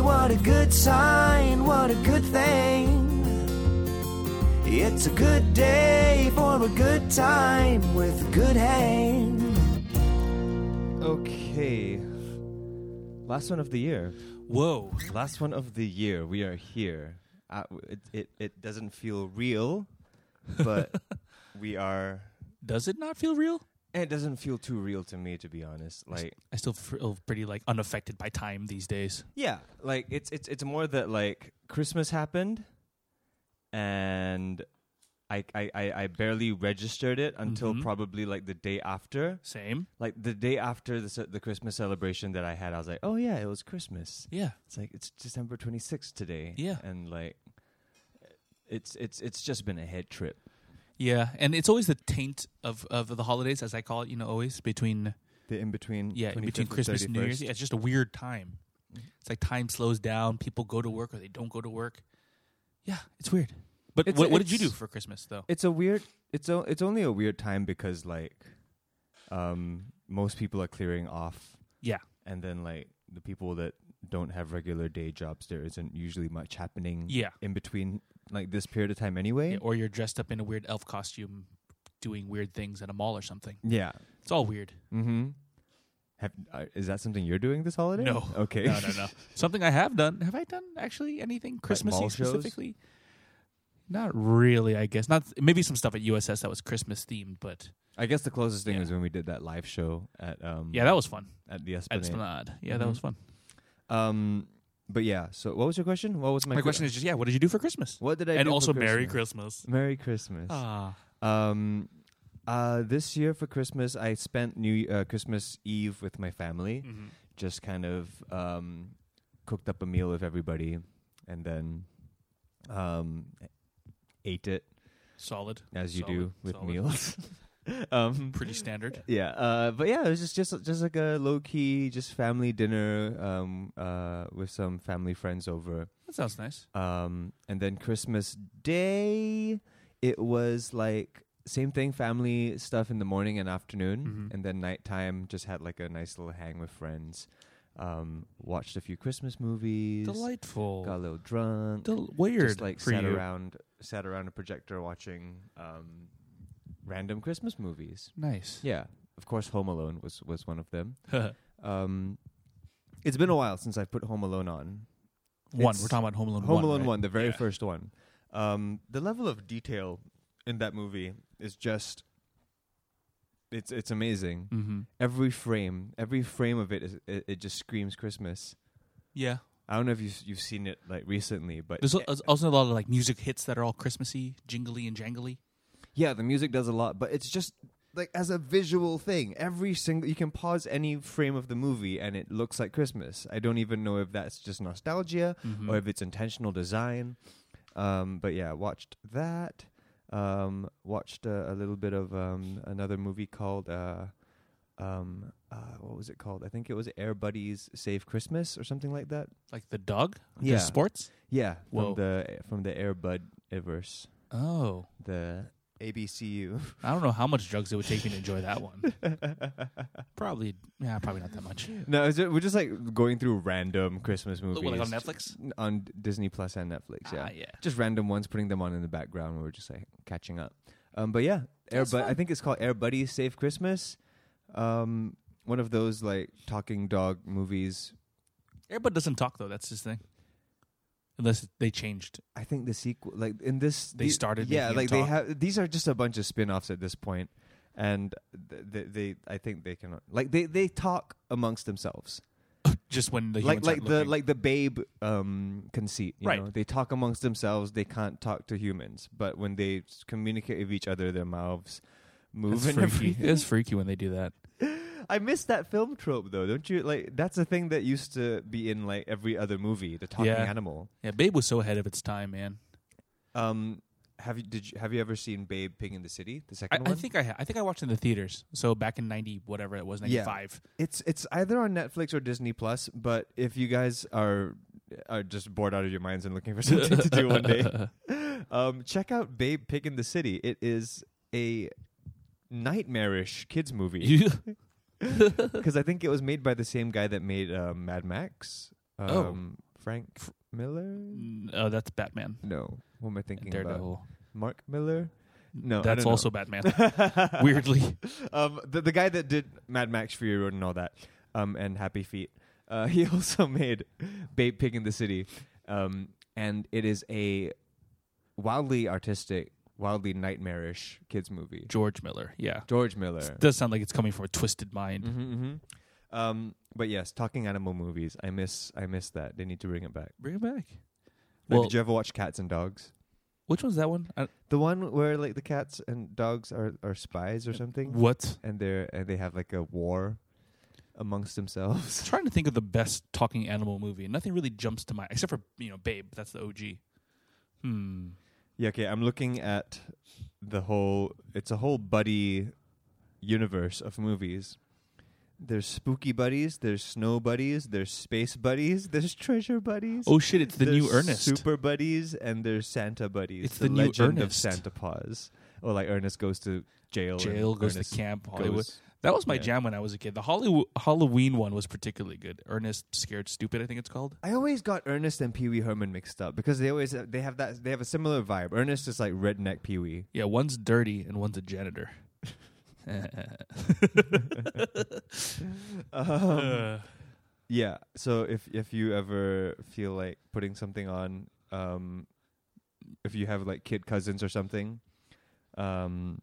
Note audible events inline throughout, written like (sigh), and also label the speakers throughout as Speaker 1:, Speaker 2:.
Speaker 1: what a good sign, what a good thing. It's a good day for a good time with a good hang.
Speaker 2: Okay. Last one of the year.
Speaker 3: Whoa.
Speaker 2: Last one of the year. We are here. Uh, w- it, it, it doesn't feel real, but we are.
Speaker 3: Does it not feel real?
Speaker 2: And it doesn't feel too real to me, to be honest. Like,
Speaker 3: I still feel pretty like unaffected by time these days.
Speaker 2: yeah, like it's it's it's more that like Christmas happened, and I I I, I barely registered it until
Speaker 3: Mhm.
Speaker 2: probably like the day after.
Speaker 3: Same.
Speaker 2: Like the day after the ce- the Christmas celebration that I had, I was like, oh yeah, it was Christmas.
Speaker 3: Yeah.
Speaker 2: It's like it's December 26th today.
Speaker 3: Yeah.
Speaker 2: And like it's it's it's just been a head trip.
Speaker 3: Yeah. And it's always the taint of, of the holidays, as I call it, you know, always between
Speaker 2: The in between
Speaker 3: yeah, in between Christmas and New Year's. Yeah, it's just a weird time. It's like time slows down, people go to work or they don't go to work. Yeah, it's weird. But
Speaker 2: It's-
Speaker 3: what, what did you do
Speaker 2: it's-
Speaker 3: for Christmas though?
Speaker 2: It's a weird it's o- it's only a weird time because like um most people are clearing off
Speaker 3: Yeah.
Speaker 2: and then like the people that don't have regular day jobs there isn't usually much happening
Speaker 3: Yeah.
Speaker 2: in between like this period of time anyway.
Speaker 3: Yeah, or you're dressed up in a weird elf costume doing weird things at a mall or something.
Speaker 2: yeah.
Speaker 3: It's all weird.
Speaker 2: Mhm. Have, uh, is that something you're doing this holiday?
Speaker 3: No.
Speaker 2: Okay.
Speaker 3: (laughs) No, no, no. Something I have done. Have I done actually anything Christmassy
Speaker 2: mall shows?
Speaker 3: specifically? Not really, I guess. Not maybe some stuff at USS that was Christmas themed, but
Speaker 2: (laughs) I guess the closest thing
Speaker 3: Yeah.
Speaker 2: is when we did that live show at um
Speaker 3: yeah, that was fun.
Speaker 2: at the
Speaker 3: At
Speaker 2: Esplanade.
Speaker 3: Esplanade. Yeah, that
Speaker 2: Mhm.
Speaker 3: was fun.
Speaker 2: Um, but yeah. So what was your question? What was my,
Speaker 3: My question is just yeah, what did you do for Christmas?
Speaker 2: uh, What did I
Speaker 3: And
Speaker 2: do for
Speaker 3: also Merry
Speaker 2: Christmas?
Speaker 3: Christmas.
Speaker 2: Merry Christmas.
Speaker 3: Ah,
Speaker 2: Um, uh, this year for Christmas, I spent New uh, Christmas Eve with my family.
Speaker 3: mhm.
Speaker 2: Just kind of um, cooked up a meal with everybody, and then um, ate it
Speaker 3: solid.
Speaker 2: as you
Speaker 3: Solid,
Speaker 2: do with
Speaker 3: solid.
Speaker 2: meals. (laughs) um,
Speaker 3: Pretty standard.
Speaker 2: Yeah, uh, but yeah, it was just just just like a low key, just family dinner um, uh, with some family friends over,
Speaker 3: That sounds nice.
Speaker 2: um, and then Christmas Day, it was like same thing, family stuff in the morning and afternoon,
Speaker 3: Mhm.
Speaker 2: and then nighttime just had like a nice little hang with friends, um, watched a few Christmas movies,
Speaker 3: Delightful.
Speaker 2: got a little drunk,
Speaker 3: Del- weird
Speaker 2: just like
Speaker 3: for
Speaker 2: sat
Speaker 3: you.
Speaker 2: around sat around a projector watching um, random Christmas movies.
Speaker 3: Nice.
Speaker 2: Yeah, of course, Home Alone was was one of them. Um, it's been a while since I've put Home Alone on.
Speaker 3: (laughs) one.
Speaker 2: It's-
Speaker 3: We're talking about Home Alone.
Speaker 2: Home
Speaker 3: one,
Speaker 2: Alone
Speaker 3: right?
Speaker 2: one, the very
Speaker 3: Yeah.
Speaker 2: first one. Um, the level of detail in that movie is just it's it's amazing.
Speaker 3: Mhm.
Speaker 2: Every frame, every frame of it is it, it just screams Christmas.
Speaker 3: Yeah.
Speaker 2: I don't know if you've you've seen it like recently, but
Speaker 3: There's al- there's also a lot of like music hits that are all Christmassy, jingly and jangly.
Speaker 2: Oh, Yeah, the music does a lot, but it's just like as a visual thing. Every single you can pause any frame of the movie and it looks like Christmas. I don't even know if that's just nostalgia
Speaker 3: Mm-hmm.
Speaker 2: or if it's intentional design. Um, but yeah, watched that. Um, watched a, a little bit of um, another movie called uh, um, uh, what was it called? I think it was Air Buddies Save Christmas or something like that.
Speaker 3: Like the dog?
Speaker 2: Yeah.
Speaker 3: The sports?
Speaker 2: Yeah, from
Speaker 3: Whoa.
Speaker 2: the from the Air Bud Everse,
Speaker 3: Oh.
Speaker 2: the ABCU.
Speaker 3: I don't know how much drugs it would take me to enjoy that one. (laughs) probably yeah, probably not that much.
Speaker 2: (laughs) No, it's ju- we're just like going through random Christmas movies
Speaker 3: like on Netflix?
Speaker 2: N- on D- Disney Plus and Netflix. Yeah,
Speaker 3: Ah, yeah.
Speaker 2: just random ones, putting them on in the background. Where we're just like catching up. Um, but yeah, Air
Speaker 3: That's
Speaker 2: Bud.
Speaker 3: fun.
Speaker 2: I think it's called Air Buddy Save Christmas. Um, one of those like talking dog movies.
Speaker 3: Airbud doesn't talk though, that's his thing. unless they changed.
Speaker 2: I think the sequel, like in this,
Speaker 3: They
Speaker 2: the-
Speaker 3: started
Speaker 2: Yeah,
Speaker 3: making
Speaker 2: like
Speaker 3: them
Speaker 2: they
Speaker 3: talk.
Speaker 2: have. These are just a bunch of spin-offs at this point, and th- they, they I think they can like they they talk amongst themselves,
Speaker 3: Just when the
Speaker 2: like
Speaker 3: humans
Speaker 2: like
Speaker 3: aren't
Speaker 2: the
Speaker 3: looking.
Speaker 2: like the babe um conceit. You
Speaker 3: Right.
Speaker 2: know? They talk amongst themselves. They can't talk to humans, but when they s- communicate with each other, their mouths move
Speaker 3: It's
Speaker 2: and
Speaker 3: freaky.
Speaker 2: everything.
Speaker 3: (laughs) It's freaky when they do that.
Speaker 2: (laughs) I miss that film trope though, don't you? Like that's a thing that used to be in like every other movie, the talking
Speaker 3: Yeah.
Speaker 2: animal.
Speaker 3: Yeah, Babe was so ahead of its time, man.
Speaker 2: Um, have you did you, have you ever seen Babe Pig in the City? The
Speaker 3: I,
Speaker 2: second
Speaker 3: I
Speaker 2: one.
Speaker 3: think I ha- I think I watched it in the theaters. So back in ninety whatever it was, ninety
Speaker 2: Yeah. (laughs)
Speaker 3: five.
Speaker 2: it's it's either on Netflix or Disney Plus. But if you guys are are just bored out of your minds and looking for (laughs) something to do one
Speaker 3: (laughs)
Speaker 2: day, um, check out Babe Pig in the City. It is a nightmarish kids movie because I think it was made by the same guy that made uh, Mad Max.
Speaker 3: Oh.
Speaker 2: Um, Frank Miller.
Speaker 3: oh, that's Batman.
Speaker 2: No, what am I thinking about?
Speaker 3: Daredevil.
Speaker 2: Mark Miller. No, I
Speaker 3: that's
Speaker 2: don't know. (laughs)
Speaker 3: also Batman. Weirdly,
Speaker 2: um, the, the guy that did Mad Max Fury Road and all that, um, and Happy Feet, uh, (laughs) he also made Babe Pig in the City, um, and it is a wildly artistic, wildly nightmarish kids movie.
Speaker 3: George Miller. Yeah,
Speaker 2: George Miller.
Speaker 3: does sound like it's coming from a twisted mind.
Speaker 2: hmm Um, but yes, talking animal movies. I miss I miss that. They need to bring it back.
Speaker 3: Bring it back.
Speaker 2: Like,
Speaker 3: Well,
Speaker 2: did you ever watch Cats and Dogs?
Speaker 3: which one's that one? I,
Speaker 2: The one where like the cats and dogs are, are spies or something,
Speaker 3: what?
Speaker 2: and they're and they have like a war amongst themselves. (laughs)
Speaker 3: Trying to think of the best talking animal movie. Nothing really jumps to mind except for you know Babe. That's the OG. Hmm.
Speaker 2: Yeah, okay. I'm looking at the whole. It's a whole buddy universe of movies. There's spooky buddies. There's snow buddies. There's space buddies. (laughs) There's treasure buddies.
Speaker 3: Oh shit! It's the new
Speaker 2: there's
Speaker 3: Ernest.
Speaker 2: Super buddies, and there's Santa buddies.
Speaker 3: It's the new
Speaker 2: legend of
Speaker 3: Ernest.
Speaker 2: Santa Paws. Or like Ernest goes to jail. and
Speaker 3: Jail goes
Speaker 2: Ernest
Speaker 3: to camp.
Speaker 2: goes-
Speaker 3: Hollywood. That was my
Speaker 2: Yeah.
Speaker 3: jam when I was a kid. The Hollywood Halloween one was particularly good. Ernest Scared Stupid, I think it's called.
Speaker 2: I always got Ernest and Pee Wee Herman mixed up because they always they have that they have a similar vibe. Ernest is like redneck Pee Wee.
Speaker 3: Yeah, one's dirty and one's
Speaker 2: (laughs)
Speaker 3: a janitor. (laughs) um,
Speaker 2: Yeah. So if if you ever feel like putting something on, um, if you have like kid cousins or something, um,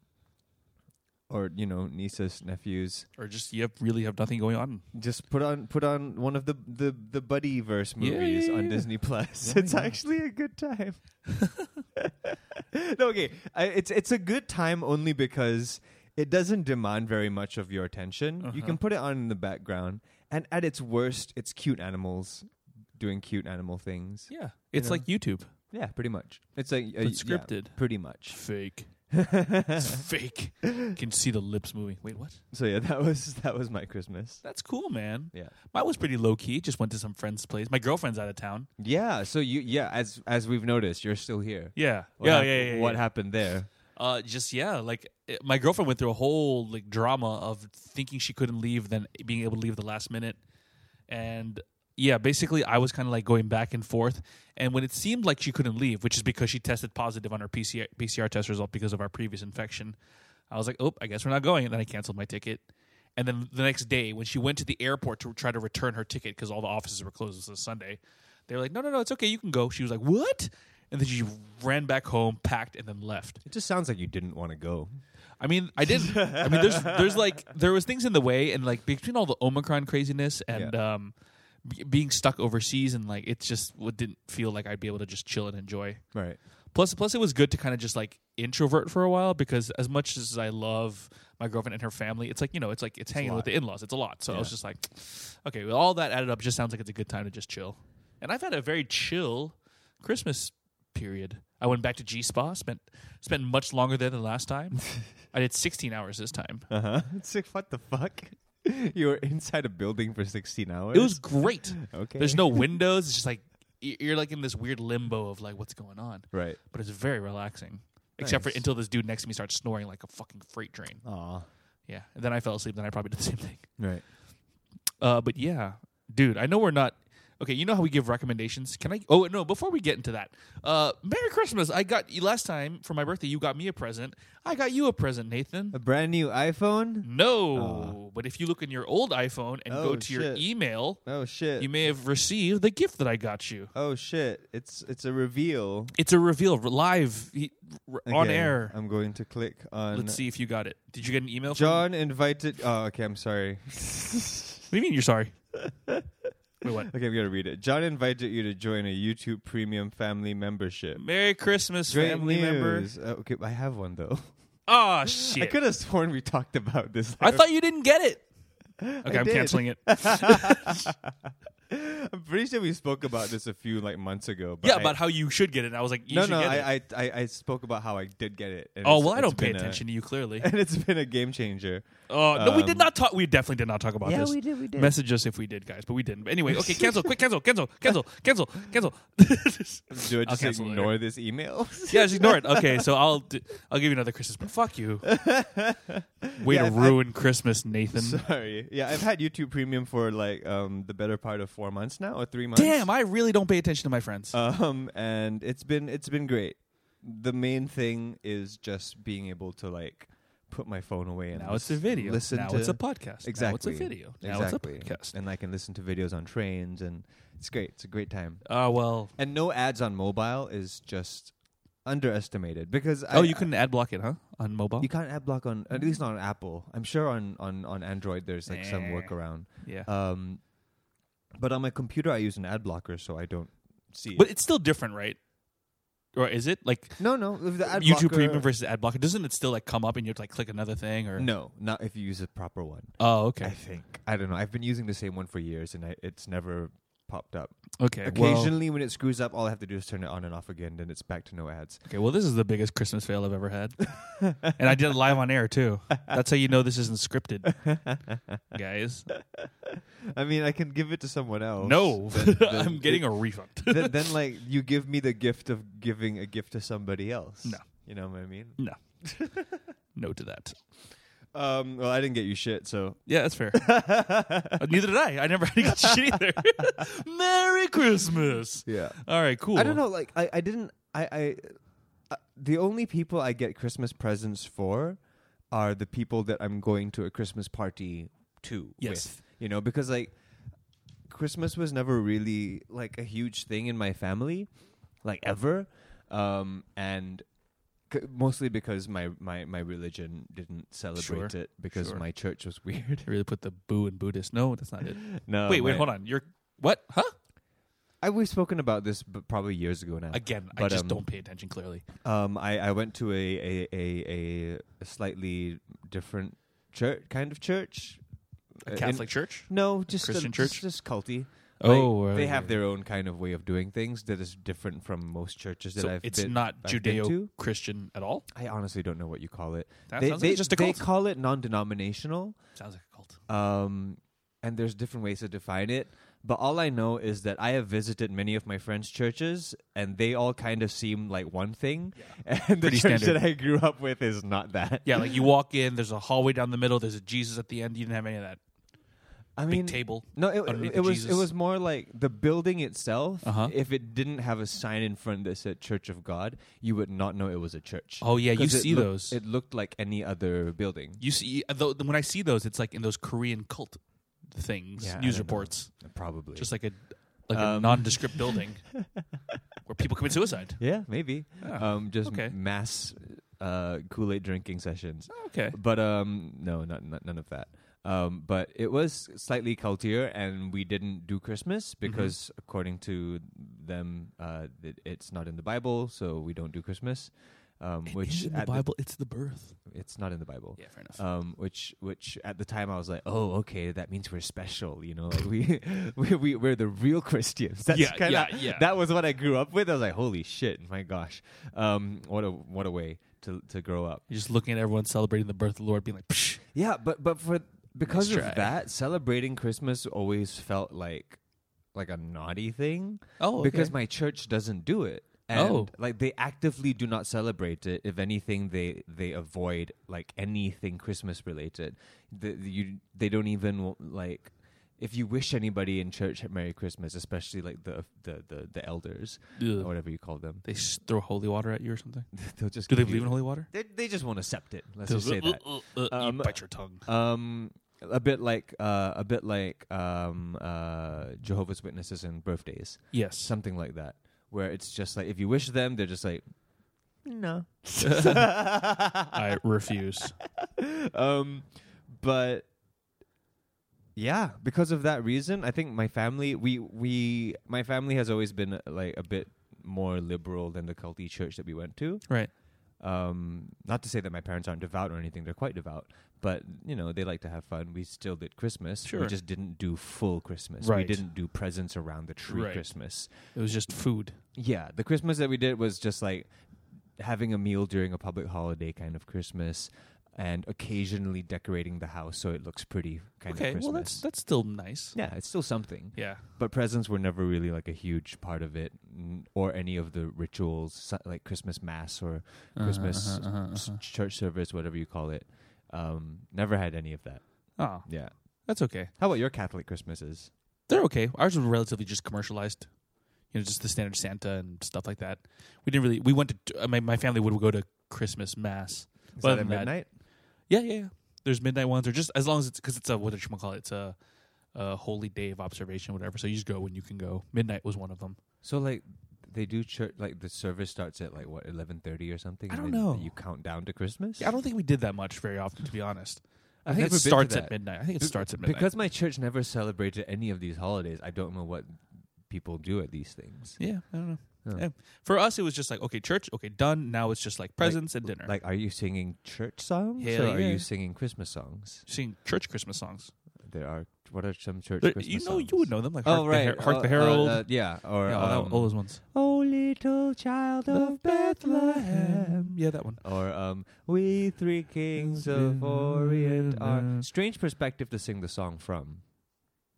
Speaker 2: or you know nieces nephews,
Speaker 3: or just you have, really have nothing going on.
Speaker 2: just put on put on one of the the the buddy verse
Speaker 3: Yeah, yeah,
Speaker 2: movies on
Speaker 3: yeah.
Speaker 2: Disney Plus.
Speaker 3: Yeah,
Speaker 2: it's
Speaker 3: yeah.
Speaker 2: actually a good time. (laughs) no, okay, I, it's it's a good time only because it doesn't demand very much of your attention. You
Speaker 3: Uh-huh.
Speaker 2: can put it on in the background, and at its worst, it's cute animals doing cute animal things.
Speaker 3: Yeah, it's
Speaker 2: know?
Speaker 3: like YouTube.
Speaker 2: Yeah, pretty much. It's like uh,
Speaker 3: But
Speaker 2: yeah,
Speaker 3: scripted.
Speaker 2: pretty much. (laughs)
Speaker 3: Fake. it's fake. You can see the lips moving. Wait, what?
Speaker 2: So yeah, that was that was my Christmas.
Speaker 3: That's cool, man.
Speaker 2: Yeah.
Speaker 3: Mine was pretty low key. Just went to some friend's place. My girlfriend's out of town.
Speaker 2: Yeah. So you yeah as as we've noticed, you're still here.
Speaker 3: Yeah.
Speaker 2: What
Speaker 3: yeah,
Speaker 2: hap-
Speaker 3: yeah, yeah, yeah.
Speaker 2: What happened there?
Speaker 3: Uh, just yeah, like it, my girlfriend went through a whole like drama of thinking she couldn't leave, then being able to leave the last minute, and yeah, basically I was kind of like going back and forth. And when it seemed like she couldn't leave, which is because she tested positive on her PCR PCR test result because of our previous infection, I was like, oh, I guess we're not going. And then I canceled my ticket. And then the next day, when she went to the airport to try to return her ticket because all the offices were closed this was Sunday, they were like, no, no, no, it's okay, you can go. She was like, what? And then she ran back home, packed, and then left.
Speaker 2: It just sounds like you didn't want to go.
Speaker 3: I mean, I didn't. I mean, there's there's like there was things in the way, and like between all the Omicron craziness and um, b- being stuck overseas, and like it's just what didn't feel like I'd be able to just chill and enjoy.
Speaker 2: Right.
Speaker 3: Plus, plus it was good to kind of just like introvert for a while because as much as I love my girlfriend and her family, it's like you know, it's like it's, hanging with
Speaker 2: lot.
Speaker 3: the in laws. It's a lot. So I was
Speaker 2: Yeah.
Speaker 3: just like, okay, well, all that added up, just sounds like it's a good time to just chill. And I've had a very chill Christmas period. I went back to G Spa, spent spent much longer there than last (laughs) time. I did 16 hours this time.
Speaker 2: Uh huh. (laughs) It's like what the fuck? (laughs) you were inside a building for sixteen hours.
Speaker 3: It was great.
Speaker 2: okay.
Speaker 3: (laughs) There's no windows. It's just like y- you're like in this weird limbo of like what's going on,
Speaker 2: right.
Speaker 3: but it's very relaxing. Except for
Speaker 2: Nice.
Speaker 3: until this dude next to me starts snoring like a fucking freight train.
Speaker 2: Aw.
Speaker 3: Yeah. And (laughs) then I fell asleep. Then I probably did the same thing.
Speaker 2: Right.
Speaker 3: Uh, but yeah, dude, I know we're not. Okay, you know how we give recommendations? Can I? Oh no! Before we get into that, uh, Merry Christmas! I got you last time for my birthday. You got me a present. I got you a present, Nathan.
Speaker 2: A brand new iPhone?
Speaker 3: No, but if you look in your old iPhone and go
Speaker 2: Oh,
Speaker 3: to your
Speaker 2: shit.
Speaker 3: email,
Speaker 2: Oh shit.
Speaker 3: you may have received the gift that I got you.
Speaker 2: oh shit. It's it's a reveal.
Speaker 3: It's a reveal r- live he- r- on
Speaker 2: Okay,
Speaker 3: air.
Speaker 2: I'm going to click on
Speaker 3: Let's see if you got it. Did you get an email? From
Speaker 2: John invited Oh, okay, I'm sorry. (laughs)
Speaker 3: What do you mean you're sorry? Wait, what?
Speaker 2: Okay, we gotta read it. John invited you to join a YouTube Premium family membership.
Speaker 3: Merry Christmas,
Speaker 2: Great
Speaker 3: family members.
Speaker 2: news. Uh, okay, I have one though. (laughs)
Speaker 3: Ah,
Speaker 2: I
Speaker 3: shit.
Speaker 2: could have sworn we talked about this.
Speaker 3: I thought you didn't get it. Okay, I'm
Speaker 2: did. (laughs)
Speaker 3: canceling it.
Speaker 2: I'm pretty sure we spoke about this a few like months ago. But
Speaker 3: yeah,
Speaker 2: I,
Speaker 3: about how you should get it. I was like, you
Speaker 2: no,
Speaker 3: should
Speaker 2: no,
Speaker 3: get it.
Speaker 2: I, I, I, I spoke about how I did get it. and
Speaker 3: oh
Speaker 2: it's-
Speaker 3: well, I
Speaker 2: it's
Speaker 3: don't pay
Speaker 2: been a-
Speaker 3: attention to you clearly.
Speaker 2: (laughs) and it's been a game changer.
Speaker 3: Oh no, we did
Speaker 2: Um,
Speaker 3: not talk. We definitely did not talk about
Speaker 2: Yeah,
Speaker 3: this.
Speaker 2: we did, we did.
Speaker 3: Message us if we did, guys, but we didn't. But anyway, okay, (laughs) cancel, quick, cancel, cancel, cancel, cancel, cancel. (laughs)
Speaker 2: Do I
Speaker 3: I'll
Speaker 2: just
Speaker 3: cancel later.
Speaker 2: ignore this email? (laughs)
Speaker 3: yeah, just ignore it. Okay, so I'll d- I'll give you another Christmas. But
Speaker 2: (laughs)
Speaker 3: fuck you. Way
Speaker 2: Yeah,
Speaker 3: to
Speaker 2: if I-
Speaker 3: ruin Christmas, Nathan.
Speaker 2: Sorry. Yeah, I've had YouTube Premium for like um the better part of four months now, or three months.
Speaker 3: Damn, I really don't pay attention to my friends.
Speaker 2: um and it's been it's been great the main thing is just being able to like put my phone away and
Speaker 3: now it's a
Speaker 2: lis-
Speaker 3: video.
Speaker 2: listen
Speaker 3: now
Speaker 2: to
Speaker 3: it's a podcast. Now it's
Speaker 2: exactly
Speaker 3: a video. Now
Speaker 2: exactly
Speaker 3: it's a podcast.
Speaker 2: and i can listen to videos on trains and it's great it's a great time
Speaker 3: Oh well.
Speaker 2: and no ads on mobile is just underestimated because I,
Speaker 3: Oh, you couldn't ad block it, huh? On mobile.
Speaker 2: you can't ad block on at least not on apple i'm sure on on on android there's like some
Speaker 3: Nah.
Speaker 2: workaround
Speaker 3: yeah.
Speaker 2: um but on my computer i use an ad blocker so i don't see
Speaker 3: But
Speaker 2: it.
Speaker 3: it's still different, right? Or is it like
Speaker 2: no no if the ad
Speaker 3: YouTube
Speaker 2: blocker-
Speaker 3: Premium versus ad blocker? Doesn't it still like come up and you have to like click another thing or
Speaker 2: No, not if you use a proper one.
Speaker 3: Oh,
Speaker 2: I
Speaker 3: okay,
Speaker 2: think I don't know. I've been using the same one for years, and I, it's never popped up.
Speaker 3: okay. well,
Speaker 2: Occasionally, when it screws up, all I have to do is turn it on and off again. Then it's back to no ads.
Speaker 3: okay. Well, this is the biggest Christmas fail I've ever
Speaker 2: (laughs)
Speaker 3: had, and I did it live on air too. That's how you know this isn't
Speaker 2: (laughs)
Speaker 3: scripted, guys.
Speaker 2: I mean, I can give it to someone else.
Speaker 3: No, (laughs)
Speaker 2: Then, then
Speaker 3: I'm getting a refund. (laughs)
Speaker 2: It, then, then, like, you give me the gift of giving a gift to somebody else.
Speaker 3: No.
Speaker 2: you know what I mean.
Speaker 3: no, no to that.
Speaker 2: Um, well, I didn't get you shit,
Speaker 3: (laughs)
Speaker 2: so
Speaker 3: Yeah, that's fair. Uh, Neither did I. I never (laughs) had to get shit either. Merry Christmas.
Speaker 2: yeah.
Speaker 3: All right, cool.
Speaker 2: I don't know. Like, I, I didn't. I, I uh, the only people I get Christmas presents for are the people that I'm going to a Christmas party to.
Speaker 3: Yes.
Speaker 2: With, you know, because like Christmas was never really like a huge thing in my family, like ever, um, and. c- Mostly because my, my, my religion didn't celebrate
Speaker 3: Sure.
Speaker 2: it because
Speaker 3: Sure.
Speaker 2: my church was (laughs)
Speaker 3: (laughs)
Speaker 2: weird.
Speaker 3: They really put the boo in Buddhist. No, that's not it.
Speaker 2: no,
Speaker 3: wait, wait,
Speaker 2: my-
Speaker 3: hold on. You're what? Huh?
Speaker 2: I we've spoken about this, but probably years ago now.
Speaker 3: Again, I
Speaker 2: But,
Speaker 3: just
Speaker 2: um,
Speaker 3: don't pay attention clearly.
Speaker 2: Um, I, I went to a a, a a a slightly different church kind of church.
Speaker 3: A
Speaker 2: Uh, in-
Speaker 3: Catholic church?
Speaker 2: no, just
Speaker 3: Christian
Speaker 2: a,
Speaker 3: church?
Speaker 2: just, just culty.
Speaker 3: Oh,
Speaker 2: Like, they
Speaker 3: right,
Speaker 2: have
Speaker 3: right,
Speaker 2: their own kind of way of doing things that is different from most churches that
Speaker 3: so
Speaker 2: I've
Speaker 3: it's
Speaker 2: been.
Speaker 3: not
Speaker 2: I've been
Speaker 3: Judeo
Speaker 2: to.
Speaker 3: Christian at all.
Speaker 2: I honestly don't know what you call it.
Speaker 3: That
Speaker 2: they
Speaker 3: sounds
Speaker 2: they,
Speaker 3: like just a
Speaker 2: they
Speaker 3: cult.
Speaker 2: call it non-denominational,
Speaker 3: Sounds like a cult.
Speaker 2: um, and there's different ways to define it. But all I know is that I have visited many of my friends' churches, and they all kind of seem like one thing. (laughs) And the
Speaker 3: Pretty
Speaker 2: church that
Speaker 3: standard.
Speaker 2: I grew up with is not that.
Speaker 3: Yeah, like you walk in, there's a hallway down the middle, there's a Jesus at the end. You didn't have any of that.
Speaker 2: I
Speaker 3: Big
Speaker 2: mean,
Speaker 3: table.
Speaker 2: no, it,
Speaker 3: underneath
Speaker 2: it,
Speaker 3: the
Speaker 2: was
Speaker 3: Jesus.
Speaker 2: it was more like the building itself.
Speaker 3: Uh-huh.
Speaker 2: If it didn't have a sign in front that said Church of God, you would not know it was a church.
Speaker 3: Oh, yeah, you
Speaker 2: 'Cause it
Speaker 3: see
Speaker 2: looked-
Speaker 3: those.
Speaker 2: It looked like any other building.
Speaker 3: You see, though, when I see those, it's like in those Korean cult things,
Speaker 2: Yeah, I
Speaker 3: news
Speaker 2: don't know.
Speaker 3: reports,
Speaker 2: Probably
Speaker 3: just like a like a
Speaker 2: Um,
Speaker 3: nondescript (laughs) building where people commit suicide.
Speaker 2: yeah, maybe
Speaker 3: Ah,
Speaker 2: um, just
Speaker 3: okay.
Speaker 2: mass uh, Kool Aid drinking sessions.
Speaker 3: Okay,
Speaker 2: But um, no, not, not none of that. Um, but it was slightly cultier, and we didn't do Christmas
Speaker 3: Mm-hmm.
Speaker 2: because, according to them, uh, it, it's not in the Bible, so we don't do Christmas. Um, which
Speaker 3: in the
Speaker 2: at the-
Speaker 3: Bible, it's the birth.
Speaker 2: it's not in the Bible.
Speaker 3: Yeah, fair enough.
Speaker 2: Um, which which at the time I was like, oh, okay, that means we're special, you know, like we (laughs) we we we're the real Christians. That's
Speaker 3: Yeah,
Speaker 2: kinda,
Speaker 3: yeah, yeah.
Speaker 2: That was what I grew up with. I was like, holy shit, my gosh, um, what a what a way to to grow up.
Speaker 3: You're just looking at everyone celebrating the birth of the Lord, being like, Psh,
Speaker 2: Yeah, but but for because
Speaker 3: Nice
Speaker 2: of
Speaker 3: try.
Speaker 2: that, celebrating Christmas always felt like like a naughty thing.
Speaker 3: Oh,
Speaker 2: because
Speaker 3: okay.
Speaker 2: my church doesn't do it. And
Speaker 3: Oh.
Speaker 2: like they actively do not celebrate it. If anything, they they avoid like anything Christmas related. The, you they don't even like if you wish anybody in church a Merry Christmas, especially like the the the, the elders or
Speaker 3: Ugh.
Speaker 2: whatever you call them, (laughs)
Speaker 3: They s- throw holy water at you or something.
Speaker 2: they'll just
Speaker 3: Do they
Speaker 2: give you-
Speaker 3: believe in holy water?
Speaker 2: They, they just won't accept it. Let's
Speaker 3: They'll
Speaker 2: just say
Speaker 3: go,
Speaker 2: that.
Speaker 3: "Uh, uh, uh,"
Speaker 2: Um,
Speaker 3: you bite your tongue.
Speaker 2: Um, a bit like uh, a bit like um, uh, Jehovah's Witnesses and birthdays,
Speaker 3: Yes.
Speaker 2: something like that, where it's just like if you wish them, they're just like, no.
Speaker 3: (laughs) I refuse.
Speaker 2: um, but yeah, because of that reason, I think my family we we my family has always been uh, like a bit more liberal than the culty church that we went to.
Speaker 3: Right.
Speaker 2: Um, not to say that my parents aren't devout or anything; they're quite devout. But you know, they like to have fun. We still did Christmas.
Speaker 3: Sure.
Speaker 2: We just didn't do full Christmas. We
Speaker 3: Right.
Speaker 2: didn't do presents around the tree
Speaker 3: Right.
Speaker 2: Christmas.
Speaker 3: It was just food.
Speaker 2: Yeah, the Christmas that we did was just like having a meal during a public holiday kind of Christmas, and occasionally decorating the house so it looks pretty kind
Speaker 3: okay.
Speaker 2: of Christmas.
Speaker 3: Well, that's that's still nice.
Speaker 2: yeah, it's still something.
Speaker 3: Yeah.
Speaker 2: But presents were never really like a huge part of it, n- or any of the rituals so- like Christmas mass or
Speaker 3: Uh-huh,
Speaker 2: Christmas
Speaker 3: uh-huh, uh-huh,
Speaker 2: s-
Speaker 3: uh-huh.
Speaker 2: church service, whatever you call it. Um, never had any of that.
Speaker 3: Oh,
Speaker 2: Yeah.
Speaker 3: that's okay.
Speaker 2: How about your Catholic Christmases?
Speaker 3: They're okay. Ours was relatively just commercialized. You know, just the standard Santa and stuff like that. We didn't really. We went to. uh, My my family would go to Christmas mass.
Speaker 2: Is
Speaker 3: Well,
Speaker 2: that at
Speaker 3: that-
Speaker 2: midnight?
Speaker 3: Yeah, yeah, yeah. There's midnight ones, or just as long as it's because it's a what do you call it? It's a, a holy day of observation, whatever. So you just go when you can go. Midnight was one of them.
Speaker 2: So like they do church like the service starts at like what eleven thirty or something.
Speaker 3: I
Speaker 2: and
Speaker 3: don't
Speaker 2: then
Speaker 3: know.
Speaker 2: You count down to Christmas.
Speaker 3: Yeah, I don't think we did that much very often, to be honest. I
Speaker 2: I've
Speaker 3: think
Speaker 2: never
Speaker 3: it
Speaker 2: been to
Speaker 3: starts at
Speaker 2: that.
Speaker 3: midnight. I think it
Speaker 2: Be-
Speaker 3: starts at midnight.
Speaker 2: because my church never celebrated any of these holidays. I don't know what people do at these things.
Speaker 3: yeah, I don't know.
Speaker 2: Yeah.
Speaker 3: Yeah. For us, it was just like okay, church, okay, done. Now it's just like presents and dinner.
Speaker 2: Like, are you singing church songs
Speaker 3: Hell
Speaker 2: or are
Speaker 3: yeah.
Speaker 2: you singing Christmas songs?
Speaker 3: Singing church Christmas songs.
Speaker 2: There are what are some church
Speaker 3: But
Speaker 2: Christmas
Speaker 3: you know,
Speaker 2: songs?
Speaker 3: you would know them, like
Speaker 2: Oh
Speaker 3: Hark, the,
Speaker 2: right,
Speaker 3: Her- Hark
Speaker 2: Uh,
Speaker 3: the
Speaker 2: uh,
Speaker 3: Herald.
Speaker 2: uh, yeah, or
Speaker 3: yeah, all, that-
Speaker 2: um,
Speaker 3: all those ones.
Speaker 2: Oh little child of Bethlehem.
Speaker 3: Yeah, that one.
Speaker 2: Or um, we three kings of Orient are. Strange perspective to sing the song from.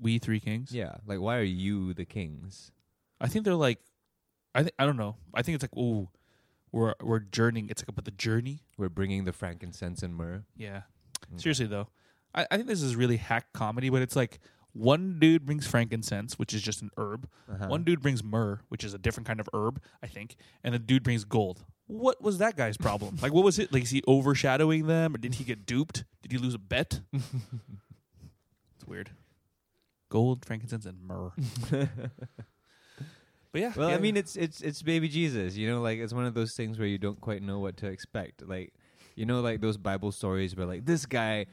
Speaker 3: We Three Kings.
Speaker 2: Yeah, like why are you the kings?
Speaker 3: I think they're like, I think I don't know. I think it's like, ooh, we're we're journeying. It's like about the journey.
Speaker 2: We're bringing the frankincense and myrrh.
Speaker 3: Yeah.
Speaker 2: Mm.
Speaker 3: Seriously though, I, I think this is really hack comedy, but it's like one dude brings frankincense, which is just an herb. One dude brings myrrh, which is a different kind of herb, I think, and the dude brings gold. What was that
Speaker 2: (laughs)
Speaker 3: guy's problem? like, what was it? Like, is he overshadowing them, or did he get duped? Did he lose
Speaker 2: (laughs)
Speaker 3: a bet? it's weird. Gold, frankincense, and
Speaker 2: (laughs)
Speaker 3: myrrh. but yeah,
Speaker 2: Well,
Speaker 3: yeah,
Speaker 2: I mean, it's it's it's baby Jesus. You know, like it's one of those things where you don't quite know what to expect. Like, you know, like those Bible stories where like this guy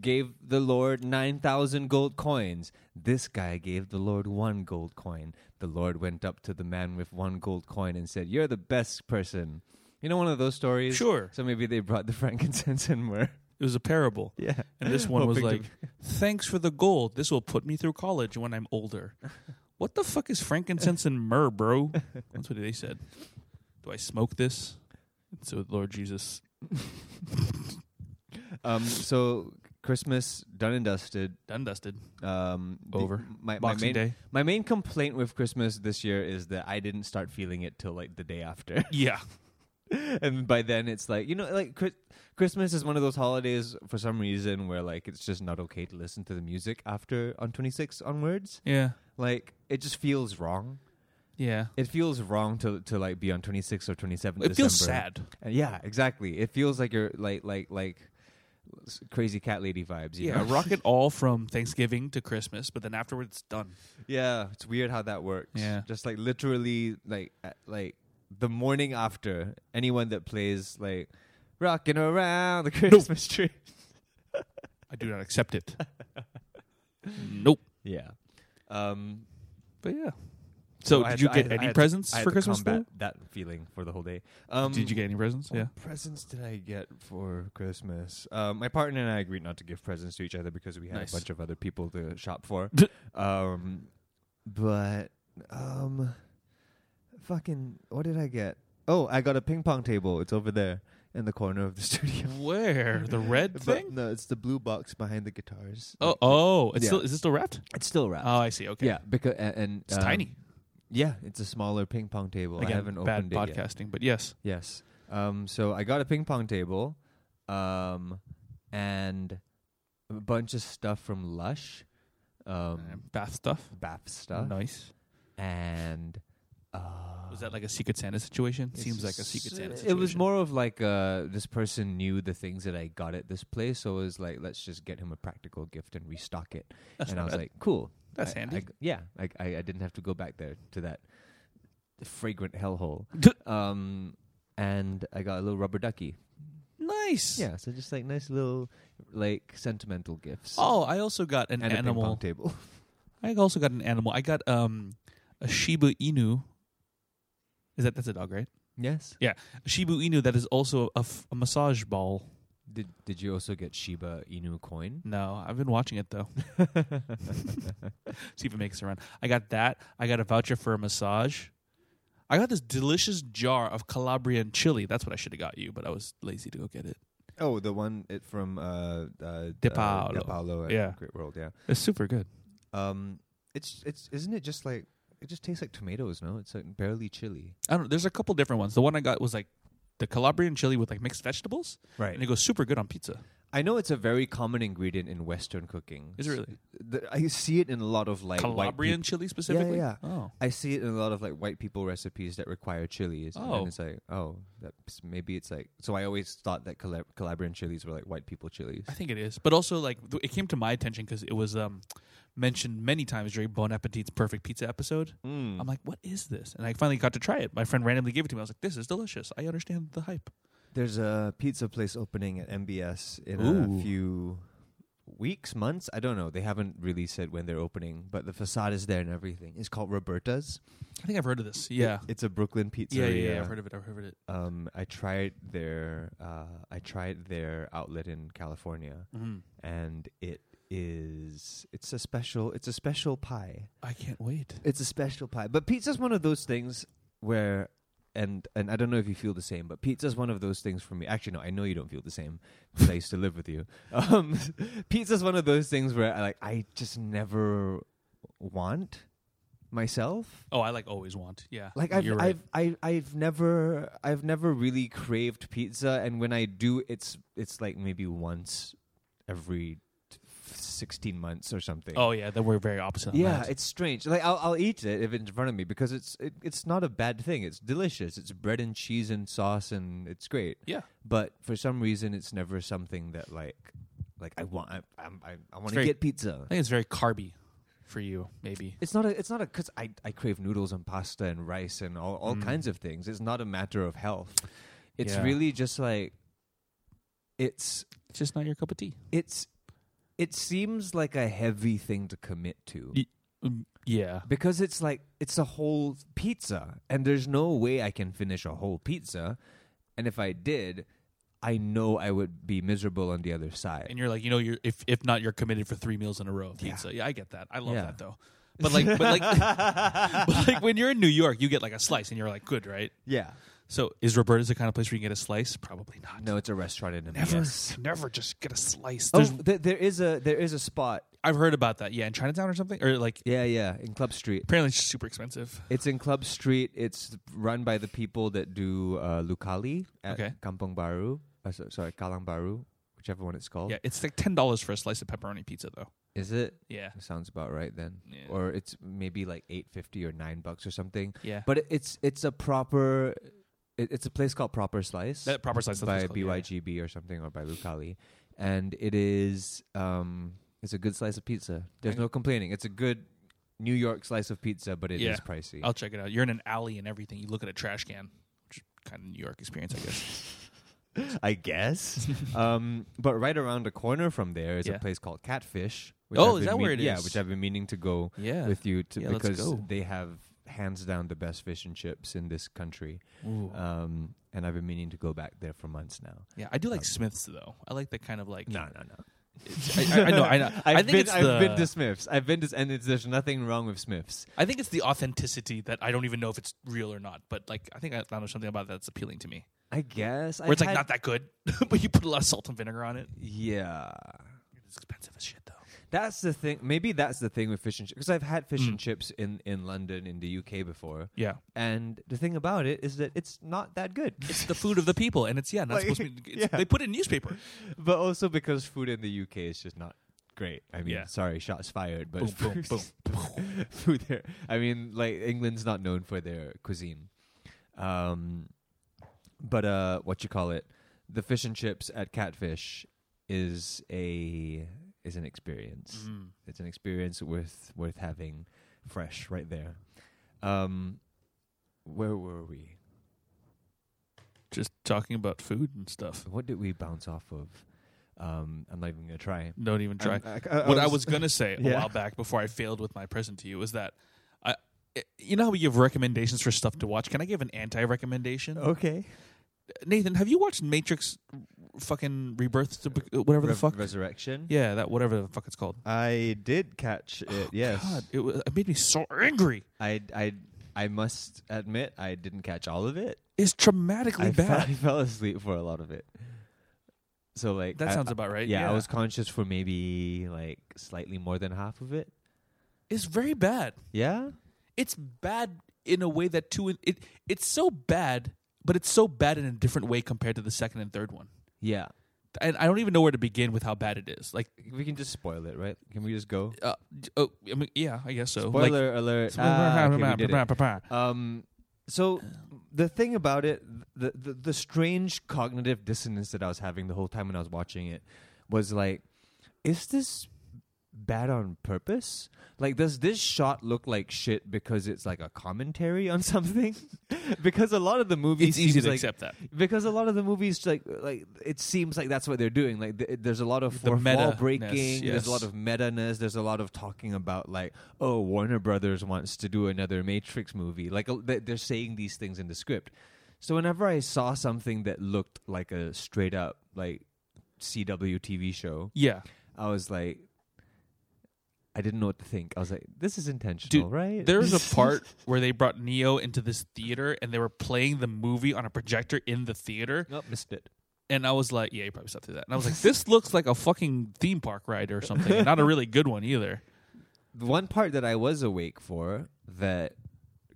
Speaker 2: gave the Lord nine thousand gold coins. This guy gave the Lord one gold coin. The Lord went up to the man with one gold coin and said, "You're the best person." You know, one of those stories.
Speaker 3: Sure.
Speaker 2: So maybe they brought the (laughs) frankincense and myrrh.
Speaker 3: it was a parable.
Speaker 2: (laughs) Yeah.
Speaker 3: And this one was
Speaker 2: Hoping
Speaker 3: like,
Speaker 2: to
Speaker 3: "Thanks for the gold. This will put me through college when I'm
Speaker 2: (laughs)
Speaker 3: older." What the fuck is frankincense and myrrh, bro? That's what they said. Do I smoke this? So, Lord Jesus,
Speaker 2: (laughs) Um. So Christmas done and dusted.
Speaker 3: done dusted.
Speaker 2: Um. the-
Speaker 3: Over.
Speaker 2: my, my
Speaker 3: Boxing
Speaker 2: main
Speaker 3: Day.
Speaker 2: My main complaint with Christmas this year is that I didn't start feeling it till like the day after, (laughs)
Speaker 3: Yeah,
Speaker 2: and by then it's like you know, like Chris- Christmas is one of those holidays for some reason where like it's just not okay to listen to the music after on twenty six onwards.
Speaker 3: yeah,
Speaker 2: Like it just feels wrong.
Speaker 3: yeah.
Speaker 2: It feels wrong to to like be on twenty six or twenty seven.
Speaker 3: It feels sad.
Speaker 2: And yeah, exactly. It feels like you're like like like s- crazy cat lady vibes. You
Speaker 3: Yeah,
Speaker 2: know?
Speaker 3: rock it all from Thanksgiving to Christmas, but then afterwards, it's done.
Speaker 2: Yeah, it's weird how that works.
Speaker 3: Yeah.
Speaker 2: just like literally, like uh, like the morning after anyone that plays like rocking around the Christmas tree. (laughs)
Speaker 3: I do not accept it. nope.
Speaker 2: Yeah. Um.
Speaker 3: But yeah. So,
Speaker 2: I
Speaker 3: did
Speaker 2: had
Speaker 3: you
Speaker 2: to- I
Speaker 3: get
Speaker 2: had- I
Speaker 3: any
Speaker 2: had to-
Speaker 3: presents
Speaker 2: I had
Speaker 3: for
Speaker 2: to
Speaker 3: Christmas?
Speaker 2: combat that feeling for the whole day. Um,
Speaker 3: though? Did you get any presents? Yeah.
Speaker 2: What presents did I get for Christmas? Um, my partner and I agreed not to give presents to each other because we had
Speaker 3: Nice.
Speaker 2: a bunch of other people
Speaker 3: (laughs)
Speaker 2: to shop for. um, but um, fucking, what did I get? Oh, I got a ping pong table. It's over there in the corner of the (laughs) studio.
Speaker 3: Where
Speaker 2: (laughs)
Speaker 3: the red
Speaker 2: But
Speaker 3: thing?
Speaker 2: no, it's the blue box behind the guitars.
Speaker 3: Oh, oh, it's
Speaker 2: Yeah.
Speaker 3: still, is it still wrapped?
Speaker 2: it's still wrapped.
Speaker 3: Oh, I see. Okay.
Speaker 2: Yeah, because and, and
Speaker 3: It's
Speaker 2: um,
Speaker 3: tiny.
Speaker 2: Yeah, it's a smaller ping pong table.
Speaker 3: Again,
Speaker 2: I haven't opened
Speaker 3: bad
Speaker 2: it yet.
Speaker 3: podcasting, but yes.
Speaker 2: Yes. Um, so I got a ping pong table, um, and a bunch of stuff from Lush. um,
Speaker 3: bath stuff.
Speaker 2: bath stuff,
Speaker 3: Nice.
Speaker 2: and uh,
Speaker 3: Was that like a Secret Santa situation?
Speaker 2: it's
Speaker 3: Seems like a
Speaker 2: just-
Speaker 3: Secret Santa situation.
Speaker 2: It was more of like uh, this person knew the things that I got at this place, so it was like, let's just get him a practical gift and restock it.
Speaker 3: (laughs) That's
Speaker 2: and
Speaker 3: not
Speaker 2: I was
Speaker 3: bad.
Speaker 2: like, cool.
Speaker 3: That's
Speaker 2: I-
Speaker 3: handy.
Speaker 2: I- yeah, I, I I didn't have to go back there to that fragrant
Speaker 3: (laughs)
Speaker 2: hellhole. um, and I got a little rubber ducky.
Speaker 3: nice.
Speaker 2: Yeah, so just like nice little like sentimental gifts.
Speaker 3: Oh, I also got an
Speaker 2: and a ping
Speaker 3: animal.
Speaker 2: pong table. (laughs)
Speaker 3: I also got an animal. I got um a Shiba Inu. Is that that's a dog, right?
Speaker 2: yes.
Speaker 3: A Shiba Inu that is also a, f- a massage ball.
Speaker 2: Did Did you also get Shiba Inu
Speaker 3: (laughs)
Speaker 2: coin?
Speaker 3: No, I've been watching it though. (laughs) See if it makes it around. I got that. I got a voucher for a massage. I got this delicious jar of Calabrian chili. That's what I should have got you, but I was lazy to go get it.
Speaker 2: Oh, the one it from uh, uh
Speaker 3: De Paolo.
Speaker 2: De Paolo at
Speaker 3: Yeah.
Speaker 2: Great World. Yeah.
Speaker 3: It's super good.
Speaker 2: Um, it's it's isn't it just like it just tastes like tomatoes? No, it's like barely chili.
Speaker 3: I don't. There's a couple different ones. The one I got was like the Calabrian chili with like mixed vegetables,
Speaker 2: Right.
Speaker 3: and it goes super good on pizza.
Speaker 2: I know it's a very common ingredient in Western cooking.
Speaker 3: Is it really?
Speaker 2: Th- I see it in a lot of like white
Speaker 3: Calabrian
Speaker 2: peop-
Speaker 3: chili specifically.
Speaker 2: yeah.
Speaker 3: Oh,
Speaker 2: I see it in a lot of like white people recipes that require chilies.
Speaker 3: Oh.
Speaker 2: And it's like, oh, that's, maybe it's like. So I always thought that Calab- Calabrian chilies were like white people chilies.
Speaker 3: I think it is. But also, like, th- it came to my attention because it was um, mentioned many times during Bon Appetit's Perfect Pizza episode. I'm like, what is this? And I finally got to try it. My friend randomly gave it to me. I was like, this is delicious. I understand the hype.
Speaker 2: There's a pizza place opening at MBS in
Speaker 3: Ooh.
Speaker 2: a few weeks, months. I don't know. They haven't really said when they're opening, but the facade is there and everything. It's called Roberta's.
Speaker 3: I think I've heard of this. Yeah.
Speaker 2: It's a Brooklyn pizzeria.
Speaker 3: yeah, yeah, yeah. I've heard of it. I've heard of it.
Speaker 2: Um, I tried their uh, I tried their outlet in California,
Speaker 3: Mm.
Speaker 2: and it is it's a special it's a special pie.
Speaker 3: I can't wait.
Speaker 2: It's a special pie. But pizza's one of those things where and and I don't know if you feel the same, but pizza's one of those things for me. Actually no, I know you don't feel the same 'cause I used to live with you. (laughs) Um pizza's one of those things where I like I just never want myself.
Speaker 3: Oh, I like always want. Yeah.
Speaker 2: Like I've
Speaker 3: You're right.
Speaker 2: I've, I've I've never I've never really craved pizza and when I do it's it's like maybe once every 16 months or something.
Speaker 3: Oh, yeah. Then we're very opposite. on
Speaker 2: Yeah,
Speaker 3: that.
Speaker 2: it's strange. Like I'll, I'll eat it if it's in front of me because it's it, it's not a bad thing. It's delicious. It's bread and cheese and sauce and it's great.
Speaker 3: yeah.
Speaker 2: But for some reason, it's never something that like like I want. I I, I, I want to
Speaker 3: very-
Speaker 2: get pizza.
Speaker 3: I think it's very carby for you, maybe.
Speaker 2: It's not a it's not a because I I crave noodles and pasta and rice and all all kinds of things. It's not a matter of health. It's
Speaker 3: Mm. Yeah.
Speaker 2: really just like it's
Speaker 3: It's just not your cup of tea.
Speaker 2: it's it seems like a heavy thing to commit to.
Speaker 3: Mm, yeah.
Speaker 2: because it's like it's a whole pizza and there's no way i can finish a whole pizza and if i did i know i would be miserable on the other side
Speaker 3: and you're like, you know, you're if if not, you're committed for three meals in a row of pizza. Yeah, I get that. I love
Speaker 2: Yeah.
Speaker 3: that though. But like, but like, (laughs) but like when you're in New York, you get like a slice, and you're like, good, right?
Speaker 2: yeah
Speaker 3: So is Roberta's the kind of place where you can get a slice? Probably not.
Speaker 2: no it's a restaurant in
Speaker 3: never,
Speaker 2: MBS.
Speaker 3: never just get a slice.
Speaker 2: oh
Speaker 3: There's,
Speaker 2: th- there is a there is a spot
Speaker 3: I've heard about that. Yeah, in Chinatown or something, or like
Speaker 2: yeah yeah in club street
Speaker 3: apparently it's just super expensive.
Speaker 2: it's in club street it's run by the people that do uh, lucali at
Speaker 3: Okay.
Speaker 2: kampong baru uh, so, sorry kalang baru whichever one it's called
Speaker 3: Yeah, it's like ten dollars for a slice of pepperoni pizza though.
Speaker 2: is it
Speaker 3: Yeah,
Speaker 2: sounds about right then
Speaker 3: Yeah.
Speaker 2: or it's maybe like 850 or 9 bucks or something
Speaker 3: yeah.
Speaker 2: but it- it's it's a proper it, it's a place called proper slice
Speaker 3: that proper slice that's what
Speaker 2: by
Speaker 3: it's called, yeah.
Speaker 2: BYGB or something or by Lucali and it is um it's a good slice of pizza there's
Speaker 3: Okay.
Speaker 2: no complaining it's a good New York slice of pizza but it is
Speaker 3: Yeah.
Speaker 2: pricey
Speaker 3: I'll check it out. You're in an alley and everything. You look at a trash can, which is kind of New York experience, I guess.
Speaker 2: I guess
Speaker 3: (laughs)
Speaker 2: um but right around the corner from there is
Speaker 3: Yeah.
Speaker 2: a place called Catfish which
Speaker 3: Oh,
Speaker 2: I've
Speaker 3: is
Speaker 2: been
Speaker 3: that where it
Speaker 2: yeah
Speaker 3: is?
Speaker 2: which I've been meaning to go
Speaker 3: yeah.
Speaker 2: with you to,
Speaker 3: Yeah, let's
Speaker 2: because
Speaker 3: go.
Speaker 2: they have hands down the best fish and chips in this country.
Speaker 3: Ooh.
Speaker 2: Um, and I've been meaning to go back there for months now.
Speaker 3: Yeah, I do like
Speaker 2: Um,
Speaker 3: Smiths though. I like the kind of like.
Speaker 2: No, no, no.
Speaker 3: It's- I, I, I know. I know.
Speaker 2: (laughs) I've
Speaker 3: I think
Speaker 2: been,
Speaker 3: it's
Speaker 2: I've
Speaker 3: the.
Speaker 2: been to Smiths. I've been to, and it's, there's nothing wrong with Smiths.
Speaker 3: I think it's the authenticity that I don't even know if it's real or not. But like, I think I found something about that that's appealing to me.
Speaker 2: I guess.
Speaker 3: Where it's like not that good, (laughs) but you put a lot of salt and vinegar on it.
Speaker 2: Yeah,
Speaker 3: It's expensive as shit though.
Speaker 2: that's the thing. Maybe that's the thing with fish and chips because I've had fish
Speaker 3: Mm.
Speaker 2: and chips in in London in the UK before,
Speaker 3: Yeah,
Speaker 2: and the thing about it is that it's not that
Speaker 3: (laughs)
Speaker 2: good.
Speaker 3: it's the food of the people, and it's yeah, not
Speaker 2: Like,
Speaker 3: supposed to be. It's,
Speaker 2: yeah.
Speaker 3: They put it in newspaper.
Speaker 2: but also because food in the UK is just not great. I mean,
Speaker 3: Yeah.
Speaker 2: sorry, shots fired, but
Speaker 3: Boom, boom,
Speaker 2: (laughs) food there. I mean, like England's not known for their cuisine, um, but uh, what you call it? The fish and chips at Catfish is a is an experience.
Speaker 3: Mm.
Speaker 2: It's an experience worth worth having fresh right there. Um, where were we?
Speaker 3: Just talking about food and stuff.
Speaker 2: What did we bounce off of? Um, I'm not even gonna try.
Speaker 3: Don't even try.
Speaker 2: I'm- uh,
Speaker 3: what I was
Speaker 2: (laughs)
Speaker 3: gonna say a
Speaker 2: Yeah.
Speaker 3: while back before I failed with my present to you is that I, i- you know how we give recommendations for stuff to watch. Can I give an anti-recommendation?
Speaker 2: okay.
Speaker 3: Nathan, have you watched Matrix, r- fucking Rebirth, to be- uh, whatever the
Speaker 2: Rev-
Speaker 3: fuck?
Speaker 2: Resurrection.
Speaker 3: yeah, that whatever the fuck it's called.
Speaker 2: I did catch it. Yes,
Speaker 3: God, it, was, it made me so angry.
Speaker 2: I, I, I must admit I didn't catch all of it.
Speaker 3: It's traumatically
Speaker 2: I, fell,
Speaker 3: bad.
Speaker 2: I fell asleep for a lot of it. So like
Speaker 3: (laughs) that
Speaker 2: I-
Speaker 3: sounds
Speaker 2: I-
Speaker 3: about right.
Speaker 2: yeah, I was conscious for maybe like slightly more than half of it.
Speaker 3: It's very bad.
Speaker 2: Yeah,
Speaker 3: It's bad in a way that two. It it's so bad, but it's so bad in a different way compared to the second and third one.
Speaker 2: yeah.
Speaker 3: And I don't even know where to begin with how bad it is. Like
Speaker 2: We can just spoil it, right? Can we just go?
Speaker 3: uh, oh, I mean, yeah, I guess so. (laughs) Like,
Speaker 2: Spoiler alert! Ah, okay, we did it. Um, so
Speaker 3: Um,
Speaker 2: the thing about it, the, the the strange cognitive dissonance that I was having the whole time when I was watching it was like, is this bad on purpose? Like, does this shot look like shit because it's like a commentary on (laughs) something? because a lot of the movies,
Speaker 3: it's easy to
Speaker 2: like, (laughs)
Speaker 3: accept that.
Speaker 2: Because a lot of the movies, like like it seems like that's what they're doing. Like th- there's a lot of
Speaker 3: The
Speaker 2: fourth wall
Speaker 3: meta-ness,
Speaker 2: breaking. There's a lot
Speaker 3: yes.
Speaker 2: of meta ness. There's a lot of talking about like, oh, Warner Brothers wants to do another Matrix movie. Like uh, they- they're saying these things in the script. So whenever I saw something that looked like a straight up like CW TV show,
Speaker 3: Yeah,
Speaker 2: I was like, I didn't know what to think. I was like, this is intentional, right? (laughs)
Speaker 3: There was a part where they brought Neo into this theater and they were playing the movie on a projector in the theater,
Speaker 2: nope, Oh, missed it.
Speaker 3: and I was like, "Yeah, you probably saw through that." And I was like, "This
Speaker 2: (laughs)
Speaker 3: looks like a fucking theme park ride or something, and not a really good one either."
Speaker 2: the one part that I was awake for that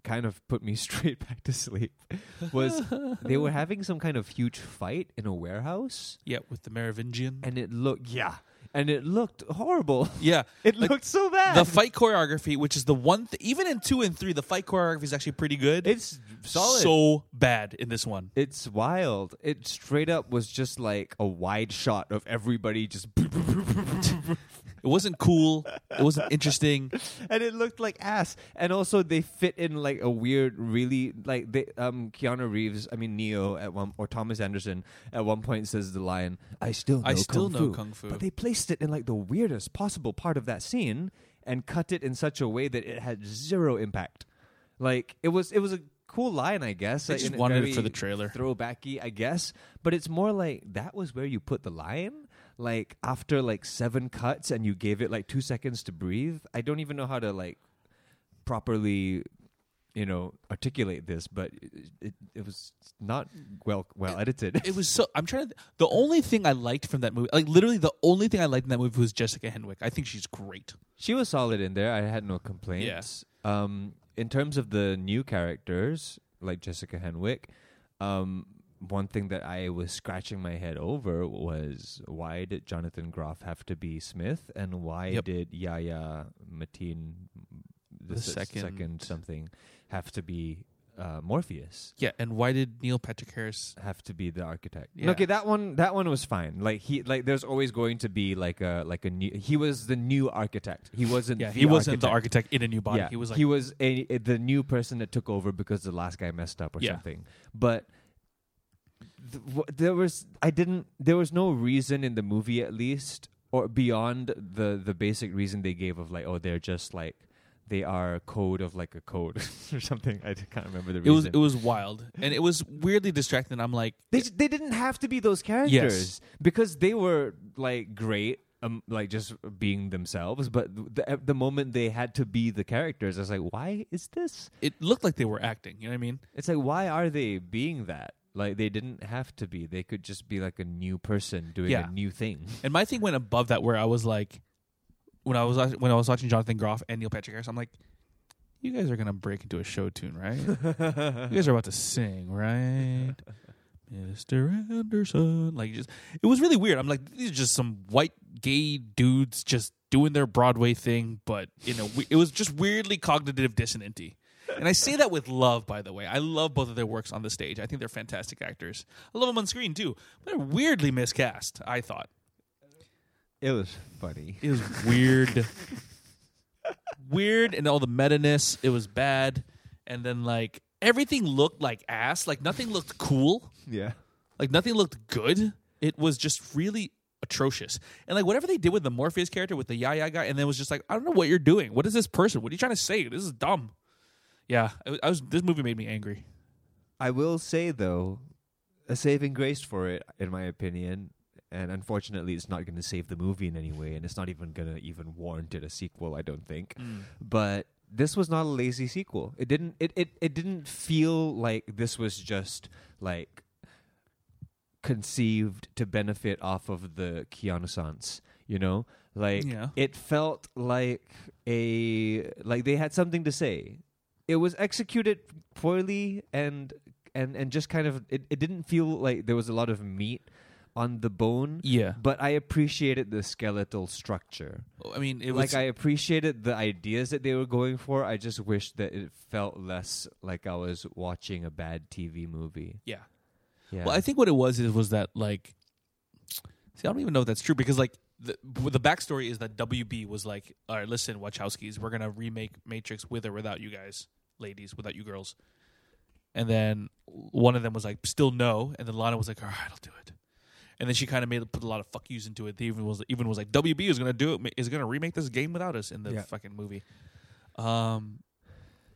Speaker 2: kind of put me (laughs) straight back to sleep was they
Speaker 3: (laughs)
Speaker 2: were having some kind of huge fight in a warehouse
Speaker 3: Yeah, with the Merovingian.
Speaker 2: and it looked yeah and it looked horrible (laughs)
Speaker 3: yeah,
Speaker 2: it
Speaker 3: Like,
Speaker 2: looked so bad
Speaker 3: the fight choreography, which is the one, th- even in two and three, the fight choreography is actually pretty good.
Speaker 2: it's solid
Speaker 3: so bad in this one.
Speaker 2: it's wild it straight up was just like a wide shot of everybody just
Speaker 3: It wasn't cool. It
Speaker 2: (laughs)
Speaker 3: wasn't interesting.
Speaker 2: and it looked like ass. And also, they fit in like a weird, really like they um Keanu Reeves. I mean Neo at one or Thomas Anderson at one point says the line, "I still know
Speaker 3: I still
Speaker 2: kung
Speaker 3: know
Speaker 2: fu.
Speaker 3: kung fu.
Speaker 2: But they placed it in like the weirdest possible part of that scene and cut it in such a way that it had zero impact. Like it was, it was a cool line, I guess.
Speaker 3: They
Speaker 2: like,
Speaker 3: just
Speaker 2: in a
Speaker 3: wanted it
Speaker 2: very
Speaker 3: for the trailer.
Speaker 2: throwbacky, I guess. But it's more like that was where you put the line. Like after like seven cuts and you gave it like two seconds to breathe. I don't even know how to like properly, you know, articulate this, but it, it, it was not well well edited.
Speaker 3: it was so i'm trying to the only thing i liked from that movie like literally the only thing i liked in that movie was jessica henwick i think she's great
Speaker 2: she was solid in there. I had no complaints. Um, in terms of the new characters, like Jessica Henwick, um, one thing that I was scratching my head over was why did Jonathan Groff have to be Smith, and why
Speaker 3: Yep.
Speaker 2: did Yaya Mateen the,
Speaker 3: The
Speaker 2: se-
Speaker 3: second-
Speaker 2: second something have to be uh, Morpheus?
Speaker 3: yeah and why did neil patrick harris
Speaker 2: have to be the architect.
Speaker 3: Yeah.
Speaker 2: Okay, that one that one was fine. Like he like there's always going to be like a like a new he was the new architect. He wasn't
Speaker 3: yeah
Speaker 2: the
Speaker 3: he wasn't the architect in a new body
Speaker 2: Yeah.
Speaker 3: he was like
Speaker 2: he was a, a- the new person that took over because the last guy messed up or
Speaker 3: Yeah.
Speaker 2: something. But th- wh- there was I didn't there was no reason in the movie at least or beyond the the basic reason they gave of like oh they're just like they are a code of like a code (laughs) or something. I can't remember the
Speaker 3: it
Speaker 2: reason.
Speaker 3: was it was wild and it was weirdly distracting i'm like
Speaker 2: They j- they didn't have to be those characters because they were like great, um, like just being themselves. But the, at the moment they had to be the characters, I was like, why is this?
Speaker 3: it looked like they were acting you know what i mean
Speaker 2: It's like why are they being that? Like they didn't have to be. They could just be like a new person doing
Speaker 3: Yeah.
Speaker 2: a new thing.
Speaker 3: and my thing went above that where i was like when i was watch- when i was watching jonathan groff and neil patrick harris i'm like you guys are gonna break into a show tune right
Speaker 2: (laughs)
Speaker 3: you guys are about to sing, right? Mr. Anderson. Like just it was really weird. I'm like, these are just some white gay dudes just doing their Broadway thing, but you know, we, it was just weirdly cognitive dissonanty. And I say that with love, by the way. I love both of their works on the stage. I think they're fantastic actors. I love them on screen too. But they're weirdly miscast. I thought
Speaker 2: It was funny.
Speaker 3: it was weird, (laughs) weird, and all the meta ness. It was bad, and then like everything looked like ass. Like nothing looked cool.
Speaker 2: Yeah.
Speaker 3: Like nothing looked good. It was just really atrocious. And like whatever they did with the Morpheus character with the Yaya guy, and then it was just like, I don't know what you're doing. What is this person? What are you trying to say? This is dumb. Yeah, I, I was. This movie made me angry.
Speaker 2: I will say though, a saving grace for it, in my opinion, and unfortunately, it's not going to save the movie in any way, and it's not even going to even warrant it a sequel. I don't think. But this was not a lazy sequel. It didn't. It, it it didn't feel like this was just like conceived to benefit off of the Keanu-sans, you know? Like
Speaker 3: Yeah.
Speaker 2: it felt like a like they had something to say. It was executed poorly and and and just kind of it, it didn't feel like there was a lot of meat on the bone.
Speaker 3: Yeah.
Speaker 2: But I appreciated the skeletal structure.
Speaker 3: I mean, it
Speaker 2: like
Speaker 3: was
Speaker 2: I appreciated the ideas that they were going for. I just wish that it felt less like I was watching a bad TV movie.
Speaker 3: yeah.
Speaker 2: Yeah.
Speaker 3: Well, I think what it was is was that like, see, I don't even know if that's true because like the the backstory is that WB was like, all right, listen, Wachowskis, we're gonna remake Matrix with or without you guys, ladies, without you girls, and then one of them was like, still no, and then Lana was like, all right, I'll do it. And then she kind of made put a lot of fuck yous into it. They even was even was like WB is gonna do it is gonna remake this game without us in the
Speaker 2: Yeah.
Speaker 3: fucking movie. Um,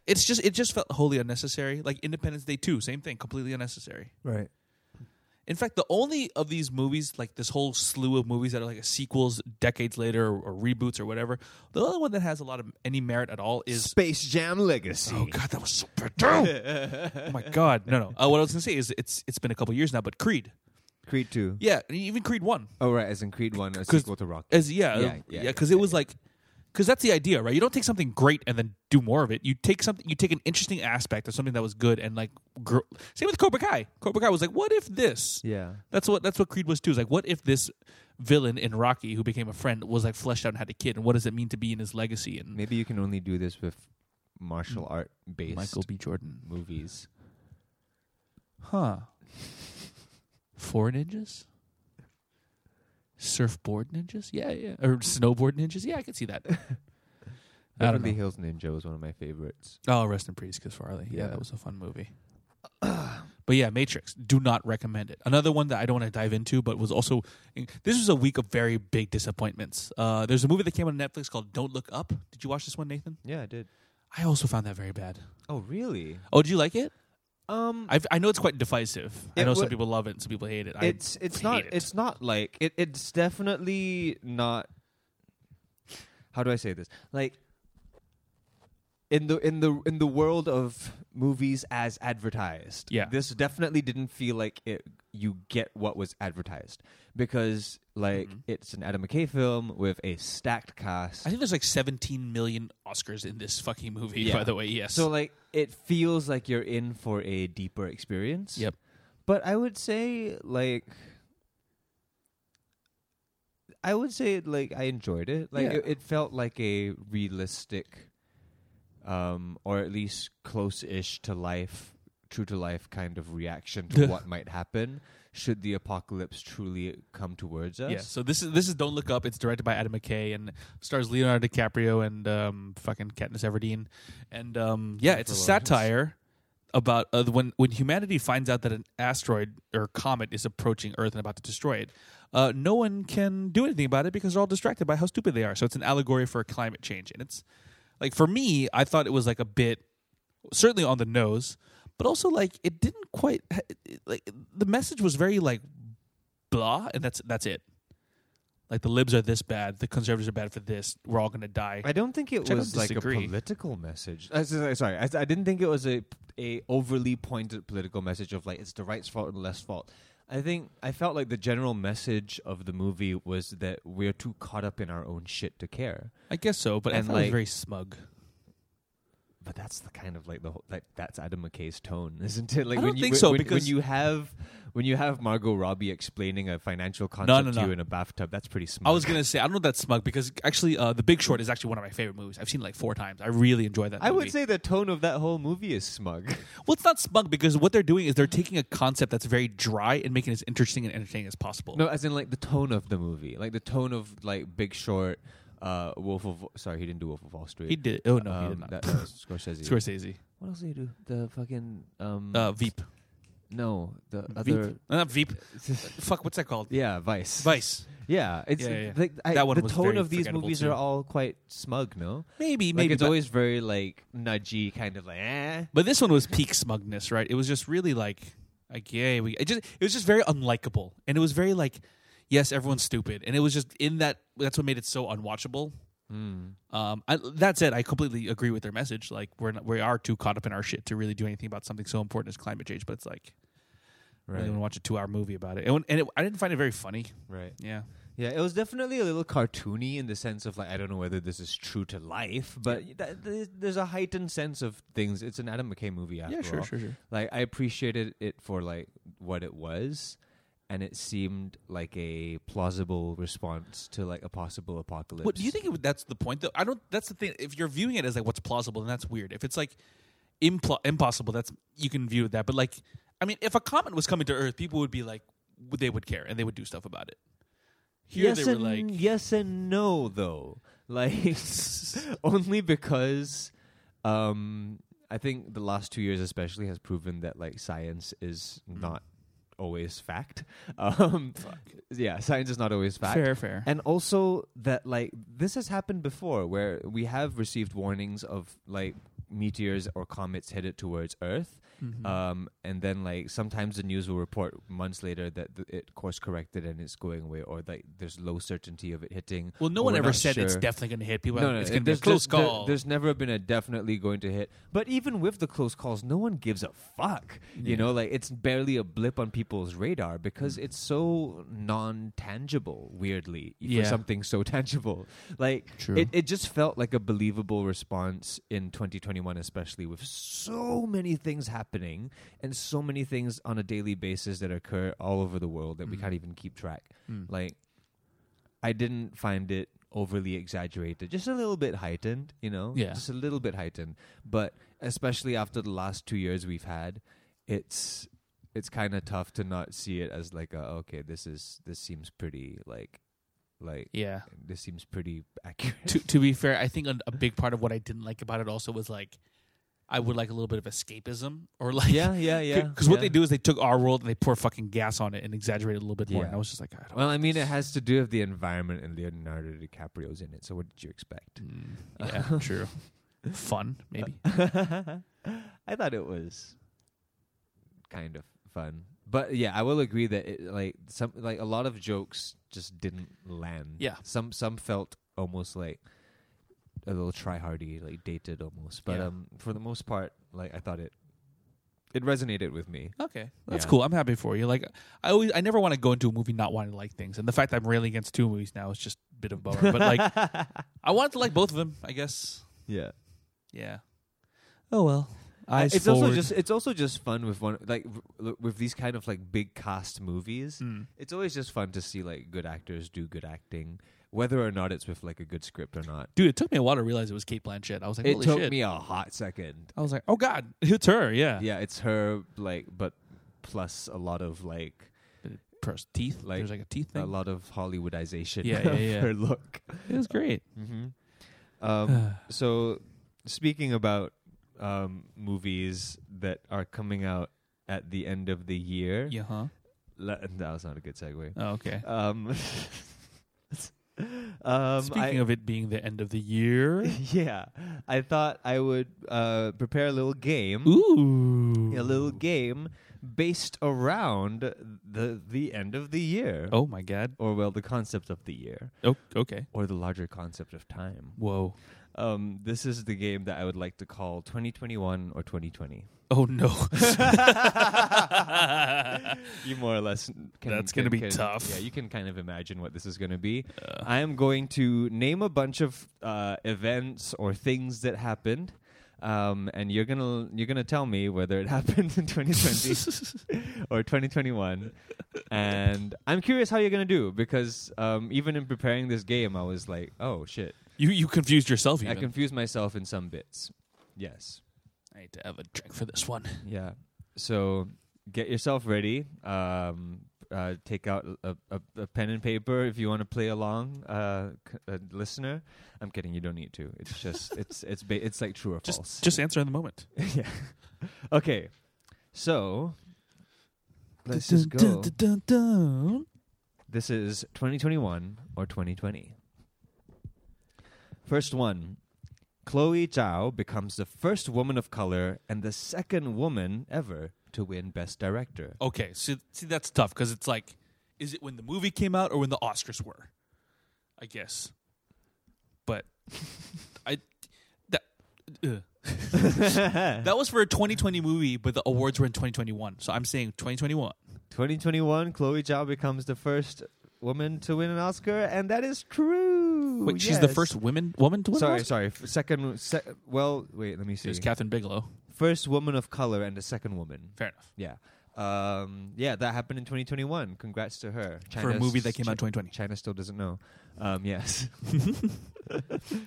Speaker 3: it's just it just felt wholly unnecessary. Like Independence Day two, same thing, completely unnecessary.
Speaker 2: right.
Speaker 3: In fact, the only of these movies, like this whole slew of movies that are like sequels decades later or, or reboots or whatever, the only one that has a lot of any merit at all is.
Speaker 2: Space Jam Legacy.
Speaker 3: Oh God, that was so bad. (laughs) oh my God, no, no. Uh, what I was gonna say is it's it's been a couple years now, but Creed,
Speaker 2: Creed 2.
Speaker 3: yeah, and even Creed one,
Speaker 2: Oh, right, as in Creed 1, a
Speaker 3: 'Cause-
Speaker 2: sequel to Rock.
Speaker 3: as yeah,
Speaker 2: Yeah,
Speaker 3: yeah,
Speaker 2: yeah,
Speaker 3: yeah,
Speaker 2: yeah,
Speaker 3: because
Speaker 2: yeah,
Speaker 3: it was like, because that's the idea, right? You don't take something great and then do more of it. You take something, you take an interesting aspect of something that was good and like, gr- same with Cobra Kai. Cobra Kai was like, what if this?
Speaker 2: Yeah.
Speaker 3: That's what that's what Creed was too. Is like, what if this villain in Rocky, who became a friend, was like fleshed out and had a kid, and what does it mean to be in his legacy? And
Speaker 2: Maybe you can only do this with martial art based
Speaker 3: Michael B. Jordan,
Speaker 2: movies.
Speaker 3: huh? Four ninjas, surfboard ninjas, yeah, yeah, or snowboard ninjas, yeah. I could see that. I don't
Speaker 2: Beverly
Speaker 3: know.
Speaker 2: Hills Ninja was one of my favorites.
Speaker 3: Oh, rest in peace, Chris Farley. Yeah,
Speaker 2: Yeah.
Speaker 3: that was a fun movie. (clears throat) but yeah, Matrix. Do not recommend it. Another one that I don't want to dive into, but was also this was a week of very big disappointments. Uh, there's a movie that came on Netflix called Don't Look Up. Did you watch this one, Nathan?
Speaker 2: Yeah, I did.
Speaker 3: I also found that very bad.
Speaker 2: Oh, really?
Speaker 3: Oh, did you like it?
Speaker 2: Um,
Speaker 3: I've, I know it's quite divisive. I
Speaker 2: It
Speaker 3: know
Speaker 2: wa-
Speaker 3: some people love it, and some people hate it. I
Speaker 2: it's it's
Speaker 3: hate
Speaker 2: not
Speaker 3: it.
Speaker 2: it's not like it, it's definitely not how do I say this? Like in the in the in the world of movies as advertised.
Speaker 3: Yeah.
Speaker 2: This definitely didn't feel like it you get what was advertised because like it's an Adam McKay film with a stacked cast.
Speaker 3: I think there's like 17 million Oscars in this fucking movie.
Speaker 2: Yeah.
Speaker 3: By the way, yes.
Speaker 2: So like it feels like you're in for a deeper experience.
Speaker 3: Yep.
Speaker 2: But I would say like I would say like I enjoyed it. Like
Speaker 3: Yeah.
Speaker 2: it, it felt like a realistic um or at least close-ish to life true to life kind of reaction to
Speaker 3: (laughs) Yeah.
Speaker 2: what might happen should the apocalypse truly come towards us.
Speaker 3: Yeah. So this is this is Don't Look Up. It's directed by Adam McKay and stars Leonardo DiCaprio and um, fucking Katniss Everdeen. And um, yeah, it's a
Speaker 2: Jennifer Lawrence.
Speaker 3: satire about uh, when when humanity finds out that an asteroid or comet is approaching Earth and about to destroy it. Uh, no one can do anything about it because they're all distracted by how stupid they are. So it's an allegory for climate change, and it's like for me, I thought it was like a bit certainly on the nose, but also like it didn't quite it- like the message was very like blah, and that's that's it. Like the libs are this bad, the conservatives are bad for this. We're all gonna die.
Speaker 2: I don't think it
Speaker 3: I don't
Speaker 2: was like a
Speaker 3: disagree.
Speaker 2: political message. Uh, so- sorry, I, I didn't think it was a a overly pointed political message of like it's the right's fault and the left's fault. I think I felt like the general message of the movie was that we're too caught up in our own shit to care.
Speaker 3: I guess so, but I
Speaker 2: And,
Speaker 3: thought it was
Speaker 2: like-
Speaker 3: very smug.
Speaker 2: but that's the kind of like the whole, like that's Adam McKay's tone, (laughs) isn't it? Like
Speaker 3: I
Speaker 2: when
Speaker 3: don't
Speaker 2: you
Speaker 3: think
Speaker 2: when,
Speaker 3: so,
Speaker 2: when, when
Speaker 3: because-
Speaker 2: you have when you have Margot Robbie explaining a financial concept
Speaker 3: no,
Speaker 2: to
Speaker 3: no.
Speaker 2: you in a bathtub, that's pretty smart.
Speaker 3: I was gonna say I don't know if that's smug because actually uh, The Big Short is actually one of my favorite movies. I've seen it like four times. I really enjoy
Speaker 2: (laughs)
Speaker 3: that.
Speaker 2: I
Speaker 3: movie.
Speaker 2: would say the tone of that whole movie is smug. (laughs)
Speaker 3: well, it's not smug because what they're doing is they're taking a concept that's very dry and making it as interesting and entertaining as possible.
Speaker 2: No, as in like the tone of the movie, like the tone of like Big Short, uh, Wolf of sorry, he didn't do Wolf of Wall Street.
Speaker 3: he did. Oh no, he did
Speaker 2: Um,
Speaker 3: not.
Speaker 2: That, that
Speaker 3: (laughs)
Speaker 2: was Scorsese.
Speaker 3: Scorsese,
Speaker 2: What else did he do? The fucking um,
Speaker 3: uh, Veep,
Speaker 2: no, the other
Speaker 3: (laughs) Veep, Uh, not Veep. Fuck, what's that called?
Speaker 2: yeah, Vice.
Speaker 3: Vice.
Speaker 2: Yeah, it's
Speaker 3: Yeah, yeah, yeah.
Speaker 2: Like, I,
Speaker 3: That one
Speaker 2: the
Speaker 3: was
Speaker 2: tone
Speaker 3: very
Speaker 2: of these
Speaker 3: forgettable,
Speaker 2: movies
Speaker 3: too.
Speaker 2: are all quite smug, no?
Speaker 3: Maybe,
Speaker 2: Like
Speaker 3: maybe.
Speaker 2: it's
Speaker 3: but-
Speaker 2: always very like nudgy, kind of like eh.
Speaker 3: But this one was peak smugness, right? It was just really like, like, yay, we. It just, it was just very unlikable, and it was very like, yes, everyone's stupid, and it was just in that. That's what made it so unwatchable. Um, I, that said, I completely agree with their message. Like, we're not, we are too caught up in our shit to really do anything about something so important as climate change. But it's like, I
Speaker 2: Right,
Speaker 3: didn't want to watch a two-hour movie about it, and, when- and it, I didn't find it very funny.
Speaker 2: right.
Speaker 3: Yeah,
Speaker 2: Yeah, it was definitely a little cartoony in the sense of like I don't know whether this is true to life, but that, there's- there's a heightened sense of things. It's an Adam McKay movie after
Speaker 3: yeah, sure,
Speaker 2: all.
Speaker 3: sure, sure.
Speaker 2: Like I appreciated it for like what it was, and it seemed like a plausible response to like a possible apocalypse.
Speaker 3: What do you think? It, would- that's the point, though. I don't. That's the thing. If you're viewing it as like what's plausible, then that's weird. If it's like impl- impossible, that's you can view it that. But like, I mean, if a comet was coming to Earth, people would be like, would- they would care and they would do stuff about it. Here
Speaker 2: yes
Speaker 3: they were
Speaker 2: and
Speaker 3: like,
Speaker 2: yes and no though (laughs)
Speaker 3: (laughs)
Speaker 2: like only because um i think the last two years especially has proven that like science is not always fact (laughs) um yeah science is not always fact
Speaker 3: fair, fair.
Speaker 2: and also that like this has happened before where we have received warnings of like meteors or comets headed towards earth
Speaker 3: Mm-hmm. Hmm. uh,
Speaker 2: um, and then like sometimes the news will report months later that th- it course corrected and it's going away or like there's low certainty of it hitting
Speaker 3: well, no
Speaker 2: or
Speaker 3: one
Speaker 2: we're
Speaker 3: ever
Speaker 2: not
Speaker 3: said it's
Speaker 2: sure.
Speaker 3: definitely going to hit people.
Speaker 2: no, no,
Speaker 3: it's
Speaker 2: it-
Speaker 3: going to be a
Speaker 2: there's,
Speaker 3: close
Speaker 2: there's- there-
Speaker 3: call.
Speaker 2: there's never been a definitely going to hit. But even with the close calls, no one gives a fuck. You know, like it's barely a blip on people's radar
Speaker 3: Hmm.
Speaker 2: because it's so non tangible, weirdly,
Speaker 3: Yeah.
Speaker 2: for something so (laughs) tangible. Like,
Speaker 3: True.
Speaker 2: It, it just felt like a believable response in 2021, especially with so many things happening and so many things on a daily basis that occur all over the world
Speaker 3: Mm.
Speaker 2: that we can't even keep track. Like, I didn't find it overly exaggerated, just a little bit heightened, you know?
Speaker 3: Yeah.
Speaker 2: Just a little bit heightened. But especially after the last two years we've had, it's it's kind of tough to not see it as like a okay this is this seems pretty like like
Speaker 3: yeah.
Speaker 2: this seems pretty accurate
Speaker 3: to to be fair, I think a, a big part of what I didn't like about it also was like, I would like a little bit of escapism or like
Speaker 2: yeah yeah yeah (laughs)
Speaker 3: Because what they do is they took our world and they pour fucking gas on it and exaggerated a little bit more.
Speaker 2: Yeah.
Speaker 3: And I was just like, I don't
Speaker 2: well i mean it has to do with the environment and leonardo dicaprio's in it so what did you expect
Speaker 3: yeah, true. Fun, maybe.
Speaker 2: (laughs) I thought it was kind of fun. But yeah, I will agree that it, like some like a lot of jokes just didn't land.
Speaker 3: Yeah.
Speaker 2: Some some felt almost like a little try-hardy, like dated almost. But
Speaker 3: Yeah.
Speaker 2: um for the most part, like I thought it it resonated with me.
Speaker 3: Okay, that's
Speaker 2: Uh, Yeah.
Speaker 3: cool. I'm happy for you. Like, I always, I never want to go into a movie not wanting to like things, and the fact that I'm railing against two movies now is just a bit of a bummer. But
Speaker 2: (laughs)
Speaker 3: like, I wanted to like both of them, I guess.
Speaker 2: Yeah.
Speaker 3: Yeah. Oh well. Eyes
Speaker 2: it's
Speaker 3: forward.
Speaker 2: also just it's also just fun with one like r- with these kind of like big cast movies.
Speaker 3: Mm.
Speaker 2: It's always just fun to see like good actors do good acting, whether or not it's with like a good script or not.
Speaker 3: dude. It took me a while to realize it was Kate Blanchett. I was like,
Speaker 2: it
Speaker 3: holy
Speaker 2: took
Speaker 3: shit.
Speaker 2: me a hot second.
Speaker 3: I was like, oh god, it's her. Yeah.
Speaker 2: Yeah, it's her like, but plus a lot of like
Speaker 3: Pros- teeth.
Speaker 2: Like,
Speaker 3: There's like a teeth
Speaker 2: a
Speaker 3: thing.
Speaker 2: lot of Hollywoodization. (laughs)
Speaker 3: Yeah, yeah,
Speaker 2: of
Speaker 3: yeah. Mm-hmm.
Speaker 2: Her look.
Speaker 3: It was great. Uh,
Speaker 2: hmm
Speaker 3: (sighs)
Speaker 2: Um, so speaking about um, movies that are coming out at the end of the year,
Speaker 3: yeah. Huh.
Speaker 2: le- that was not a good segue.
Speaker 3: Oh, okay.
Speaker 2: Um, (laughs) um,
Speaker 3: Speaking
Speaker 2: I, (laughs)
Speaker 3: of it being the end of the (laughs) year.
Speaker 2: yeah, I thought I would uh, prepare a little game,
Speaker 3: Ooh.
Speaker 2: a little game based around the the end of the year,
Speaker 3: Oh my god.
Speaker 2: or well, the concept of the year,
Speaker 3: Oh, okay.
Speaker 2: or the larger concept of time.
Speaker 3: Whoa.
Speaker 2: Um, this is the game that I would like to call 2021 or 2020.
Speaker 3: Oh no. (laughs)
Speaker 2: (laughs) you more or less. Can,
Speaker 3: That's
Speaker 2: can-
Speaker 3: gonna be
Speaker 2: can-
Speaker 3: tough.
Speaker 2: Yeah, you can kind of imagine what this is going to be. I am going to name a bunch of uh, events or things that happened, um, and you're gonna you're gonna tell me whether it (laughs) happened in
Speaker 3: (laughs)
Speaker 2: 2020 or 2021. And I'm curious how you're gonna do because um, even in preparing this game, I was like, oh shit,
Speaker 3: You you confused yourself. Even.
Speaker 2: I confused myself in some bits. Yes,
Speaker 3: I need to have a drink for this one.
Speaker 2: yeah. So get yourself ready. Um, uh, take out a, a, a pen and paper if you want to play along, uh, c- uh, listener. I'm kidding. You don't need to. It's just
Speaker 3: (laughs)
Speaker 2: it's it's ba- it's like true or
Speaker 3: Just
Speaker 2: false.
Speaker 3: just answer in the moment.
Speaker 2: (laughs) yeah. Okay. So let's just go. This is 2021 or 2020. First one. Chloe Zhao becomes the first woman of color and the second woman ever to win Best Director.
Speaker 3: Okay, so see that's tough because it's like, is it when the movie came out or when the Oscars were? I guess, (laughs) but I that (laughs) uh, that was for a 2020 movie, but the awards were in 2021. So I'm saying 2021.
Speaker 2: 2021, Chloe Zhao becomes the first woman to win an Oscar, and that is true.
Speaker 3: Wait, she's the
Speaker 2: Yes.
Speaker 3: first woman woman to win. an
Speaker 2: Sorry,
Speaker 3: Oscar?
Speaker 2: sorry. f- Second, se- well, wait, let me
Speaker 3: It
Speaker 2: see.
Speaker 3: was Catherine Bigelow.
Speaker 2: First woman of color and the second woman.
Speaker 3: Fair enough.
Speaker 2: Yeah. Um, yeah, that happened in 2021. Congrats to her.
Speaker 3: for a
Speaker 2: China's-
Speaker 3: movie that came out in 2020.
Speaker 2: China still doesn't know. Um,
Speaker 3: (laughs)
Speaker 2: yes.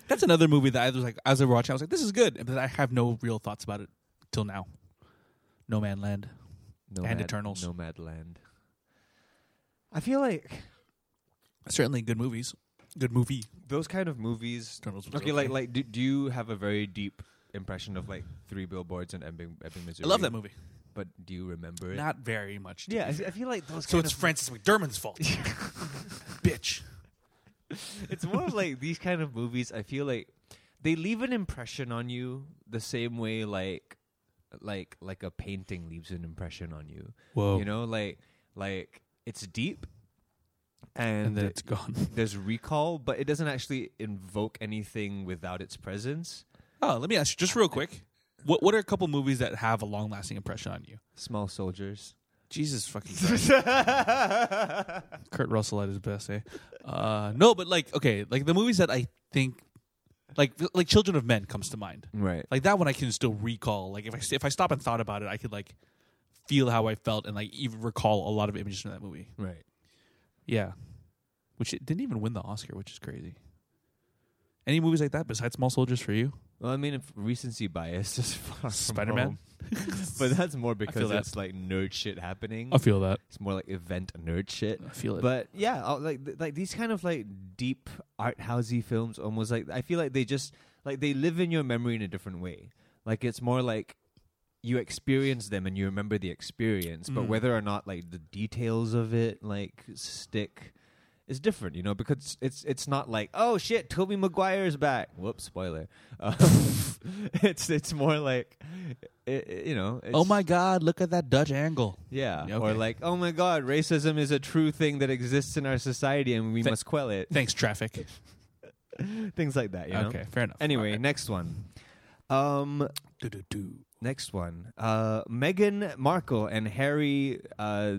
Speaker 3: That's another movie that I was like, as I was watching, I was like, this is good, but I have no real thoughts about it till now. No Man Land.
Speaker 2: Nomad,
Speaker 3: Eternals.
Speaker 2: Nomad Land. I feel like
Speaker 3: Certainly good movies. Good movie.
Speaker 2: those kind of movies.
Speaker 3: Eternals was
Speaker 2: Okay, like like do, do you have a very deep impression of like Three Billboards and Ebbing, Ebbing Missouri?
Speaker 3: I love that movie.
Speaker 2: But do you remember it?
Speaker 3: Not very much. to
Speaker 2: yeah, I,
Speaker 3: be
Speaker 2: f-
Speaker 3: fair.
Speaker 2: I feel like (laughs) those.
Speaker 3: So
Speaker 2: kind
Speaker 3: it's
Speaker 2: of-
Speaker 3: Francis McDermott's fault.
Speaker 2: (laughs)
Speaker 3: Bitch.
Speaker 2: it's more of like these kind of movies i feel like they leave an impression on you the same way like like like a painting leaves an impression on you
Speaker 3: Whoa.
Speaker 2: you know like like it's deep and,
Speaker 3: And then
Speaker 2: it-
Speaker 3: it's gone.
Speaker 2: there's recall but it doesn't actually invoke anything without its presence
Speaker 3: Oh, let me ask you just real quick. What what are a couple movies that have a long lasting impression on you?
Speaker 2: small soldiers
Speaker 3: Jesus fucking Christ. Kurt Russell at his best, eh? Uh, no, but like okay, like the movies that I think like like Children of Men comes to mind.
Speaker 2: (laughs) right
Speaker 3: like that one I can still recall. Like if I if I stop and thought about it, I could like feel how I felt and like even recall a lot of images from that movie.
Speaker 2: right
Speaker 3: Yeah, which it didn't even win the Oscar, which is crazy. Any movies like that besides Small Soldiers for you?
Speaker 2: well i mean if recency bias (laughs) is far from
Speaker 3: Spider-Man?
Speaker 2: home. (laughs) but that's more because
Speaker 3: that.
Speaker 2: it's like nerd shit happening
Speaker 3: feel that.
Speaker 2: it's more like event nerd shit
Speaker 3: I feel it.
Speaker 2: But yeah, I'll- like th- like these kind of like deep art housey films, almost like I feel like they just like they live in your memory in a different way. Like it's more like you experience them and you remember the experience, but
Speaker 3: Mm.
Speaker 2: whether or not like the details of it like stick is different, you know, because it's it's not like oh shit, Toby Maguire's back. Whoops, spoiler. (laughs) Um, it's it's more like it, it- you know. It's,
Speaker 3: oh my God! Look at that Dutch angle.
Speaker 2: yeah,
Speaker 3: Yeah,
Speaker 2: or
Speaker 3: okay.
Speaker 2: like, oh my God, racism is a true thing that exists in our society, and we
Speaker 3: Th-
Speaker 2: must quell it.
Speaker 3: Thanks, traffic.
Speaker 2: (laughs) Things like that. You know?
Speaker 3: Okay, fair enough.
Speaker 2: Anyway, next one. Um,
Speaker 3: do do do.
Speaker 2: next one. Uh, Meghan Markle and Harry. Uh,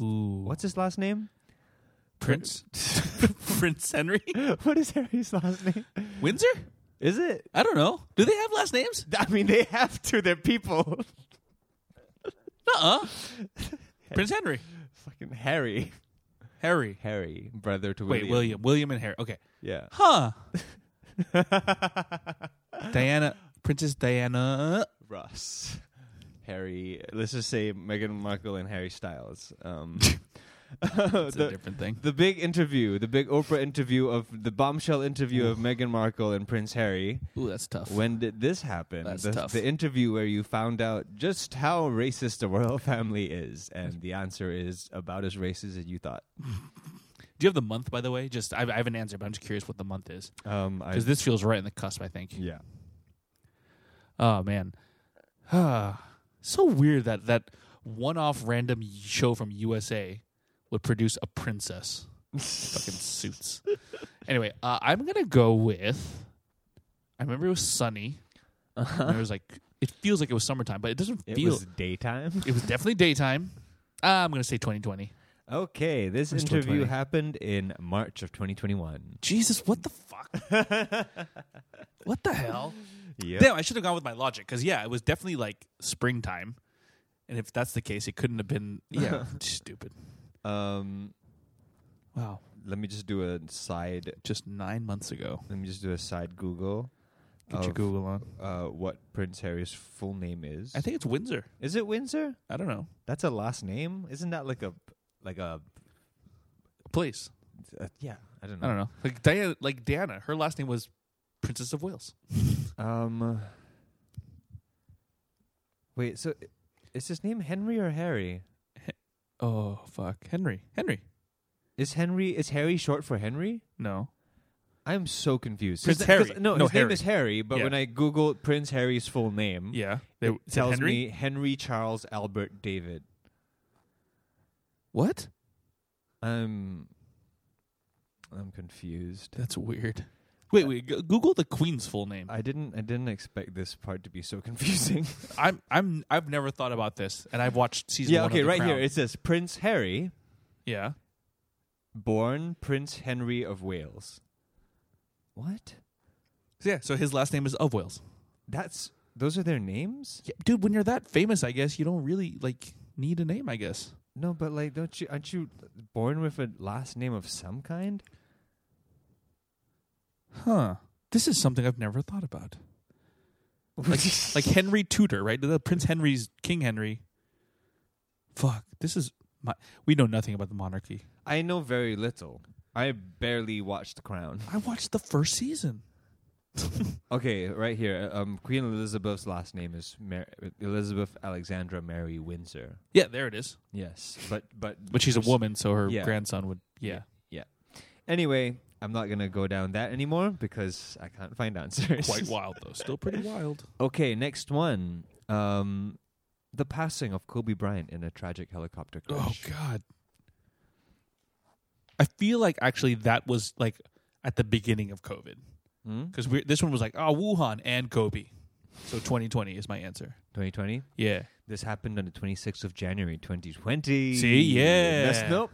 Speaker 3: Ooh,
Speaker 2: what's his last name?
Speaker 3: Prince? (laughs) Prince Henry
Speaker 2: (laughs) what is Harry's last name?
Speaker 3: Windsor?
Speaker 2: Is it?
Speaker 3: I don't know. Do they have last names?
Speaker 2: I mean, they have to. They're people. (laughs)
Speaker 3: (laughs) Uh uh Prince Henry,
Speaker 2: Fucking Harry.
Speaker 3: Harry.
Speaker 2: Harry, brother to
Speaker 3: Wait,
Speaker 2: William.
Speaker 3: William, William and Harry. Okay.
Speaker 2: Yeah.
Speaker 3: Huh.
Speaker 2: (laughs)
Speaker 3: Diana, Princess (laughs) Diana.
Speaker 2: Russ, (laughs) Harry. Let's just say Meghan Markle and Harry Styles. Um,
Speaker 3: (laughs)
Speaker 2: (laughs)
Speaker 3: That's a
Speaker 2: the,
Speaker 3: different thing.
Speaker 2: the big interview, the big Oprah interview of the bombshell interview of Meghan Markle and Prince Harry.
Speaker 3: Ooh, that's tough.
Speaker 2: When did this happen?
Speaker 3: That's
Speaker 2: the,
Speaker 3: tough.
Speaker 2: the interview where you found out just how racist the royal (laughs) family is, and the answer is about as racist as you thought.
Speaker 3: Do you have the month, by the way? Just I, I have an answer, but I'm just curious what the month is
Speaker 2: Um, I,
Speaker 3: because this feels right in the cusp. I think.
Speaker 2: yeah,
Speaker 3: Oh man. (sighs) so weird that that one-off random show from USA would produce a princess. (laughs) Fucking suits. Anyway, uh, I'm gonna go with. I remember it was sunny. And it was like it feels like it was summertime, but Uh-huh. it doesn't
Speaker 2: it
Speaker 3: feel.
Speaker 2: was
Speaker 3: (laughs)
Speaker 2: daytime.
Speaker 3: It was definitely daytime. Uh, I'm gonna say 2020.
Speaker 2: Okay, this
Speaker 3: I'm still
Speaker 2: interview
Speaker 3: 20.
Speaker 2: happened in
Speaker 3: (laughs)
Speaker 2: (laughs) March of 2021.
Speaker 3: Jesus, what the fuck? what the hell?
Speaker 2: Yep.
Speaker 3: Damn, I should have gone with my logic because yeah, it was definitely like springtime, and if that's the case, it couldn't have been (laughs) yeah stupid.
Speaker 2: Um,
Speaker 3: Wow,
Speaker 2: let me just do a side.
Speaker 3: just nine months ago.
Speaker 2: Let me just do a side Google.
Speaker 3: Get your
Speaker 2: of,
Speaker 3: Google on.
Speaker 2: Uh, what Prince Harry's full name is?
Speaker 3: I think it's Windsor.
Speaker 2: is it Windsor?
Speaker 3: I don't know.
Speaker 2: That's a last name. Isn't that like a like a,
Speaker 3: Place.
Speaker 2: a yeah? I don't know.
Speaker 3: I don't know. Like Diana, like Diana, her last name was Princess of Wales.
Speaker 2: Um. Wait. So, i- is his name Henry or Harry?
Speaker 3: Oh fuck, Henry. Henry.
Speaker 2: Is Henry is Harry short for Henry?
Speaker 3: No.
Speaker 2: I'm so confused.
Speaker 3: Prince
Speaker 2: His na- 'cause-
Speaker 3: Harry.
Speaker 2: No,
Speaker 3: No,
Speaker 2: his name
Speaker 3: Harry.
Speaker 2: is Harry. But
Speaker 3: Yeah.
Speaker 2: when I Google Prince Harry's full name,
Speaker 3: Yeah.
Speaker 2: Mm-hmm. it
Speaker 3: said
Speaker 2: tells
Speaker 3: Henry?
Speaker 2: me Henry Charles Albert David.
Speaker 3: what?
Speaker 2: Um, I'm confused.
Speaker 3: That's weird. Wait, wait. Go- Google the Queen's full name.
Speaker 2: I didn't. I didn't expect this part to be so (laughs) confusing.
Speaker 3: I'm, I'm, I've never thought about this, and I've watched season.
Speaker 2: yeah.
Speaker 3: one
Speaker 2: Okay.
Speaker 3: of The
Speaker 2: Right here
Speaker 3: Crown.
Speaker 2: it says Prince Harry,
Speaker 3: yeah.
Speaker 2: born Prince Henry of Wales. What?
Speaker 3: Yeah. So his last name is of Wales.
Speaker 2: That's those are their names.
Speaker 3: Yeah, dude. When you're that famous, I guess you don't really like need a name. I guess.
Speaker 2: No, but like, don't you? Aren't you born with a last name of some kind?
Speaker 3: Huh. This is something I've never thought about. (laughs) Like, like Henry Tudor, right? The Prince Henry's King Henry. Fuck. This is my. We know nothing about the monarchy.
Speaker 2: I know very little. I barely watched The Crown. (laughs)
Speaker 3: I watched the first season.
Speaker 2: Okay, right here. Um, Queen Elizabeth's last name is Mar- Elizabeth Alexandra Mary Windsor.
Speaker 3: Yeah, there it is.
Speaker 2: Yes, but but
Speaker 3: (laughs) But she's a woman, so her
Speaker 2: Yeah.
Speaker 3: grandson would. Yeah.
Speaker 2: Anyway, I'm not gonna go down that anymore because I can't find answers. (laughs)
Speaker 3: (laughs) Quite wild though. Still pretty wild.
Speaker 2: Okay, next one. Um, the passing of Kobe Bryant in a tragic helicopter
Speaker 3: (laughs) Oh
Speaker 2: crash.
Speaker 3: god. I feel like actually that was like at the beginning of COVID
Speaker 2: Hmm?
Speaker 3: because we this one was like oh Wuhan and Kobe, so 2020 is my answer.
Speaker 2: 2020.
Speaker 3: Yeah.
Speaker 2: This happened on the 26th of January, 2020.
Speaker 3: See? Yeah.
Speaker 2: That's, nope.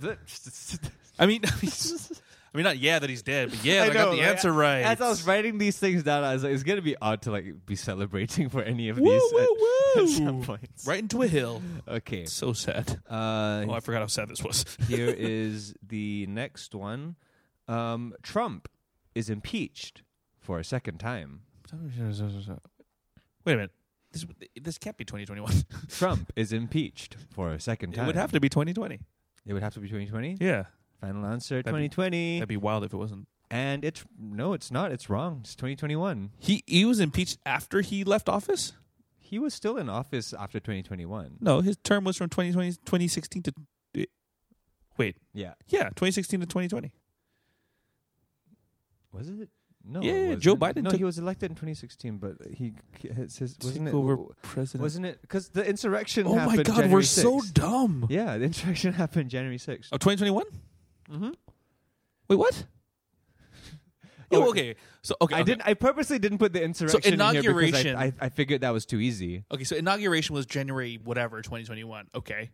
Speaker 3: I mean, (laughs)
Speaker 2: (laughs)
Speaker 3: I mean not yeah that he's dead, but yeah, I, got the
Speaker 2: right?
Speaker 3: answer right.
Speaker 2: As I was writing these things down, I was like, it's gonna be odd to like be celebrating for any of
Speaker 3: Woo,
Speaker 2: these at-
Speaker 3: woo,
Speaker 2: at, (laughs)
Speaker 3: (laughs) woo.
Speaker 2: some points.
Speaker 3: right into a hill.
Speaker 2: Okay.
Speaker 3: So sad.
Speaker 2: Uh,
Speaker 3: Oh, I forgot how sad this was. (laughs)
Speaker 2: here is the next one. Um, Trump is impeached for a second time.
Speaker 3: Wait a minute. This this can't be 2021.
Speaker 2: Trump is impeached for a second
Speaker 3: it
Speaker 2: time.
Speaker 3: would have to be 2020.
Speaker 2: It would have to be 2020.
Speaker 3: Yeah.
Speaker 2: Final answer
Speaker 3: That'd be-
Speaker 2: 2020.
Speaker 3: That'd be wild if it wasn't.
Speaker 2: and it's no, it's not. It's wrong. It's 2021.
Speaker 3: He he was impeached after he left office?
Speaker 2: He was still in office after 2021.
Speaker 3: No, his term was from 2020, 2016 to. eh, Wait,
Speaker 2: Yeah.
Speaker 3: yeah, 2016 to 2020.
Speaker 2: Was it? No.
Speaker 3: Yeah,
Speaker 2: it
Speaker 3: yeah,
Speaker 2: wasn't.
Speaker 3: Joe Biden
Speaker 2: No,
Speaker 3: took-
Speaker 2: he was elected in 2016, but he it's his, wasn't
Speaker 3: Took
Speaker 2: it?
Speaker 3: over
Speaker 2: w-
Speaker 3: president.
Speaker 2: Wasn't it? Because the insurrection.
Speaker 3: oh my
Speaker 2: happened
Speaker 3: God,
Speaker 2: January
Speaker 3: we're so
Speaker 2: 6th.
Speaker 3: dumb.
Speaker 2: yeah, the insurrection (laughs) happened January 6th.
Speaker 3: Oh, 2021?
Speaker 2: Mm-hmm.
Speaker 3: Wait, what?
Speaker 2: Oh,
Speaker 3: (laughs) oh, okay. So okay,
Speaker 2: I
Speaker 3: okay.
Speaker 2: didn't. I purposely didn't put the insurrection. In here because
Speaker 3: inauguration-
Speaker 2: I, I, I figured that was too easy.
Speaker 3: Okay, so inauguration was January whatever 2021. Okay.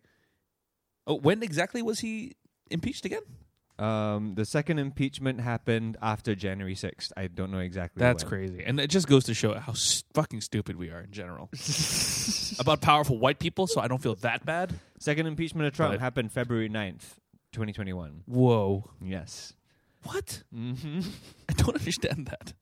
Speaker 3: Oh, when exactly was he impeached again?
Speaker 2: Um, the second impeachment happened after January 6th. I don't know exactly.
Speaker 3: That's
Speaker 2: when.
Speaker 3: crazy, and it just goes to show how s- fucking stupid we are in (laughs) general about powerful white people. So I don't feel that bad.
Speaker 2: Second impeachment of Trump
Speaker 3: Right.
Speaker 2: happened February 9th, 2021.
Speaker 3: Whoa,
Speaker 2: Yes.
Speaker 3: what?
Speaker 2: Mm-hmm.
Speaker 3: I don't understand that.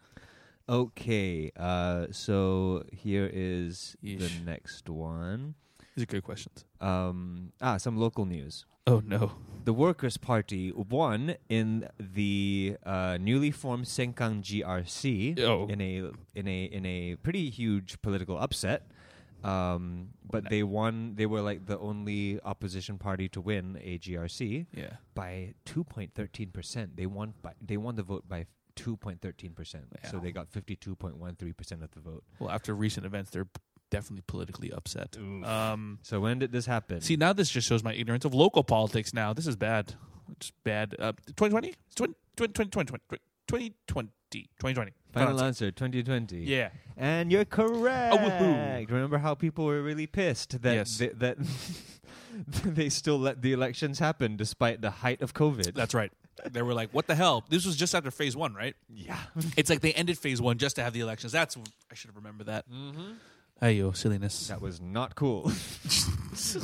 Speaker 2: Okay. Uh, so here is
Speaker 3: Yeesh.
Speaker 2: the next one.
Speaker 3: These are good questions.
Speaker 2: Um, ah, some local news.
Speaker 3: Oh no.
Speaker 2: The Workers' Party won in the uh, newly formed Senkang GRC
Speaker 3: Oh.
Speaker 2: in a in a in a pretty huge political upset. Um, but they won. They were like the only opposition party to win a GRC
Speaker 3: Yeah.
Speaker 2: by two point thirteen percent. They won. By, they won the vote by two point thirteen percent. So
Speaker 3: Wow.
Speaker 2: they got fifty two point one three percent of the vote.
Speaker 3: Well, after recent events, they're definitely politically upset. Um,
Speaker 2: So when did this happen?
Speaker 3: see, now this just shows my ignorance of local politics. Now this is bad. It's bad. Uh, 2020? 2020, 2020, 2020, 2020.
Speaker 2: Final answer twenty twenty.
Speaker 3: Yeah. Oh,
Speaker 2: And you're correct.
Speaker 3: woohoo.
Speaker 2: Remember how people were really pissed that (laughs)
Speaker 3: Yes.
Speaker 2: they, that they still let the elections happen despite the height of COVID.
Speaker 3: That's right. they were like, "What the hell?" This was just after Phase One, right?
Speaker 2: (laughs)
Speaker 3: (clears throat)
Speaker 2: Yeah.
Speaker 3: It's like they ended Phase One just to have the elections. That's I should have remembered that. Mm-hmm. Ayo, silliness.
Speaker 2: That was not
Speaker 3: (laughs)
Speaker 2: cool.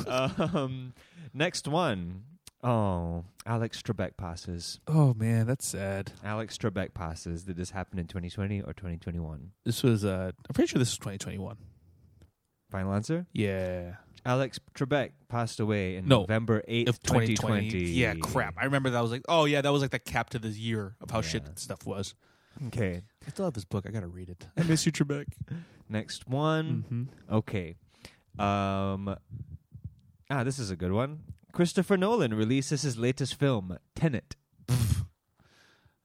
Speaker 2: um, next one. Oh, Alex Trebek passes.
Speaker 3: Oh man, that's sad.
Speaker 2: Alex Trebek passes. Did this happen in 2020 or 2021?
Speaker 3: This was uh, I'm pretty sure this was 2021.
Speaker 2: Final answer.
Speaker 3: Yeah.
Speaker 2: Alex Trebek passed away in
Speaker 3: No.
Speaker 2: November 8th,
Speaker 3: Of 2020.
Speaker 2: 2020.
Speaker 3: Yeah, crap. I remember that was like, oh yeah, that was like the cap to the year of how shit
Speaker 2: Yeah.
Speaker 3: stuff was.
Speaker 2: Okay.
Speaker 3: I still have this book. I gotta read it. I miss you, (laughs) Trebek.
Speaker 2: Next one.
Speaker 3: Mm-hmm.
Speaker 2: Okay. Um Ah, this is a good one. Christopher Nolan releases his latest film, Tenet.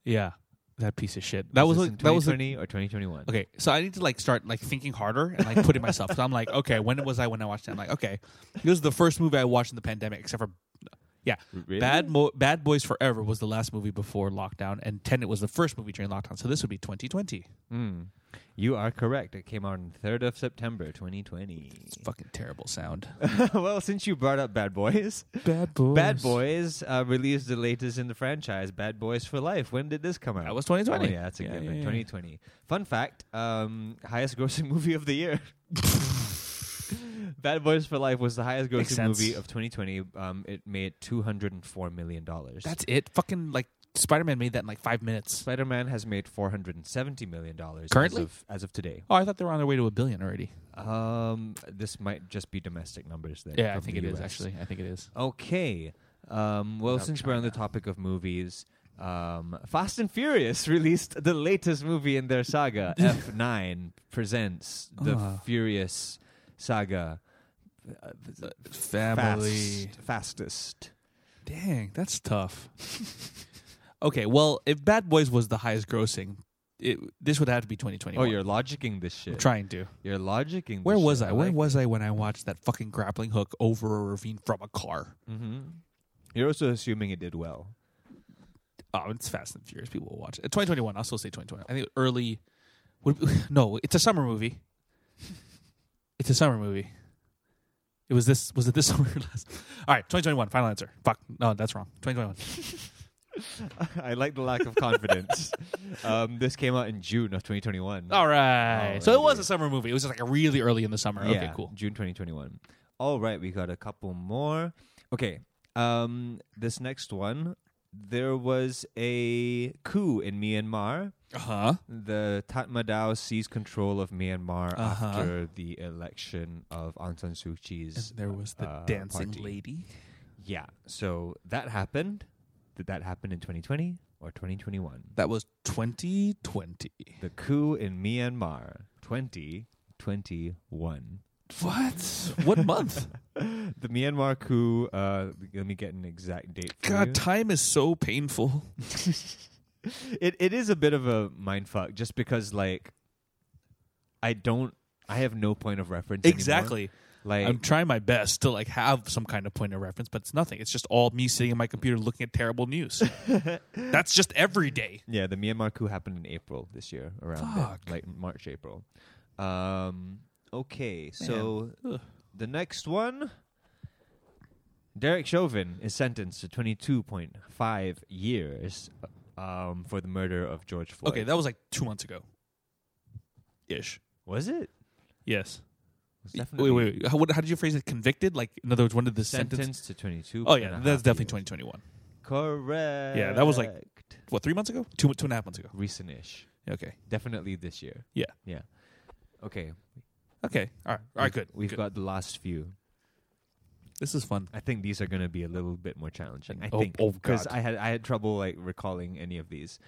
Speaker 3: Yeah, that piece of shit. That was
Speaker 2: this
Speaker 3: like,
Speaker 2: in
Speaker 3: that was like,
Speaker 2: 2020 or 2021.
Speaker 3: okay. So I need to like start like thinking harder and like putting myself. So I'm like, okay, when was I when I watched it? I'm like, okay, this is the first movie I watched in the pandemic, except for yeah,
Speaker 2: Really?
Speaker 3: Bad Mo- Bad Boys Forever was the last movie before lockdown, and Tenet was the first movie during lockdown. So this would be 2020. Hmm.
Speaker 2: Mm. You are correct. It came out on 3rd of September
Speaker 3: (laughs)
Speaker 2: 2020.
Speaker 3: It's fucking terrible sound.
Speaker 2: well, since you brought up Bad Boys,
Speaker 3: Bad
Speaker 2: (laughs)
Speaker 3: Boys.
Speaker 2: Bad Boys uh, released the latest in the franchise, Bad Boys for Life. When did this come out?
Speaker 3: That was 2020.
Speaker 2: Oh, yeah, that's a
Speaker 3: Yeah,
Speaker 2: given.
Speaker 3: yeah, yeah.
Speaker 2: 2020. Fun fact: um, highest grossing (laughs) movie of the year. Bad Boys for Life was the highest
Speaker 3: Makes
Speaker 2: grossing movie
Speaker 3: sense.
Speaker 2: of 2020. Um, it made 204 million dollars.
Speaker 3: That's it. Fucking like Spider Man made that in like five minutes.
Speaker 2: Spider Man has made 470 million dollars
Speaker 3: Currently?
Speaker 2: as of, as of today.
Speaker 3: Oh, I thought they were on their way to a billion already.
Speaker 2: Um, this might just be domestic numbers. Then
Speaker 3: Yeah, I
Speaker 2: from
Speaker 3: think
Speaker 2: the Oh,
Speaker 3: it is
Speaker 2: US.
Speaker 3: actually. I think it is.
Speaker 2: Okay. Um, well,
Speaker 3: Without
Speaker 2: since we're on the topic of movies, um, Fast and Furious (laughs) released the latest movie in their
Speaker 3: (laughs)
Speaker 2: saga. F9 presents the
Speaker 3: Ah.
Speaker 2: Furious saga. Uh,
Speaker 3: Family.
Speaker 2: Fast, fastest.
Speaker 3: Dang, that's tough. okay, well, if Bad Boys was the highest grossing, it, this would have to be 2021.
Speaker 2: Oh, you're logicking this shit.
Speaker 3: I'm trying to.
Speaker 2: You're logicking. This
Speaker 3: Where was
Speaker 2: shit.
Speaker 3: I? Where
Speaker 2: like
Speaker 3: was I when I watched that fucking grappling hook over a ravine from a car?
Speaker 2: Mm-hmm. You're also assuming it did well. (laughs)
Speaker 3: Oh, it's Fast and Furious. People will watch it. 2021. I'll still say 2021. I think early. Would, (laughs) no, it's a summer movie. It's a summer movie. It was this. Was it this (laughs) summer? or Last. All right. 2021. Final answer. Fuck. No, that's wrong. 2021.
Speaker 2: I like the lack of
Speaker 3: (laughs)
Speaker 2: confidence. um, this came out in June of 2021.
Speaker 3: All right. so it was
Speaker 2: Alrighty.
Speaker 3: a summer movie. It was just like really early in the summer. Okay, cool.
Speaker 2: June 2021. All right, we got a couple more. Okay. Um this next one, there was a coup in Myanmar.
Speaker 3: Uh huh.
Speaker 2: The Tatma Dao seized control of Myanmar
Speaker 3: Uh-huh.
Speaker 2: after the election of Aung San Suu Kyi's.
Speaker 3: There was the
Speaker 2: uh,
Speaker 3: dancing
Speaker 2: party.
Speaker 3: lady.
Speaker 2: Yeah. So that happened. Did that happen in 2020 or 2021?
Speaker 3: That was 2020.
Speaker 2: The coup in Myanmar 2021.
Speaker 3: What?
Speaker 2: (laughs)
Speaker 3: What month?
Speaker 2: The Myanmar coup. Uh, let me get an exact date. For you.
Speaker 3: God, time is so painful.
Speaker 2: it it is a bit of a mind fuck just because like I don't I have no point of reference anymore.
Speaker 3: Exactly.
Speaker 2: Like
Speaker 3: I'm trying my best to like have some kind of point of reference, but it's nothing. It's just all me sitting in my computer looking at
Speaker 2: (laughs)
Speaker 3: terrible news. That's just every day.
Speaker 2: yeah, the Myanmar coup happened in April this year around then,
Speaker 3: Fuck.
Speaker 2: like March April. Um okay, so
Speaker 3: Ugh.
Speaker 2: the next one Derek Chauvin is sentenced to 22.5 years um, for the murder of George Floyd.
Speaker 3: Okay, that was like two months ago. Ish.
Speaker 2: was it? it
Speaker 3: Yes.
Speaker 2: was
Speaker 3: Wait, wait, wait. How, what, how did you phrase it? Convicted? Like, in other words, when did the sentence?
Speaker 2: Sentenced to 22.
Speaker 3: Oh yeah, that's definitely 2021.
Speaker 2: Correct.
Speaker 3: that was like- What three months ago? Two two and a half months ago.
Speaker 2: recent-ish.
Speaker 3: Okay.
Speaker 2: Definitely this year.
Speaker 3: Yeah.
Speaker 2: Yeah. Okay.
Speaker 3: Okay. All right. All right. Good.
Speaker 2: We've
Speaker 3: Good.
Speaker 2: got the last few.
Speaker 3: this is fun.
Speaker 2: I think these are going to be a little bit more challenging. I
Speaker 3: Oh,
Speaker 2: think
Speaker 3: oh,
Speaker 2: because
Speaker 3: God.
Speaker 2: I had I had trouble like recalling any of these.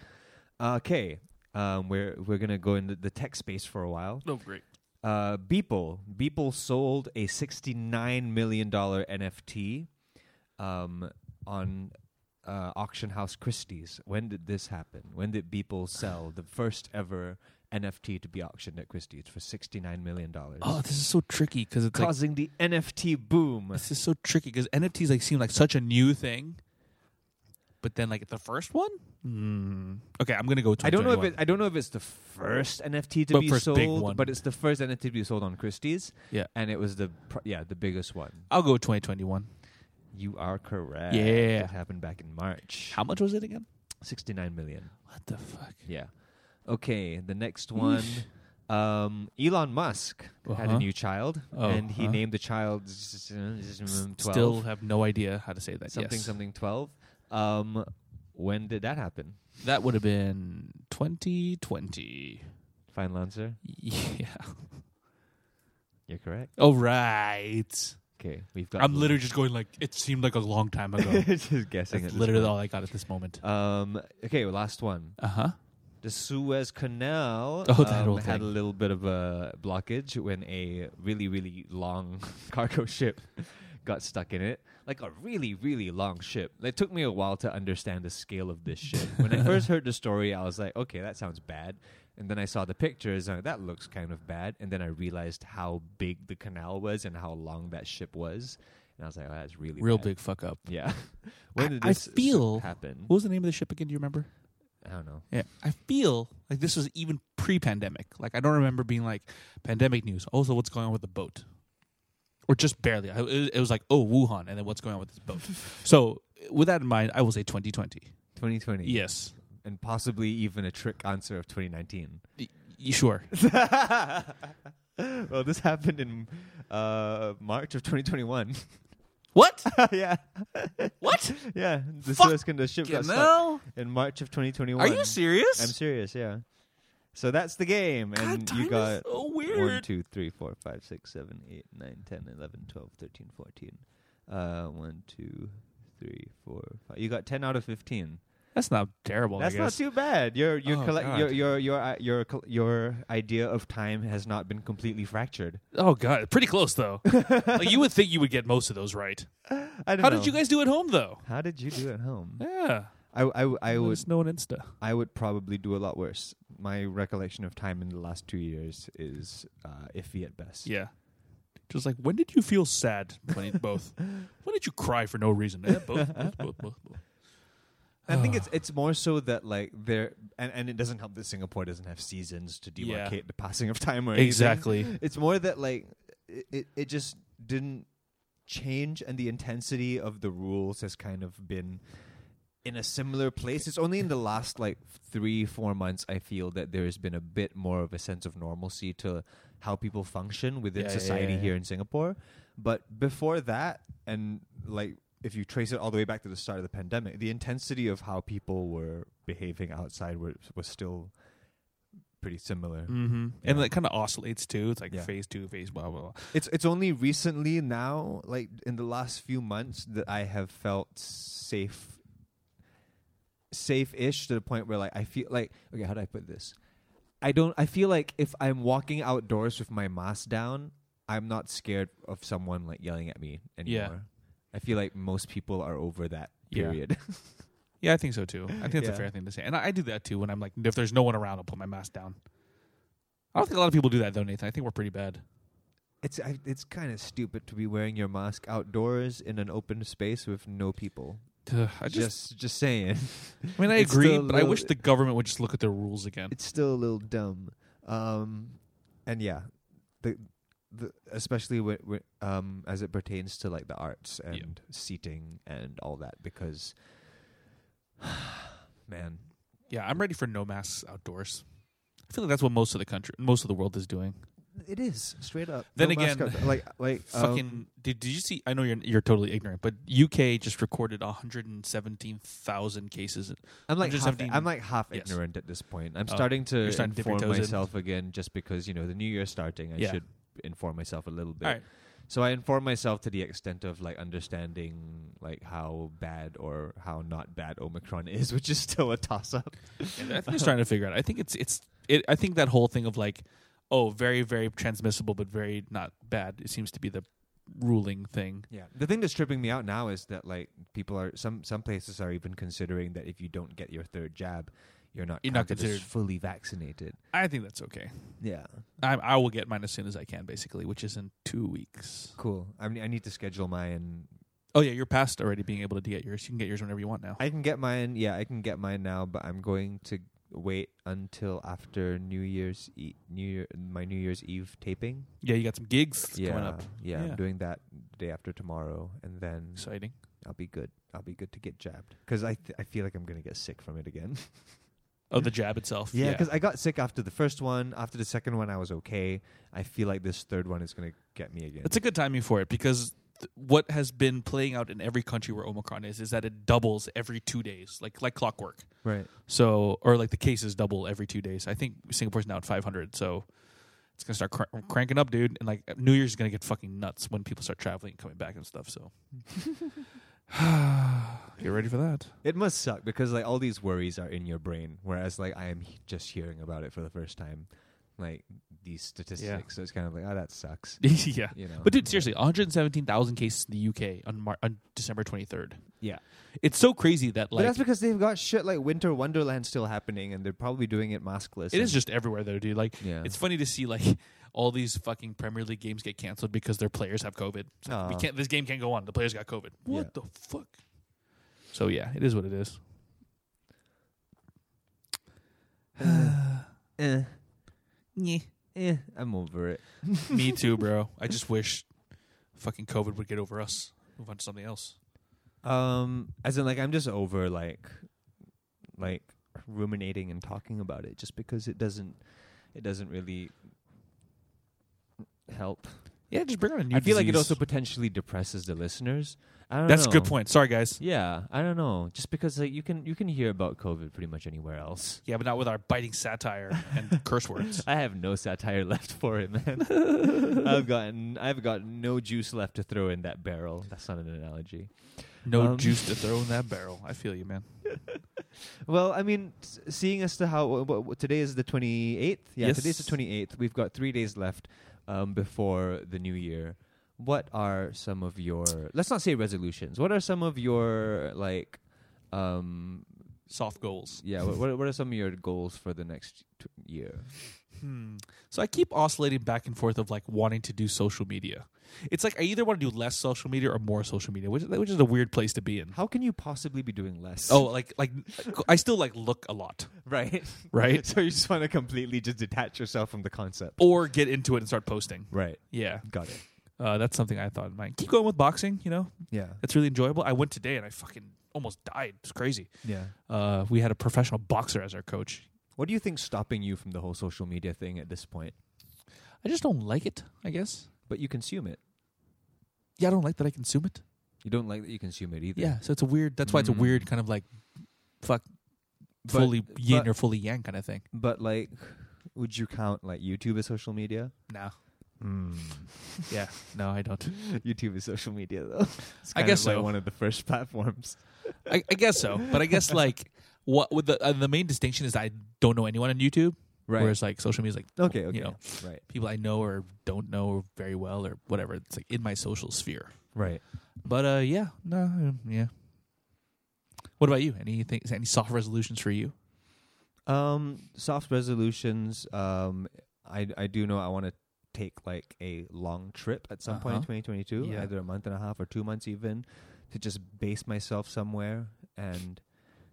Speaker 2: Uh, Okay. Um, we're we're gonna go into the tech space for a while.
Speaker 3: No, great.
Speaker 2: Uh, Beeple Beeple sold a sixty nine million dollar NFT, um, on uh, auction house Christie's. When did this happen? When did Beeple sell the first ever NFT to be auctioned at Christie's for sixty nine million dollars?
Speaker 3: Oh, this is so tricky because it's like,
Speaker 2: causing the NFT boom.
Speaker 3: this is so tricky because NFTs like seem like such a new thing, but then like the first one. Hmm. Okay, I'm gonna go.
Speaker 2: I don't know if
Speaker 3: 2021.
Speaker 2: it, I don't know if it's the first NFT to
Speaker 3: But
Speaker 2: be
Speaker 3: first
Speaker 2: sold,
Speaker 3: big one.
Speaker 2: but it's the first NFT to be sold on Christie's,
Speaker 3: Yeah,
Speaker 2: and it was the pr- yeah the biggest one.
Speaker 3: I'll go 2021.
Speaker 2: You are correct.
Speaker 3: Yeah.
Speaker 2: It happened back in March.
Speaker 3: How much was it again?
Speaker 2: 69 million.
Speaker 3: What the fuck?
Speaker 2: Yeah. Okay, the next one. Um, Elon Musk had
Speaker 3: Uh-huh.
Speaker 2: a new child,
Speaker 3: Oh,
Speaker 2: and he
Speaker 3: huh.
Speaker 2: named the child s- s- s- 12.
Speaker 3: Still have no idea how to say that.
Speaker 2: something,
Speaker 3: yes.
Speaker 2: something 12. Um, when did that happen?
Speaker 3: That would have been 2020.
Speaker 2: Final answer.
Speaker 3: Yeah.
Speaker 2: You're correct.
Speaker 3: All right.
Speaker 2: Okay, we've got.
Speaker 3: I'm literally just going like it seemed like a long time
Speaker 2: (laughs)
Speaker 3: ago.
Speaker 2: just guessing.
Speaker 3: That's
Speaker 2: at this
Speaker 3: literally
Speaker 2: point.
Speaker 3: all I got at this moment.
Speaker 2: Um, okay, well, last one.
Speaker 3: Uh huh.
Speaker 2: The Suez Canal
Speaker 3: Oh, that
Speaker 2: um,
Speaker 3: old
Speaker 2: had
Speaker 3: thing.
Speaker 2: a little bit of a blockage when a really, really long (laughs) cargo ship got stuck in it. Like a really, really long ship. It took me a while to understand the scale of this ship. when I
Speaker 3: (laughs)
Speaker 2: first heard the story, I was like, okay, that sounds bad. And then I saw the pictures, and that looks kind of bad. And then I realized how big the canal was and how long that ship was. And I was like, oh, that's really
Speaker 3: Real
Speaker 2: bad.
Speaker 3: big fuck up.
Speaker 2: Yeah. (laughs) when
Speaker 3: I-
Speaker 2: did
Speaker 3: I
Speaker 2: this s-
Speaker 3: feel-
Speaker 2: happen?
Speaker 3: What was the name of the ship again? Do you remember?
Speaker 2: I don't know.
Speaker 3: Yeah. I feel like this was even pre pandemic. Like, I don't remember being like pandemic news. Also, what's going on with the boat? Or just barely. I- It it was like, oh, Wuhan, and then what's going on with this (laughs) boat? so, with that in mind, I will say 2020.
Speaker 2: 2020.
Speaker 3: Yes.
Speaker 2: and possibly even a trick answer of 2019.
Speaker 3: Y- y- sure.
Speaker 2: (laughs) well, this happened in uh, March of
Speaker 3: (laughs)
Speaker 2: 2021.
Speaker 3: what?
Speaker 2: (laughs) yeah,
Speaker 3: (laughs) What?
Speaker 2: yeah. The
Speaker 3: Fuck
Speaker 2: Suez Canal ship got stuck
Speaker 3: No.
Speaker 2: in March of 2021.
Speaker 3: Are you serious?
Speaker 2: I'm serious. Yeah. So that's the game, and
Speaker 3: God, time
Speaker 2: you
Speaker 3: is
Speaker 2: got
Speaker 3: so
Speaker 2: one,
Speaker 3: weird.
Speaker 2: two, three, four, five, six, seven, eight, nine, ten, eleven, twelve, thirteen, fourteen. Uh, one, two, three, four, five. You got ten out of fifteen.
Speaker 3: That's not terrible.
Speaker 2: That's
Speaker 3: I
Speaker 2: not
Speaker 3: guess.
Speaker 2: too bad. Your your
Speaker 3: Oh,
Speaker 2: colle-
Speaker 3: God.
Speaker 2: your your your i- your col- your idea of time has not been completely fractured.
Speaker 3: Oh god, pretty close (laughs) though. like you would think you would get most of those right.
Speaker 2: I don't
Speaker 3: How
Speaker 2: know.
Speaker 3: did you guys do at home though?
Speaker 2: How did you do at home?
Speaker 3: Yeah,
Speaker 2: I I, I would
Speaker 3: no one Insta.
Speaker 2: I would probably do a lot worse. My recollection of time in the last two years is uh, iffy at best.
Speaker 3: Yeah, just like when did you feel sad? Playing both. when did you cry for no reason? Eh, both, both, both, both, both.
Speaker 2: I think it's it's more so that like there and, and it doesn't help that Singapore doesn't have seasons to demarcate
Speaker 3: Yeah.
Speaker 2: the passing of time or anything.
Speaker 3: Exactly.
Speaker 2: It's more that like it, it it just didn't change and the intensity of the rules has kind of been in a similar place. It's only in the last like 3 4 months I feel that there has been a bit more of a sense of normalcy to how people function within
Speaker 3: Yeah, yeah,
Speaker 2: society
Speaker 3: yeah, yeah.
Speaker 2: here in Singapore. But before that and like if you trace it all the way back to the start of the pandemic, the intensity of how people were behaving outside were, was still pretty similar.
Speaker 3: Mm-hmm. And
Speaker 2: Yeah.
Speaker 3: it kind of oscillates too. It's like
Speaker 2: Yeah.
Speaker 3: phase two, phase blah blah. blah.
Speaker 2: It's it's only recently now, like in the last few months, that I have felt safe, safe-ish to the point where like I feel like okay, how do I put this? I don't. I feel like if I'm walking outdoors with my mask down, I'm not scared of someone like yelling at me
Speaker 3: Yeah.
Speaker 2: anymore. I feel like most people are over that
Speaker 3: Yeah.
Speaker 2: period. (laughs)
Speaker 3: Yeah, I think so too. I think it's
Speaker 2: Yeah.
Speaker 3: a fair thing to say, and I, I do that too. When I'm like, if there's no one around, I'll put my mask down. I don't think a lot of people do that though, Nathan. I think we're
Speaker 2: (sighs)
Speaker 3: pretty bad.
Speaker 2: it's I, it's kind of stupid to be wearing your mask outdoors in an open space with no people.
Speaker 3: Ugh, I just,
Speaker 2: just just saying.
Speaker 3: I mean, I
Speaker 2: it's
Speaker 3: agree,
Speaker 2: still a
Speaker 3: but I wish
Speaker 2: little-
Speaker 3: the government would just look at their rules again.
Speaker 2: it's still a little dumb. Um, and yeah, the, the especially when, when, um, as it pertains to like the arts and seating and all that because (sighs) man,
Speaker 3: Yeah, I'm ready for no masks outdoors. I feel like that's what most of the country, most of the world is doing.
Speaker 2: it is straight up.
Speaker 3: Then
Speaker 2: No mask
Speaker 3: again,
Speaker 2: up-
Speaker 3: (laughs)
Speaker 2: like like um,
Speaker 3: Fucking did, did you see? I know you're you're totally ignorant, but UK just recorded 117,000 cases.
Speaker 2: I'm like half,
Speaker 3: 117
Speaker 2: I'm like half
Speaker 3: yes.
Speaker 2: ignorant at this point. I'm
Speaker 3: Oh,
Speaker 2: starting to
Speaker 3: you're starting to dip your
Speaker 2: inform
Speaker 3: toes in.
Speaker 2: myself again just because you know the new year's starting. I
Speaker 3: Yeah.
Speaker 2: should inform myself a little bit.
Speaker 3: All right,
Speaker 2: So I inform myself to the extent of like understanding like how bad or how not bad Omicron (laughs) is, which is still a toss up.
Speaker 3: I think you're starting to figure it out. I think it's it's it, I think that whole thing of like, oh, very very transmissible, but very not bad. It seems to be the ruling thing.
Speaker 2: Yeah. The thing that's tripping me out now is that like people are some some places are even considering that if you don't get your third jab, you're not
Speaker 3: You're not
Speaker 2: counted as
Speaker 3: considered-
Speaker 2: fully vaccinated.
Speaker 3: I think that's okay.
Speaker 2: Yeah.
Speaker 3: I I will get mine as soon as I can, basically, which is in two weeks.
Speaker 2: Cool. I mean, I need to schedule mine.
Speaker 3: Oh yeah, you're past already being able to get yours. You can get yours whenever you want now.
Speaker 2: I can get mine. Yeah, I can get mine now, but I'm going to wait until after New Year's e- New Year, my New Year's Eve taping.
Speaker 3: Yeah, you got some gigs
Speaker 2: yeah,
Speaker 3: coming up.
Speaker 2: yeah,
Speaker 3: Yeah.
Speaker 2: I'm doing that day after tomorrow, and then
Speaker 3: Exciting.
Speaker 2: I'll be good. I'll be good to get jabbed because I th- I feel like I'm gonna get sick from it again. (laughs)
Speaker 3: Oh, the jab itself.
Speaker 2: yeah, because I got sick after the first one. After the second one, I was okay. I feel like this third one is gonna get me again.
Speaker 3: It's a good timing for it because th- what has been playing out in every country where Omicron is is that it doubles every two days, like like clockwork.
Speaker 2: right.
Speaker 3: So, or like the cases double every two days. I think Singapore's now at 500, so it's gonna start cr- cranking up, dude. And like New Year's is gonna get fucking nuts when people start traveling and coming back and stuff. So, (laughs) get ready for that.
Speaker 2: It must suck because like all these worries are in your brain, whereas like I am he- just hearing about it for the first time, like these statistics. So it's kind of like, oh, that sucks.
Speaker 3: (laughs) yeah.
Speaker 2: You know.
Speaker 3: But dude, seriously, 117,000 cases in the UK on, Mar- on December 23rd.
Speaker 2: yeah.
Speaker 3: It's so crazy that
Speaker 2: but
Speaker 3: like
Speaker 2: that's because they've got shit like Winter Wonderland still happening, and they're probably doing it maskless.
Speaker 3: it is
Speaker 2: and-
Speaker 3: just everywhere though, dude. Like
Speaker 2: Yeah.
Speaker 3: it's funny to see like (laughs) all these fucking Premier League games get canceled because their players have COVID. It's like, we
Speaker 2: Aw. (sighs)
Speaker 3: can't. (sighs) This game can't go on. The players got COVID. What
Speaker 2: Yeah.
Speaker 3: the fuck? So yeah, it is what it (sighs) is.
Speaker 2: Eh. Eh, I'm over it.
Speaker 3: Me too, bro. I just wish fucking COVID would get over us. Move on to something else.
Speaker 2: Um, as in, like, I'm just over like, like ruminating and talking about it, just because it doesn't, it doesn't really help.
Speaker 3: Yeah, just bring on a new.
Speaker 2: I feel like it
Speaker 3: disease.
Speaker 2: also potentially depresses the listeners. I don't
Speaker 3: That's a good
Speaker 2: know.
Speaker 3: point. Sorry, guys.
Speaker 2: Yeah, I don't know. Just because like you can you can hear about COVID pretty much anywhere else.
Speaker 3: Yeah, but not with our biting satire (laughs) and curse words.
Speaker 2: (laughs) I have no satire (laughs) left for it,
Speaker 3: (laughs)
Speaker 2: man. I've gotten I've got no juice left to throw in that barrel. That's not an analogy.
Speaker 3: No
Speaker 2: Um,
Speaker 3: juice to throw in that barrel. I feel you, man.
Speaker 2: Well, I mean, s- seeing as to how wha- wha- wha- today is the 28th. Yeah,
Speaker 3: Yes.
Speaker 2: today's the 28th. We've got 3 days left um, before the new year. What are some of your Let's not say resolutions. What are some of your like um
Speaker 3: Soft goals.
Speaker 2: yeah, what what are- what are some of your goals for the next t- year?
Speaker 3: Hmm. So I keep oscillating back and forth of like wanting to do social media. It's like I either want to do less social media or more social media, which which is a weird place to be
Speaker 2: (laughs)
Speaker 3: in.
Speaker 2: How can you possibly be doing less?
Speaker 3: Oh, like like I still like look a lot,
Speaker 2: (laughs) right.
Speaker 3: right?
Speaker 2: so you just want to completely just detach yourself from the concept.
Speaker 3: Or get into it and start posting.
Speaker 2: Right.
Speaker 3: Yeah,
Speaker 2: Got it.
Speaker 3: uh, that's something I thought in mind. Keep going with boxing. You know,
Speaker 2: (laughs) Yeah.
Speaker 3: that's really enjoyable. I went today and I fucking almost died. It's crazy.
Speaker 2: Yeah.
Speaker 3: Uh, we had a professional boxer as our coach.
Speaker 2: What do you think's stopping you from the whole social media thing at this point?
Speaker 3: I just don't like it. I guess.
Speaker 2: But you consume it.
Speaker 3: Yeah, I don't like that I consume it.
Speaker 2: You don't like that you consume it either.
Speaker 3: Yeah, so it's a weird. That's why it's a
Speaker 2: Mm.
Speaker 3: weird kind of like, fuck,
Speaker 2: But-
Speaker 3: fully yin
Speaker 2: but-
Speaker 3: or fully yang kind of thing.
Speaker 2: But like, would you count like YouTube as social media?
Speaker 3: No,
Speaker 2: Mm.
Speaker 3: yeah, no, I don't.
Speaker 2: (laughs) YouTube is social media though. It's
Speaker 3: I
Speaker 2: kind
Speaker 3: guess
Speaker 2: of like
Speaker 3: so.
Speaker 2: one of the first (laughs) platforms.
Speaker 3: I, I guess so, but
Speaker 2: (laughs)
Speaker 3: I guess like what with the uh, the main distinction is I don't know anyone on YouTube,
Speaker 2: Right.
Speaker 3: whereas like social media is like
Speaker 2: okay. Okay.
Speaker 3: you know
Speaker 2: Right.
Speaker 3: people I know or don't know very well or whatever. It's like in my social sphere.
Speaker 2: Right.
Speaker 3: But uh, yeah, no, um, yeah. What about you? Anything? Any soft resolutions for you?
Speaker 2: Um, soft resolutions. Um, I I do know I want to take like a long trip at some point in
Speaker 3: Uh-huh.
Speaker 2: 2022,
Speaker 3: Yeah.
Speaker 2: either a month and a half or two months even, to just base myself somewhere and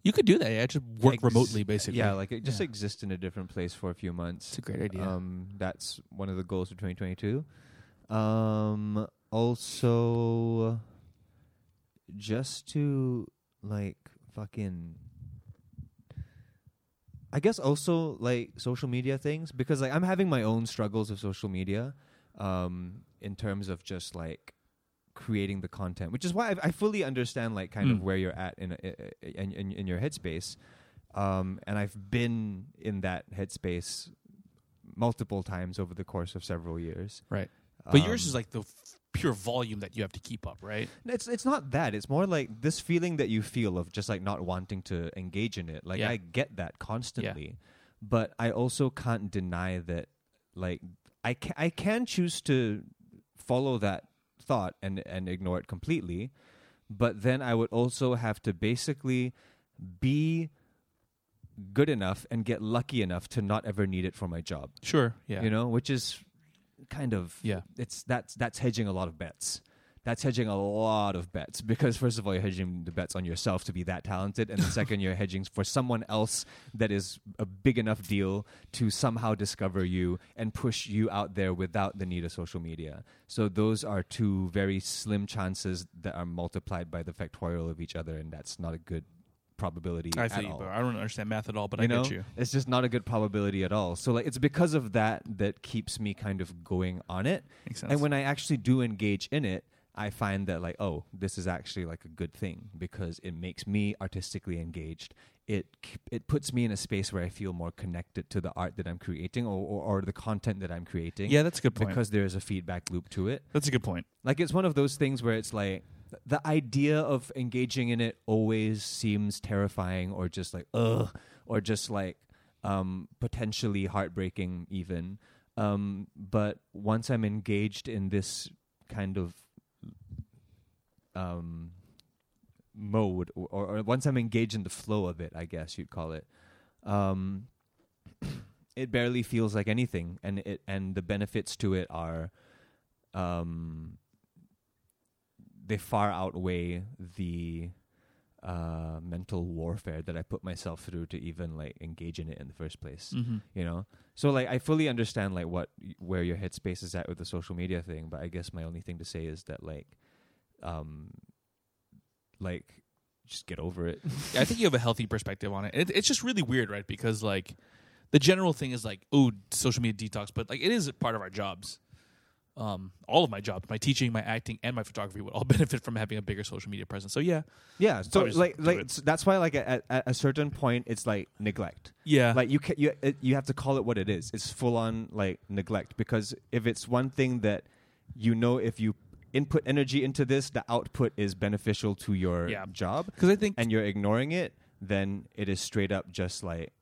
Speaker 3: You could do that. Yeah, just work
Speaker 2: ex-
Speaker 3: remotely, basically.
Speaker 2: Yeah, like it just
Speaker 3: Yeah.
Speaker 2: exist in a different place for a few months.
Speaker 3: it's a great idea.
Speaker 2: Um, that's one of the goals for 2022. Um, also, just to like fucking, I guess also like social media things because like I'm having my own struggles with social media, um, in terms of just like creating the content, which is why I, I fully understand like kind of
Speaker 3: Mm.
Speaker 2: where you're at in, in in in your headspace, um, and I've been in that headspace multiple times over the course of several years.
Speaker 3: Right. But yours
Speaker 2: Um,
Speaker 3: is like the f- pure volume that you have to keep up, right?
Speaker 2: it's it's not that. It's more like this feeling that you feel of just like not wanting to engage in it. Like
Speaker 3: Yeah.
Speaker 2: I get that constantly, but I also can't deny that. Like I can, I can choose to follow that thought and and ignore it completely, but then I would also have to basically be good enough and get lucky enough to not ever need it for my job.
Speaker 3: Sure. Yeah.
Speaker 2: You know, which is kind of
Speaker 3: Yeah.
Speaker 2: it's that's that's hedging a lot of bets. that's hedging a lot of bets because first of all you're hedging the bets on yourself to be that talented and the second you're hedging for someone else that is a big enough deal to somehow discover you and push you out there without the need of social media so those are two very slim chances that are multiplied by the factorial of each other and that's not a good probability
Speaker 3: I
Speaker 2: at
Speaker 3: feel you,
Speaker 2: all
Speaker 3: bro. I don't understand math at all, but I
Speaker 2: you know,
Speaker 3: get you.
Speaker 2: it's just not a good probability at all. So like, it's because of that that keeps me kind of going on it.
Speaker 3: Makes sense.
Speaker 2: And when I actually do engage in it, I find that like, oh, this is actually like a good thing because it makes me artistically engaged. It k- it puts me in a space where I feel more connected to the art that I'm creating or, or, or the content that I'm creating.
Speaker 3: Yeah, that's a good point.
Speaker 2: because there is a feedback loop to it.
Speaker 3: that's a good point.
Speaker 2: Like it's one of those things where it's like th- the idea of engaging in it always seems terrifying or just like ugh or just like um potentially heartbreaking even. Um but once I'm engaged in this kind of um mode or, or once I'm engaged in the flow of it, I guess you'd call it. Um (coughs) it barely feels like anything and it and the benefits to it are um, they far outweigh the uh, mental warfare that I put myself through to even like engage in it in the first place.
Speaker 3: Mm-hmm.
Speaker 2: You know, so like I fully understand like what where your headspace is at with the social media thing, but I guess my only thing to say is that like, um, like just get over it.
Speaker 3: I think you have a healthy perspective on it. it. It's just really weird, right? Because like the general thing is like, oh, social media detox, but like it is a part of our jobs. Um, all of my jobs, my teaching, my acting, and my photography would all (laughs) benefit from having a bigger social media presence. So yeah,
Speaker 2: yeah, so
Speaker 3: Probably just
Speaker 2: like
Speaker 3: do
Speaker 2: like
Speaker 3: it.
Speaker 2: so that's why like at, at a certain point it's like neglect.
Speaker 3: yeah,
Speaker 2: like you can you it, you have to call it what it is. It's full on like neglect because if it's one thing that you know if you input energy into this, the output is beneficial to your
Speaker 3: Yeah.
Speaker 2: job,
Speaker 3: because I think
Speaker 2: and you're ignoring it, then it is straight up just like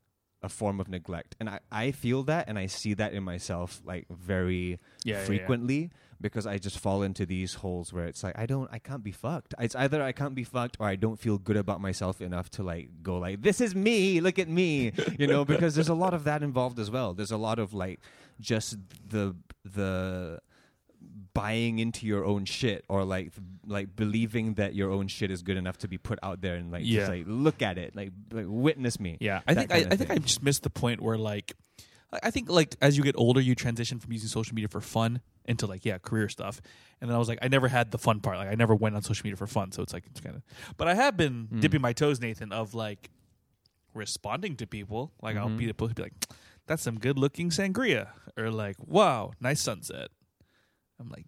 Speaker 2: a form of neglect. And I I feel that and I see that in myself like very
Speaker 3: Yeah, yeah, yeah.
Speaker 2: frequently because I just fall into these holes where it's like I don't I can't be fucked. It's either I can't be fucked or I don't feel good about myself enough to like go like this is me, look at me, you
Speaker 3: (laughs)
Speaker 2: know, because there's a lot of that involved as well. There's a lot of like just the the buying into your own shit or like like believing that your own shit is good enough to be put out there and like
Speaker 3: Yeah.
Speaker 2: just like look at it, like like witness me.
Speaker 3: Yeah, I
Speaker 2: That
Speaker 3: think I,
Speaker 2: kinda
Speaker 3: I think I
Speaker 2: thing.
Speaker 3: just missed the point where like I I think like as you get older, you transition from using social media for fun into like yeah career stuff. And then I was like, I never had the fun part. Like I never went on social media for fun. So it's like it's kind of. But I have been
Speaker 2: Hmm.
Speaker 3: dipping my toes, Nathan, of like responding to people. Like I'll
Speaker 2: Mm-hmm.
Speaker 3: be the post be like, "That's some good looking sangria," or like, "Wow, nice sunset." I'm like.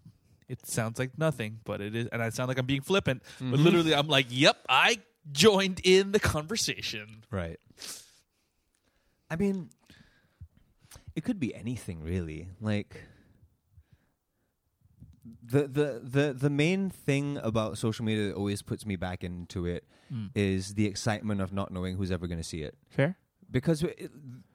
Speaker 3: It sounds like nothing, but it is, and I sound like I'm being flippant.
Speaker 2: Mm-hmm.
Speaker 3: But literally, I'm like, "Yep, I joined in the conversation."
Speaker 2: Right. I mean, it could be anything really. Like the the the the main thing about social media that always puts me back into it is the excitement of not knowing who's ever going to see it.
Speaker 3: Fair.
Speaker 2: Because it,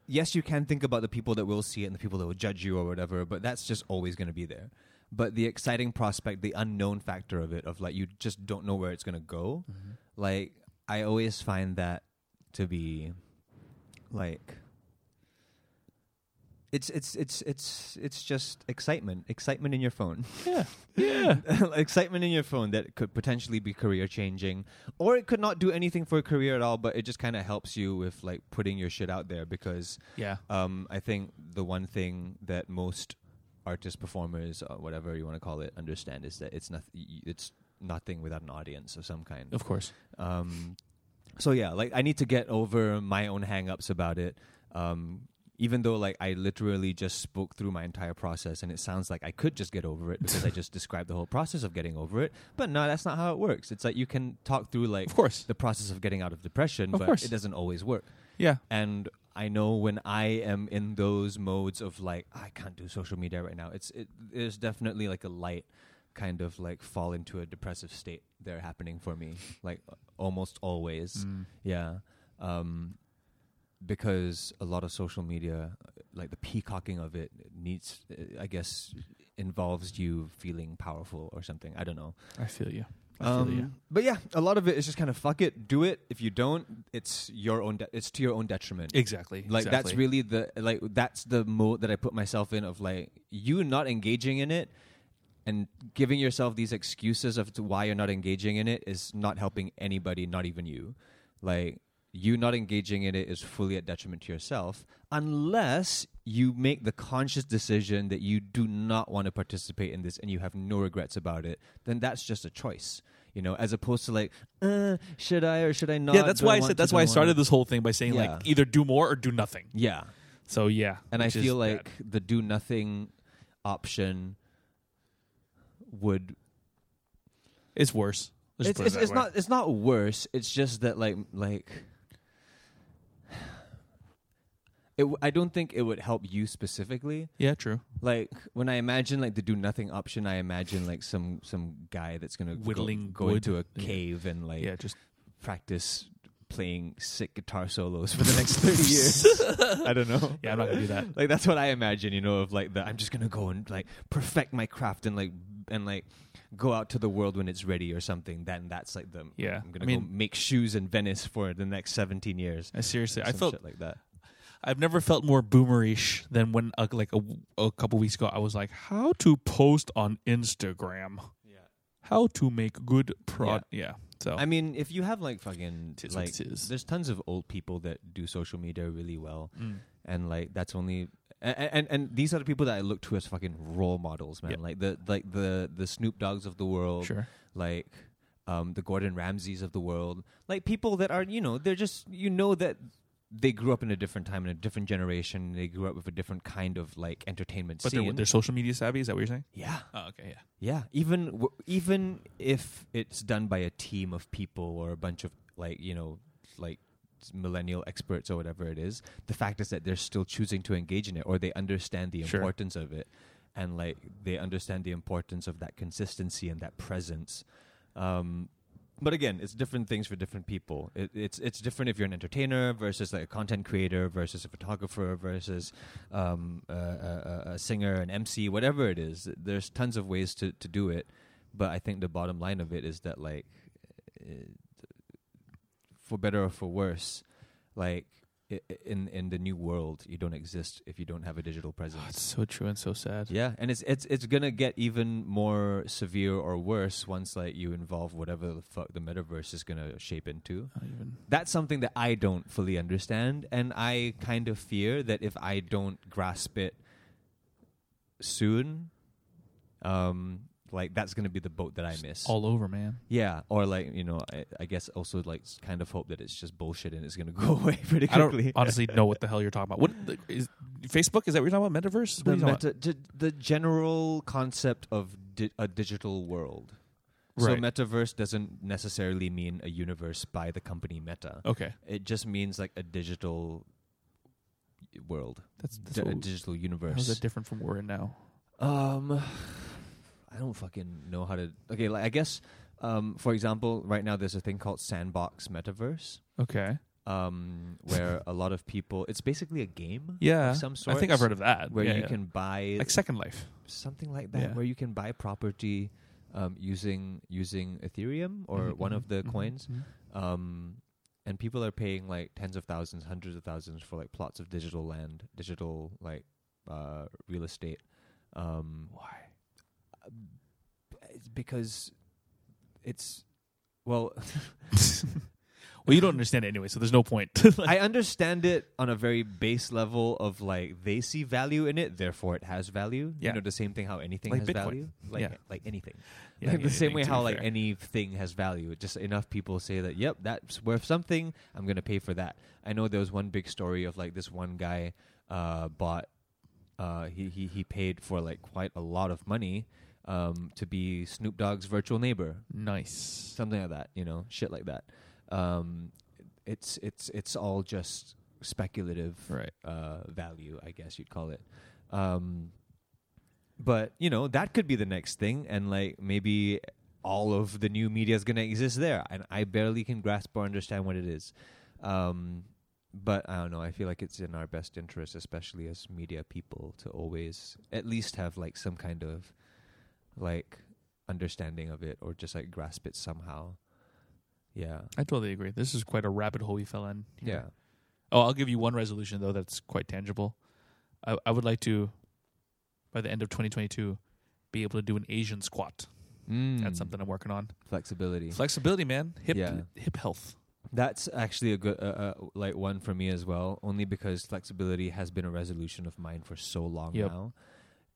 Speaker 2: yes, you can think about the people that will see it and the people that will judge you or whatever, but that's just always going to be there. But the exciting prospect, the unknown factor of it, of like you just don't know where it's going to go.
Speaker 3: Mm-hmm.
Speaker 2: Like I always find that to be like it's it's it's it's it's just excitement, excitement in your phone.
Speaker 3: Yeah. Yeah.
Speaker 2: (laughs) excitement in your phone that could potentially be career changing or it could not do anything for a career at all but it just kind of helps you with like putting your shit out there because
Speaker 3: Yeah.
Speaker 2: um, i think the one thing that most artists performers uh, whatever you want to call it understand is that it's not it's nothing without an audience of some kind
Speaker 3: Of course.
Speaker 2: um, so yeah, like I need to get over my own hangups about it. Um, even though like I literally just spoke through my entire process, and it sounds like I could just get over it because I
Speaker 3: (laughs)
Speaker 2: just described the whole process of getting over it. But no, that's not how it works. It's like you can talk through like
Speaker 3: Of course.
Speaker 2: the process of getting out of depression,
Speaker 3: Of
Speaker 2: but
Speaker 3: course.
Speaker 2: it doesn't always work.
Speaker 3: Yeah.
Speaker 2: And I know when I am in those modes of like I can't do social media right now. It's it is definitely like a light kind of like fall into a depressive state there happening for me like almost
Speaker 3: Mm.
Speaker 2: always. Yeah. Um because a lot of social media like the peacocking of it needs I guess involves you feeling powerful or something. I don't know.
Speaker 3: I feel you. I feel you.
Speaker 2: Um, but yeah, a lot of it is just kind of fuck it, do it. If you don't, it's your own. De- it's to your own detriment.
Speaker 3: Exactly.
Speaker 2: like that's
Speaker 3: exactly.
Speaker 2: really the like that's the mode that I put myself in of like you not engaging in it and giving yourself these excuses of to why you're not engaging in it is not helping anybody, not even you. Like you not engaging in it is fully at detriment to yourself unless you make the conscious decision that you do not want to participate in this and you have no regrets about it then that's just a choice you know as opposed to like uh, should i or should i not
Speaker 3: yeah, that's
Speaker 2: Do
Speaker 3: why I
Speaker 2: want
Speaker 3: said
Speaker 2: to?
Speaker 3: that's
Speaker 2: Do
Speaker 3: why I
Speaker 2: want to?"
Speaker 3: started this whole thing by saying
Speaker 2: Yeah.
Speaker 3: like either do more or do nothing.
Speaker 2: yeah
Speaker 3: So yeah,
Speaker 2: and I
Speaker 3: which is
Speaker 2: feel
Speaker 3: bad.
Speaker 2: like the do nothing option would
Speaker 3: it's worse. Let's
Speaker 2: it's
Speaker 3: put it
Speaker 2: it's,
Speaker 3: that
Speaker 2: it's
Speaker 3: way.
Speaker 2: not it's not worse it's just that like like it w- I don't think it would help you specifically
Speaker 3: Yeah, true.
Speaker 2: like when I imagine like the do nothing option I imagine like some some guy that's going to
Speaker 3: Whittling
Speaker 2: go,
Speaker 3: wood.
Speaker 2: into a
Speaker 3: Yeah.
Speaker 2: cave and like
Speaker 3: Yeah, just
Speaker 2: practice playing sick guitar solos for the next 30 years
Speaker 3: (laughs)
Speaker 2: I don't know
Speaker 3: yeah. I'm not gonna do that.
Speaker 2: like that's what I imagine, you know, of like the I'm just gonna go and like perfect my craft and like and like go out to the world when it's ready or something. Then that's like the
Speaker 3: Yeah,
Speaker 2: I'm gonna
Speaker 3: I mean-
Speaker 2: go make shoes in Venice for the next 17 years.
Speaker 3: (laughs) I seriously, I
Speaker 2: Some
Speaker 3: felt
Speaker 2: shit like that.
Speaker 3: I've never felt more boomerish than when uh, like a, w- a couple weeks ago I was like, how to post on Instagram. Yeah. How to make good prod. Yeah. So
Speaker 2: I mean, if you have like fucking
Speaker 3: Tis what
Speaker 2: like
Speaker 3: tis.
Speaker 2: there's tons of old people that do social media really well,
Speaker 3: Mm.
Speaker 2: and like that's only. And, and and these are the people that I look to as fucking role models, man.
Speaker 3: Yep.
Speaker 2: Like the like the the Snoop Dogs of the world,
Speaker 3: sure.
Speaker 2: like um, the Gordon Ramsays of the world, like people that are, you know, they're just, you know, that they grew up in a different time, in a different generation. They grew up with a different kind of like entertainment
Speaker 3: But they're,
Speaker 2: scene.
Speaker 3: they're social media savvy. Is that what you're saying?
Speaker 2: yeah,
Speaker 3: Oh, okay. Yeah.
Speaker 2: yeah. Even w- even if it's done by a team of people or a bunch of like, you know, like millennial experts or whatever it is, the fact is that they're still choosing to engage in it or they understand the
Speaker 3: Sure.
Speaker 2: importance of it, and like they understand the importance of that consistency and that presence. Um, but again, it's different things for different people. It, it's it's different if you're an entertainer versus like a content creator versus a photographer versus um, a, a, a- a singer, an MC, whatever it is. There's tons of ways to, to do it, but I think the bottom line of it is that like, uh, for better or for worse, like i- i- in in the new world, you don't exist if you don't have a digital presence.
Speaker 3: so true and so sad.
Speaker 2: Yeah, and it's it's it's gonna get even more severe or worse once like you involve whatever the fuck the metaverse is gonna shape into.
Speaker 3: Not even.
Speaker 2: That's something that I don't fully understand, and I kind of fear that if I don't grasp it soon, um, like that's gonna be the boat that I miss.
Speaker 3: All over, man.
Speaker 2: yeah, or like you know, I, I guess also like s- kind of hope that it's just bullshit and it's gonna (laughs) go away pretty
Speaker 3: I don't
Speaker 2: (laughs) quickly.
Speaker 3: honestly know what the hell you're talking about. What is Facebook? Is that what you're talking about? Metaverse? What
Speaker 2: (laughs)
Speaker 3: are
Speaker 2: the,
Speaker 3: you talking about?
Speaker 2: meta, d- the general concept of di- a digital world. So
Speaker 3: Right.
Speaker 2: metaverse doesn't necessarily mean a universe by the company Meta.
Speaker 3: Okay.
Speaker 2: It just means like a digital world,
Speaker 3: That's, that's
Speaker 2: di- a
Speaker 3: what,
Speaker 2: digital
Speaker 3: how's
Speaker 2: universe.
Speaker 3: that different from where we're in now?
Speaker 2: um, (sighs) I don't fucking know how to. Okay, like I guess, um, for example, right now there's a thing called Sandbox Metaverse,
Speaker 3: Okay. (laughs)
Speaker 2: um, where a lot of people. It's basically a game
Speaker 3: Yeah.
Speaker 2: of some sort.
Speaker 3: I think I've heard of that.
Speaker 2: where
Speaker 3: Yeah,
Speaker 2: you
Speaker 3: yeah.
Speaker 2: can buy
Speaker 3: like Second Life.
Speaker 2: something like that,
Speaker 3: Yeah.
Speaker 2: where you can buy property um, using using Ethereum or
Speaker 3: Mhm,
Speaker 2: one of
Speaker 3: mhm,
Speaker 2: the
Speaker 3: mhm,
Speaker 2: coins,
Speaker 3: mhm.
Speaker 2: um, and people are paying like tens of thousands, hundreds of thousands for like plots of digital land, digital like uh, real estate. Um,
Speaker 3: Why?
Speaker 2: it's because it's well, (laughs)
Speaker 3: Mm-hmm. (laughs) Well, you don't understand it anyway, so there's
Speaker 2: (laughs)
Speaker 3: no point.
Speaker 2: I understand it on a very base level of like they see value in it, therefore it has value.
Speaker 3: Yeah.
Speaker 2: You know, the same thing how anything
Speaker 3: Like
Speaker 2: has
Speaker 3: Bitcoin.
Speaker 2: value, like
Speaker 3: Yeah.
Speaker 2: like anything.
Speaker 3: Yeah,
Speaker 2: like
Speaker 3: yeah,
Speaker 2: the same
Speaker 3: yeah,
Speaker 2: way
Speaker 3: to
Speaker 2: how
Speaker 3: be
Speaker 2: like
Speaker 3: fair.
Speaker 2: anything has value. Just enough people say that, yep, that's worth something. I'm gonna pay for that. I know there was one big story of like this one guy uh, bought. Uh, he he he paid for like quite a lot of money um, to be Snoop Dogg's virtual neighbor,
Speaker 3: nice.
Speaker 2: something like that. You know, shit like that. Um, it's it's it's all just speculative
Speaker 3: Right.
Speaker 2: uh, value, I guess you'd call it. Um, but you know that could be the next thing, and like maybe all of the new media is going to exist there, and I barely can grasp or understand what it is. Um, but I don't know. I feel like it's in our best interest, especially as media people, to always at least have like some kind of like understanding of it, or just like grasp it somehow. Yeah,
Speaker 3: I totally agree. This is quite a rabbit hole we fell in.
Speaker 2: yeah.
Speaker 3: here. Oh, I'll give you one resolution though that's quite tangible. I, I would like to, by the end of 2022, be able to do an Asian squat. That's something I'm working on.
Speaker 2: Mm. Flexibility.
Speaker 3: Flexibility, man. Hip
Speaker 2: Hmm. Yeah.
Speaker 3: hip health.
Speaker 2: That's actually a good uh, uh, like one for me as well, only because flexibility has been a resolution of mine for so long
Speaker 3: Yep.
Speaker 2: now.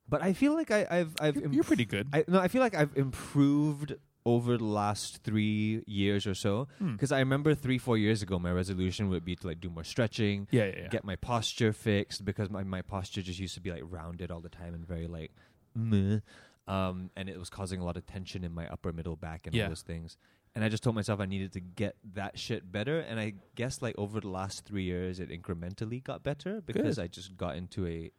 Speaker 2: But I feel like I, I've I've
Speaker 3: You're, you're
Speaker 2: imp-
Speaker 3: pretty good.
Speaker 2: I, no, I feel like I've improved over the last three years or so.
Speaker 3: Hmm.
Speaker 2: Because I remember three four years ago, my resolution would be to like do more stretching,
Speaker 3: yeah, yeah, yeah.
Speaker 2: get my posture fixed because my, my posture just used to be like rounded all the time and very like meh. Um, and it was causing a lot of tension in my upper middle back and
Speaker 3: Yeah.
Speaker 2: all those things. And I just told myself I needed to get that shit better. And I guess like over the last three years, it incrementally got better because I just got into a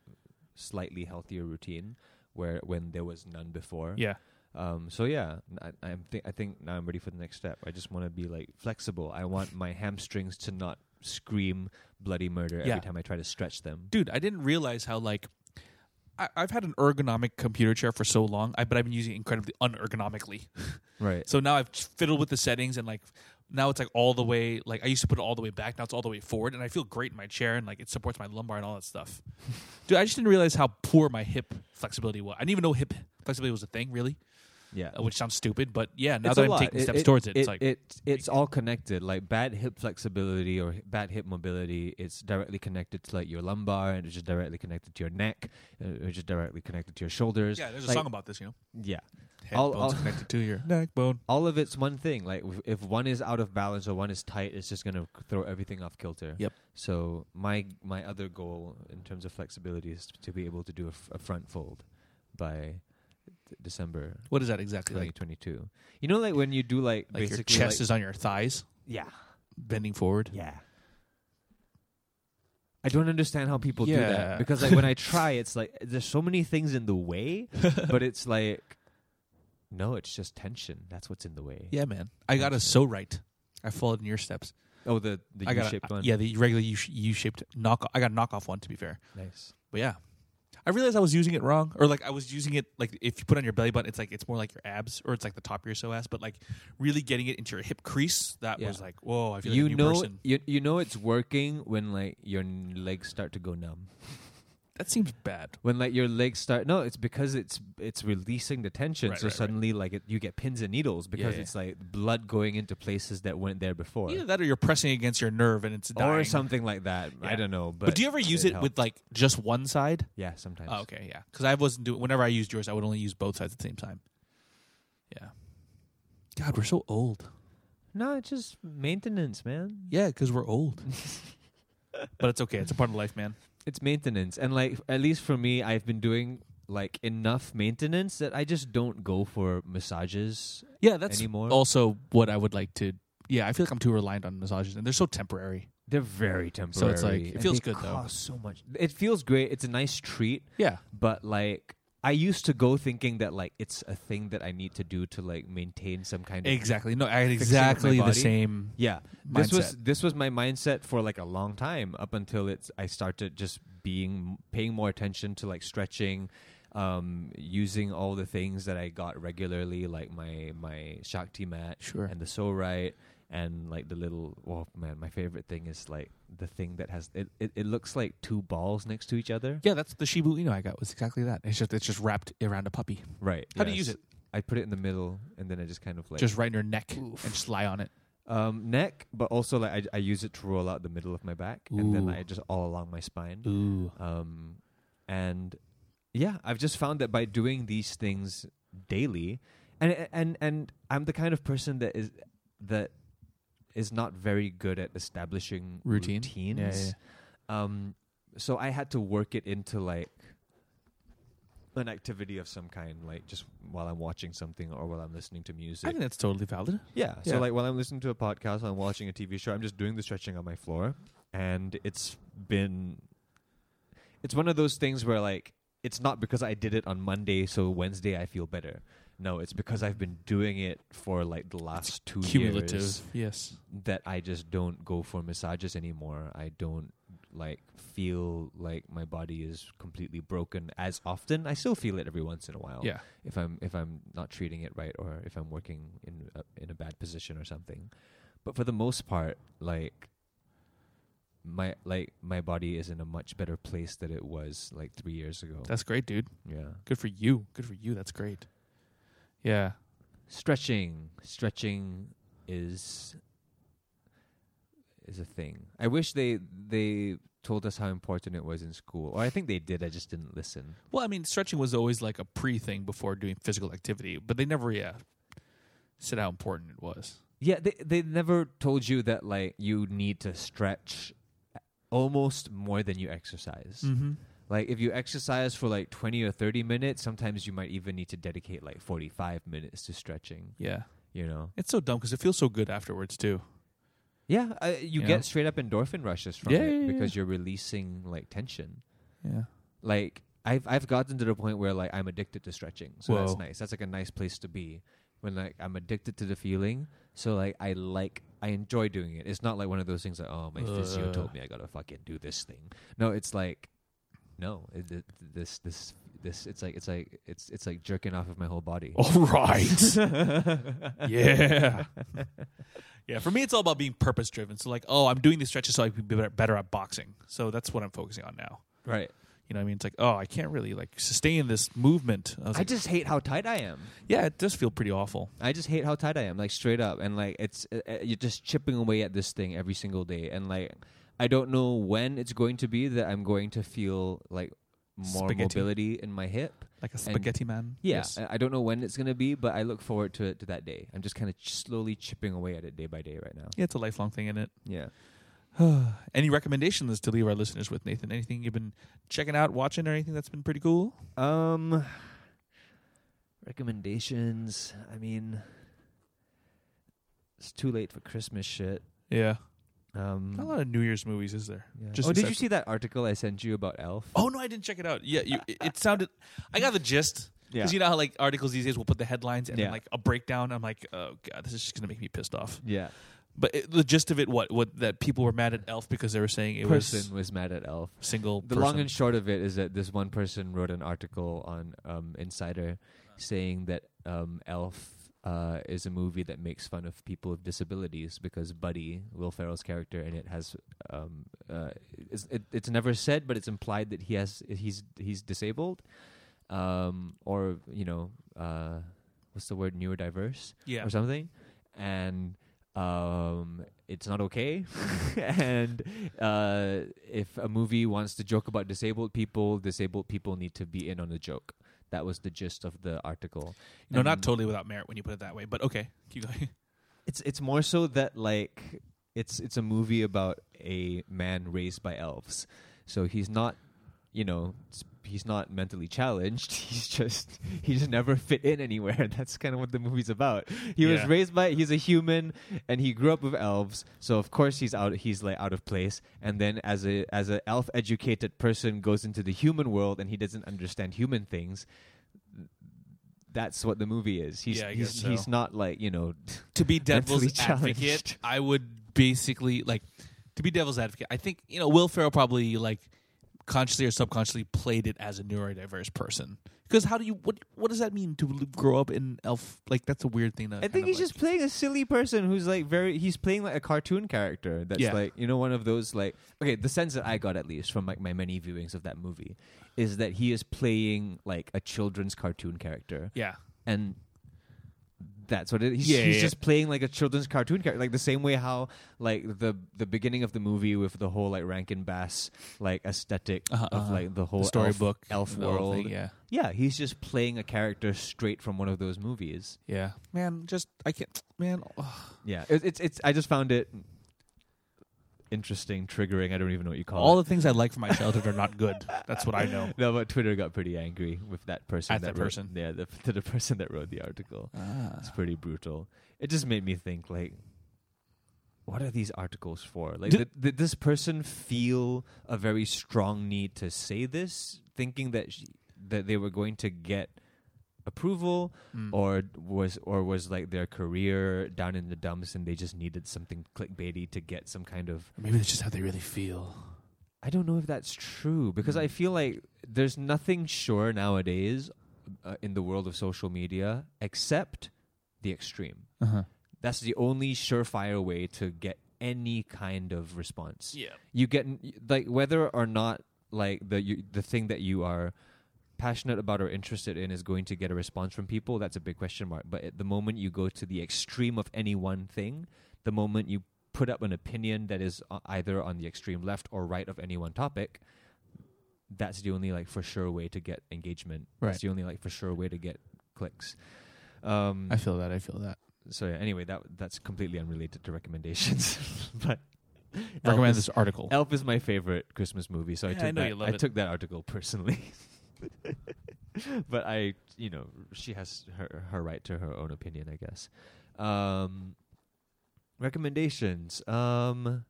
Speaker 2: slightly healthier routine where when there was none before.
Speaker 3: yeah.
Speaker 2: Um, so yeah, I, I'm thi- I think now I'm ready for the next step. I just want to be like flexible. I want my hamstrings to not scream bloody murder
Speaker 3: Yeah.
Speaker 2: every time I try to stretch them.
Speaker 3: Dude, I didn't realize how like I, I've had an ergonomic computer chair for so long, I, but I've been using it incredibly unergonomically.
Speaker 2: Right.
Speaker 3: So now I've fiddled with the settings and like now it's like all the way like I used to put it all the way back, now it's all the way forward and I feel great in my chair and like it supports my lumbar and all
Speaker 2: (laughs)
Speaker 3: that stuff. Dude, I just didn't realize how poor my hip flexibility was. I didn't even know hip flexibility was a thing, really,
Speaker 2: Yeah.
Speaker 3: uh, which sounds stupid, but yeah, now
Speaker 2: It's
Speaker 3: that
Speaker 2: a
Speaker 3: I'm
Speaker 2: lot.
Speaker 3: taking steps towards it, it's like
Speaker 2: it's all connected. Like bad hip flexibility or hi- bad hip mobility, it's directly connected to like your lumbar, and it's just directly connected to your neck, uh, it's just directly connected to your shoulders.
Speaker 3: Yeah, there's a
Speaker 2: Like,
Speaker 3: song about this, you know.
Speaker 2: Yeah,
Speaker 3: Head
Speaker 2: I'll-
Speaker 3: bones
Speaker 2: I'll-
Speaker 3: connected
Speaker 2: (laughs)
Speaker 3: to your neck bone.
Speaker 2: all of it's one thing. Like if- if one is out of balance or one is tight, it's just gonna throw everything off kilter.
Speaker 3: Yep.
Speaker 2: So my my other goal in terms of flexibility is to be able to do a, f- a front fold by d- December
Speaker 3: What is that exactly? Like,
Speaker 2: 2022. You know, like when you do like,
Speaker 3: like your
Speaker 2: basically
Speaker 3: chest
Speaker 2: like-
Speaker 3: is on your thighs,
Speaker 2: yeah
Speaker 3: bending forward. (laughs)
Speaker 2: yeah. I don't understand how people do
Speaker 3: Yeah.
Speaker 2: that because like when I try, it's like there's so many things in the way, but it's like no, it's just tension. That's what's in the way.
Speaker 3: Yeah, man. I got a so right. I followed in your steps.
Speaker 2: Oh, the the
Speaker 3: I got a-
Speaker 2: U-shaped one.
Speaker 3: Yeah, the regular U U shaped knock. I got a knockoff one to be fair,
Speaker 2: Nice.
Speaker 3: but yeah. I realized I was using it wrong, or like I was using it like if you put it on your belly button, it's like it's more like your abs, or it's like the top of your so ass. But like really getting it into your hip crease, that
Speaker 2: Yeah.
Speaker 3: was like whoa, I feel
Speaker 2: you
Speaker 3: like a new
Speaker 2: know,
Speaker 3: person.
Speaker 2: you, you know it's working when like your n- legs start to go numb.
Speaker 3: That seems bad.
Speaker 2: When like your legs start, no, it's because it's it's releasing the tension.
Speaker 3: Right,
Speaker 2: so
Speaker 3: right, right.
Speaker 2: suddenly, like it, you get pins and needles because
Speaker 3: yeah.
Speaker 2: it's like blood going into places that weren't there before,
Speaker 3: Either that, or you're pressing against your nerve and it's dying.
Speaker 2: or something like that.
Speaker 3: Yeah.
Speaker 2: I don't know. But,
Speaker 3: But, do you ever use it, with
Speaker 2: helped.
Speaker 3: like just one side?
Speaker 2: Yeah, sometimes.
Speaker 3: Oh, okay, yeah. Because I wasn't doing. Whenever I used yours, I would only use both sides at the same time. Yeah. God, we're so old.
Speaker 2: No, it's just maintenance, man.
Speaker 3: Yeah, because we're old. but it's okay. It's a part of life, man.
Speaker 2: It's maintenance, and like at least for me, I've been doing like enough maintenance that I just don't go for massages
Speaker 3: Yeah, that's
Speaker 2: anymore.
Speaker 3: also what I would like to. Yeah, I feel like I'm too reliant on massages, and they're so temporary.
Speaker 2: They're very
Speaker 3: So
Speaker 2: temporary.
Speaker 3: it's like- it
Speaker 2: and
Speaker 3: feels
Speaker 2: they
Speaker 3: good, though.
Speaker 2: cost so much. It feels great. It's a nice treat,
Speaker 3: Yeah,
Speaker 2: but like I used to go thinking that like it's a thing that I need to do to like maintain some kind of
Speaker 3: exactly. No, I had
Speaker 2: Fixing up my
Speaker 3: exactly the
Speaker 2: body.
Speaker 3: same.
Speaker 2: yeah. This was
Speaker 3: Mindset.
Speaker 2: this was my mindset for like a long time up until it's I started just being paying more attention to like stretching um using all the things that I got regularly like my my Shakti mat
Speaker 3: Sure.
Speaker 2: and the so right and like the little oh man my favorite thing is like the thing that has it, it, it looks like two balls next to each other
Speaker 3: Yeah, that's the Shibu Inu I got was exactly that. It's just it's just wrapped around a puppy,
Speaker 2: right
Speaker 3: How do you use it?
Speaker 2: i put it in the middle and then i just kind of like
Speaker 3: just right in your neck, and just lie on it.
Speaker 2: um neck but also like I, I use it to roll out the middle of my back and then
Speaker 3: Ooh.
Speaker 2: i just all along my spine
Speaker 3: Ooh,
Speaker 2: um and yeah i've just found that by doing these things daily and and and i'm the kind of person that is that is not very good at establishing
Speaker 3: Routine?
Speaker 2: routines
Speaker 3: Yeah, yeah,
Speaker 2: um so i had to work it into like an activity of some kind like just while i'm watching something or while i'm listening to music
Speaker 3: I think that's totally valid.
Speaker 2: yeah. So
Speaker 3: Yeah.
Speaker 2: like while I'm listening to a podcast, I'm watching a TV show, I'm just doing the stretching on my floor, and it's been it's one of those things where like it's not because I did it on Monday, so Wednesday I feel better. No, it's because I've been doing it for like the last two
Speaker 3: Cumulative,
Speaker 2: years
Speaker 3: yes.
Speaker 2: that I just don't go for massages anymore. I don't like feel like my body is completely broken as often. I still feel it every once in a while
Speaker 3: Yeah,
Speaker 2: if I'm if I'm not treating it right or if I'm working uh, in a, in a bad position or something. But for the most part, like my like my body is in a much better place than it was like three years ago.
Speaker 3: That's great, dude.
Speaker 2: yeah.
Speaker 3: Good for you. Good for you. That's great. Yeah.
Speaker 2: Stretching. Stretching is is a thing. I wish they they told us how important it was in school. Or I think they did, I just didn't listen.
Speaker 3: Well, I mean, stretching was always like a pre thing before doing physical activity, but they never, yeah, said how important it was.
Speaker 2: Yeah, they they never told you that like you need to stretch almost more than you exercise.
Speaker 3: Mm-hmm.
Speaker 2: Like if you exercise for like 20 or 30 minutes, sometimes you might even need to dedicate like 45 minutes to stretching,
Speaker 3: Yeah.
Speaker 2: you know.
Speaker 3: It's so dumb because it feels so good afterwards, too.
Speaker 2: Yeah, I, you
Speaker 3: You
Speaker 2: get
Speaker 3: know?
Speaker 2: straight up endorphin rushes from
Speaker 3: Yeah,
Speaker 2: it
Speaker 3: yeah, yeah,
Speaker 2: because you're releasing like tension.
Speaker 3: Yeah.
Speaker 2: Like I've I've gotten to the point where like I'm addicted to stretching. So that's
Speaker 3: Whoa.
Speaker 2: nice. That's like a nice place to be when like I'm addicted to the feeling. So like I like I enjoy doing it. It's not like one of those things that oh my physio
Speaker 3: Ugh.
Speaker 2: told me I gotta fucking do this thing. No, it's like no it, th- this this this it's like it's like it's it's like jerking off of my whole body.
Speaker 3: All right. yeah. Yeah. For me, it's all about being purpose driven. So, like, oh, I'm doing these stretches so I can be better- better at boxing. So that's what I'm focusing on now.
Speaker 2: Right.
Speaker 3: You know what I mean? It's like, oh, I can't really like sustain this movement. I was
Speaker 2: I
Speaker 3: like,
Speaker 2: just hate how tight I am.
Speaker 3: yeah, it does feel pretty awful.
Speaker 2: I just hate how tight I am, like straight up, and like it's uh, uh, you're just chipping away at this thing every single day, and like I don't know when it's going to be that I'm going to feel like more
Speaker 3: Spaghetti.
Speaker 2: mobility in my hip.
Speaker 3: Like a spaghetti man.
Speaker 2: Yeah, Uh, I, I don't know when it's gonna be, but I look forward to it to that day. I'm just kind of ch- slowly chipping away at it day by day right now.
Speaker 3: Yeah, it's a lifelong thing, is it?
Speaker 2: Yeah,
Speaker 3: (sighs) Any recommendations to leave our listeners with, Nathan? Anything you've been checking out, watching, or anything that's been pretty cool?
Speaker 2: Um, recommendations. I mean, it's too late for Christmas shit.
Speaker 3: Yeah.
Speaker 2: Um,
Speaker 3: Not a lot of New Year's movies, is there?
Speaker 2: yeah.
Speaker 3: Just
Speaker 2: oh, did
Speaker 3: except-
Speaker 2: you see that article I sent you about Elf?
Speaker 3: Oh no, I didn't check it out. Yeah, you, it- it sounded. I got the gist. Because you know how like articles these days will put the headlines and
Speaker 2: Yeah.
Speaker 3: then, like a breakdown. I'm like, oh god, this is just gonna make me pissed off.
Speaker 2: Yeah.
Speaker 3: But it, the gist of it, what what that people were mad at Elf because they were saying it
Speaker 2: person was mad at Elf.
Speaker 3: was single.
Speaker 2: The long and short of it is that this one person wrote an article on um, Insider saying that um, Elf uh, is a movie that makes fun of people with disabilities because Buddy, Will Ferrell's character, and it has um, uh, it's, it, it's never said, but it's implied that he has he's he's disabled, um, or you know uh, what's the word neurodiverse
Speaker 3: yeah,
Speaker 2: or something, and um, it's not okay. (laughs) and uh, if a movie wants to joke about disabled people, disabled people need to be in on the joke. That was the gist of the article.
Speaker 3: no, not
Speaker 2: And
Speaker 3: totally without merit when you put it that way. But okay, keep going.
Speaker 2: It's it's more so that like it's it's a movie about a man raised by elves, so he's not, you know. s- He's not mentally challenged. (laughs) He's just he just never fit in anywhere. (laughs) That's kind of what the movie's about. He was
Speaker 3: Yeah.
Speaker 2: raised by he's a human and he grew up with elves, so of course he's out he's like out of place. And then as a as an elf educated person goes into the human world and he doesn't understand human things. That's what the movie is. He's
Speaker 3: Yeah, I
Speaker 2: he's,
Speaker 3: guess so.
Speaker 2: he's not like you know.
Speaker 3: to be
Speaker 2: Mentally
Speaker 3: devil's advocate,
Speaker 2: challenged.
Speaker 3: I would basically like to be devil's advocate. I think you know Will Ferrell probably like consciously or subconsciously played it as a neurodiverse person. Because how do you what what does that mean to l- grow up in elf? Like that's a weird thing. To
Speaker 2: I think he's just playing a silly person who's like very. He's playing like a cartoon character that's
Speaker 3: Yeah.
Speaker 2: like you know one of those like okay. The sense that I got at least from like my many viewings of that movie is that he is playing like a children's cartoon character,
Speaker 3: yeah.
Speaker 2: and that's what it. He's,
Speaker 3: Yeah,
Speaker 2: he's
Speaker 3: yeah.
Speaker 2: just playing like a children's cartoon character, like the same way how like the the beginning of the movie with the whole like Rankin Bass like esthetic
Speaker 3: Uh-huh,
Speaker 2: of
Speaker 3: uh-huh.
Speaker 2: like the
Speaker 3: The
Speaker 2: whole
Speaker 3: storybook
Speaker 2: elf, elf
Speaker 3: the whole
Speaker 2: world.
Speaker 3: thing, yeah,
Speaker 2: yeah, he's just playing a character straight from one of those movies.
Speaker 3: yeah. Man, just I can't. Man, ugh.
Speaker 2: Yeah, it, it's it's. I just found it interesting, triggering. I don't even know what you call
Speaker 3: all
Speaker 2: it.
Speaker 3: the things I like from my childhood are not good. That's what I know.
Speaker 2: (laughs) no, but Twitter got pretty angry with that person.
Speaker 3: At
Speaker 2: that
Speaker 3: that
Speaker 2: wrote-
Speaker 3: person.
Speaker 2: yeah, the, (laughs) to the person that wrote the article. It's pretty brutal. It just made me think, like, what are these articles for? Like,
Speaker 3: Did-
Speaker 2: did, did this person feel a very strong need to say this, thinking that she, that they were going to get approval,
Speaker 3: Mm.
Speaker 2: or was or was like their career down in the dumps and they just needed something clickbaity to get some kind of
Speaker 3: Maybe that's just how they really feel.
Speaker 2: I don't know if that's true because I feel like there's nothing sure nowadays uh, in the world of social media except the extreme.
Speaker 3: Uh-huh.
Speaker 2: That's the only surefire way to get any kind of response.
Speaker 3: Yeah.
Speaker 2: You get n- like whether or not like the you, the thing that you are passionate about or interested in is going to get a response from people, that's a big question mark. But at the moment you go to the extreme of any one thing, the moment you put up an opinion that is o- either on the extreme left or right of any one topic, that's the only like for sure way to get engagement.
Speaker 4: Right.
Speaker 2: That's the only like for sure way to get clicks. Um,
Speaker 4: I feel that. I feel that.
Speaker 2: so yeah, anyway, that that's completely unrelated to recommendations, (laughs) but
Speaker 4: Recommend
Speaker 2: Elf is,
Speaker 4: this article.
Speaker 2: Elf is my favorite Christmas movie, so I
Speaker 3: Yeah,
Speaker 2: took
Speaker 3: I know
Speaker 2: that,
Speaker 3: you love
Speaker 2: I
Speaker 3: it.
Speaker 2: took that article personally. (laughs) but I, you know, she has her her right to her own opinion, I guess. Um, recommendations. Um,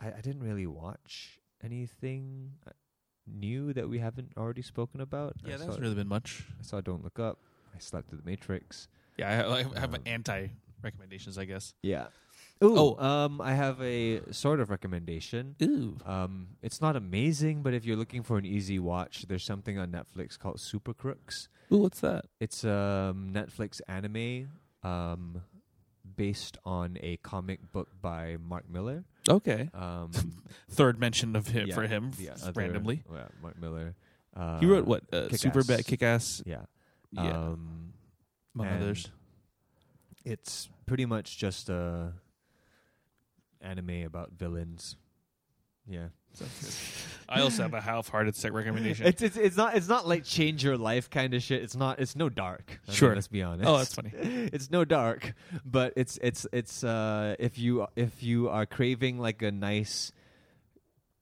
Speaker 2: I, I didn't really watch anything uh, new that we haven't already spoken about. I
Speaker 3: Yeah,
Speaker 2: saw,
Speaker 3: that's really been much.
Speaker 2: I saw Don't Look Up. I slept through The Matrix.
Speaker 3: Yeah, I, I have
Speaker 2: Um,
Speaker 3: anti recommendations, I guess.
Speaker 2: Yeah. Ooh,
Speaker 3: Oh.
Speaker 2: um, I have a sort of recommendation.
Speaker 3: Ooh.
Speaker 2: Um, it's not amazing, but if you're looking for an easy watch, there's something on Netflix called Super Crooks.
Speaker 4: Ooh, what's that?
Speaker 2: It's a um, Netflix anime um, based on a comic book by Mark Miller.
Speaker 3: Okay. (laughs)
Speaker 2: Um,
Speaker 3: Third mention of him
Speaker 2: yeah,
Speaker 3: for him
Speaker 2: the
Speaker 3: f-
Speaker 2: other-
Speaker 3: randomly.
Speaker 2: Yeah, Mark Miller. Uh,
Speaker 3: he wrote what? Uh,
Speaker 2: Kick-Ass.
Speaker 3: Super Bad Kick Ass.
Speaker 2: Yeah.
Speaker 3: Yeah.
Speaker 2: Um,
Speaker 3: among
Speaker 2: and
Speaker 3: others.
Speaker 2: It's pretty much just a anime about villains. Yeah.
Speaker 3: (laughs) I also have a half hearted sec
Speaker 2: (laughs)
Speaker 3: recommendation.
Speaker 2: It's, it's it's not it's not like change your life kind of shit. It's not it's no dark. I mean,
Speaker 3: Sure.
Speaker 2: let's be honest.
Speaker 3: (laughs) oh, that's (laughs) funny.
Speaker 2: it's no dark, but it's it's it's uh if you if you are craving like a nice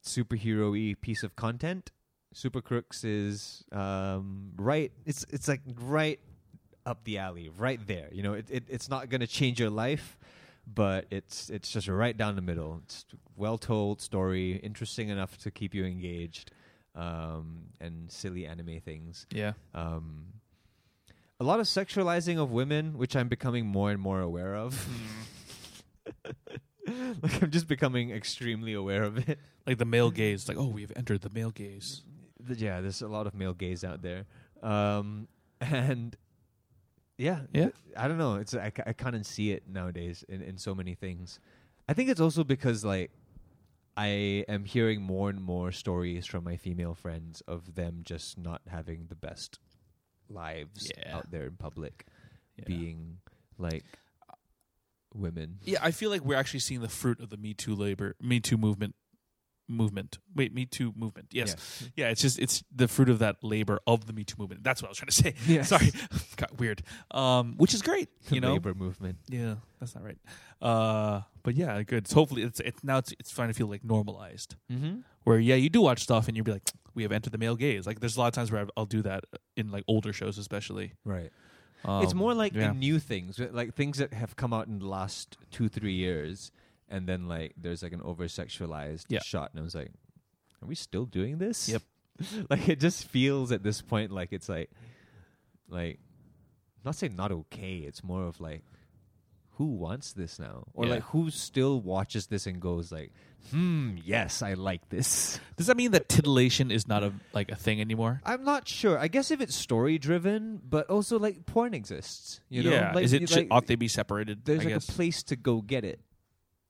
Speaker 2: superhero y piece of content, Super Crooks is um right. It's it's like right up the alley, right there. You know, it, it it's not gonna change your life. But it's it's just right down the middle. It's well told story, interesting enough to keep you engaged, um, and silly anime things
Speaker 4: Yeah.
Speaker 2: um, a lot of sexualizing of women, which I'm becoming more and more aware of. (laughs) like I'm just becoming extremely aware of it.
Speaker 3: Like the male gaze. Like, oh, we've entered the male gaze.
Speaker 2: Th- Yeah, there's a lot of male gaze out there, um, (laughs) and yeah,
Speaker 4: Yeah.
Speaker 2: I don't know. It's I, ca- I kind of see it nowadays in in so many things. I think it's also because like I am hearing more and more stories from my female friends of them just not having the best lives
Speaker 3: Yeah.
Speaker 2: out there in public.
Speaker 3: Yeah.
Speaker 2: being like women.
Speaker 3: Yeah, I feel like we're actually seeing the fruit of the Me Too labor, Me Too movement, movement. Wait, Me Too movement. Yes, yeah. It's just it's the fruit of that labor of the Me Too movement. That's what I was trying to (laughs) say.
Speaker 2: (laughs) Yes.
Speaker 3: Sorry, got weird. Um, which is great, you know.
Speaker 2: labor movement.
Speaker 3: Yeah, that's not right. Uh, but yeah, good. So hopefully, it's it's now it's it's starting to feel like normalized.
Speaker 2: Mm-hmm.
Speaker 3: Where yeah, you do watch stuff and you'll be like, we have entered the male gaze. Like there's a lot of times where I've, I'll do that in like older shows, especially.
Speaker 2: Right.
Speaker 3: Um,
Speaker 2: it's more like
Speaker 3: yeah.
Speaker 2: the new things, uh, like things that have come out in the last two, three years, and then like there's like an over sexualized
Speaker 3: Yeah.
Speaker 2: shot, and I was like, are we still doing this?
Speaker 3: Yep.
Speaker 2: (laughs) like it just feels at this point like it's like, like, not saying not okay. It's more of like. Who wants this now, or
Speaker 3: Yeah.
Speaker 2: like who still watches this and goes like, "Hmm, yes, I like this." (laughs)
Speaker 3: Does that mean that titillation is not a like a thing anymore?
Speaker 2: I'm not sure. I guess if it's story driven, but also like porn exists. You know,
Speaker 3: yeah.
Speaker 2: like,
Speaker 3: is it
Speaker 2: like,
Speaker 3: should, ought they be separated?
Speaker 2: there's
Speaker 3: I
Speaker 2: like
Speaker 3: guess.
Speaker 2: a place to go get it,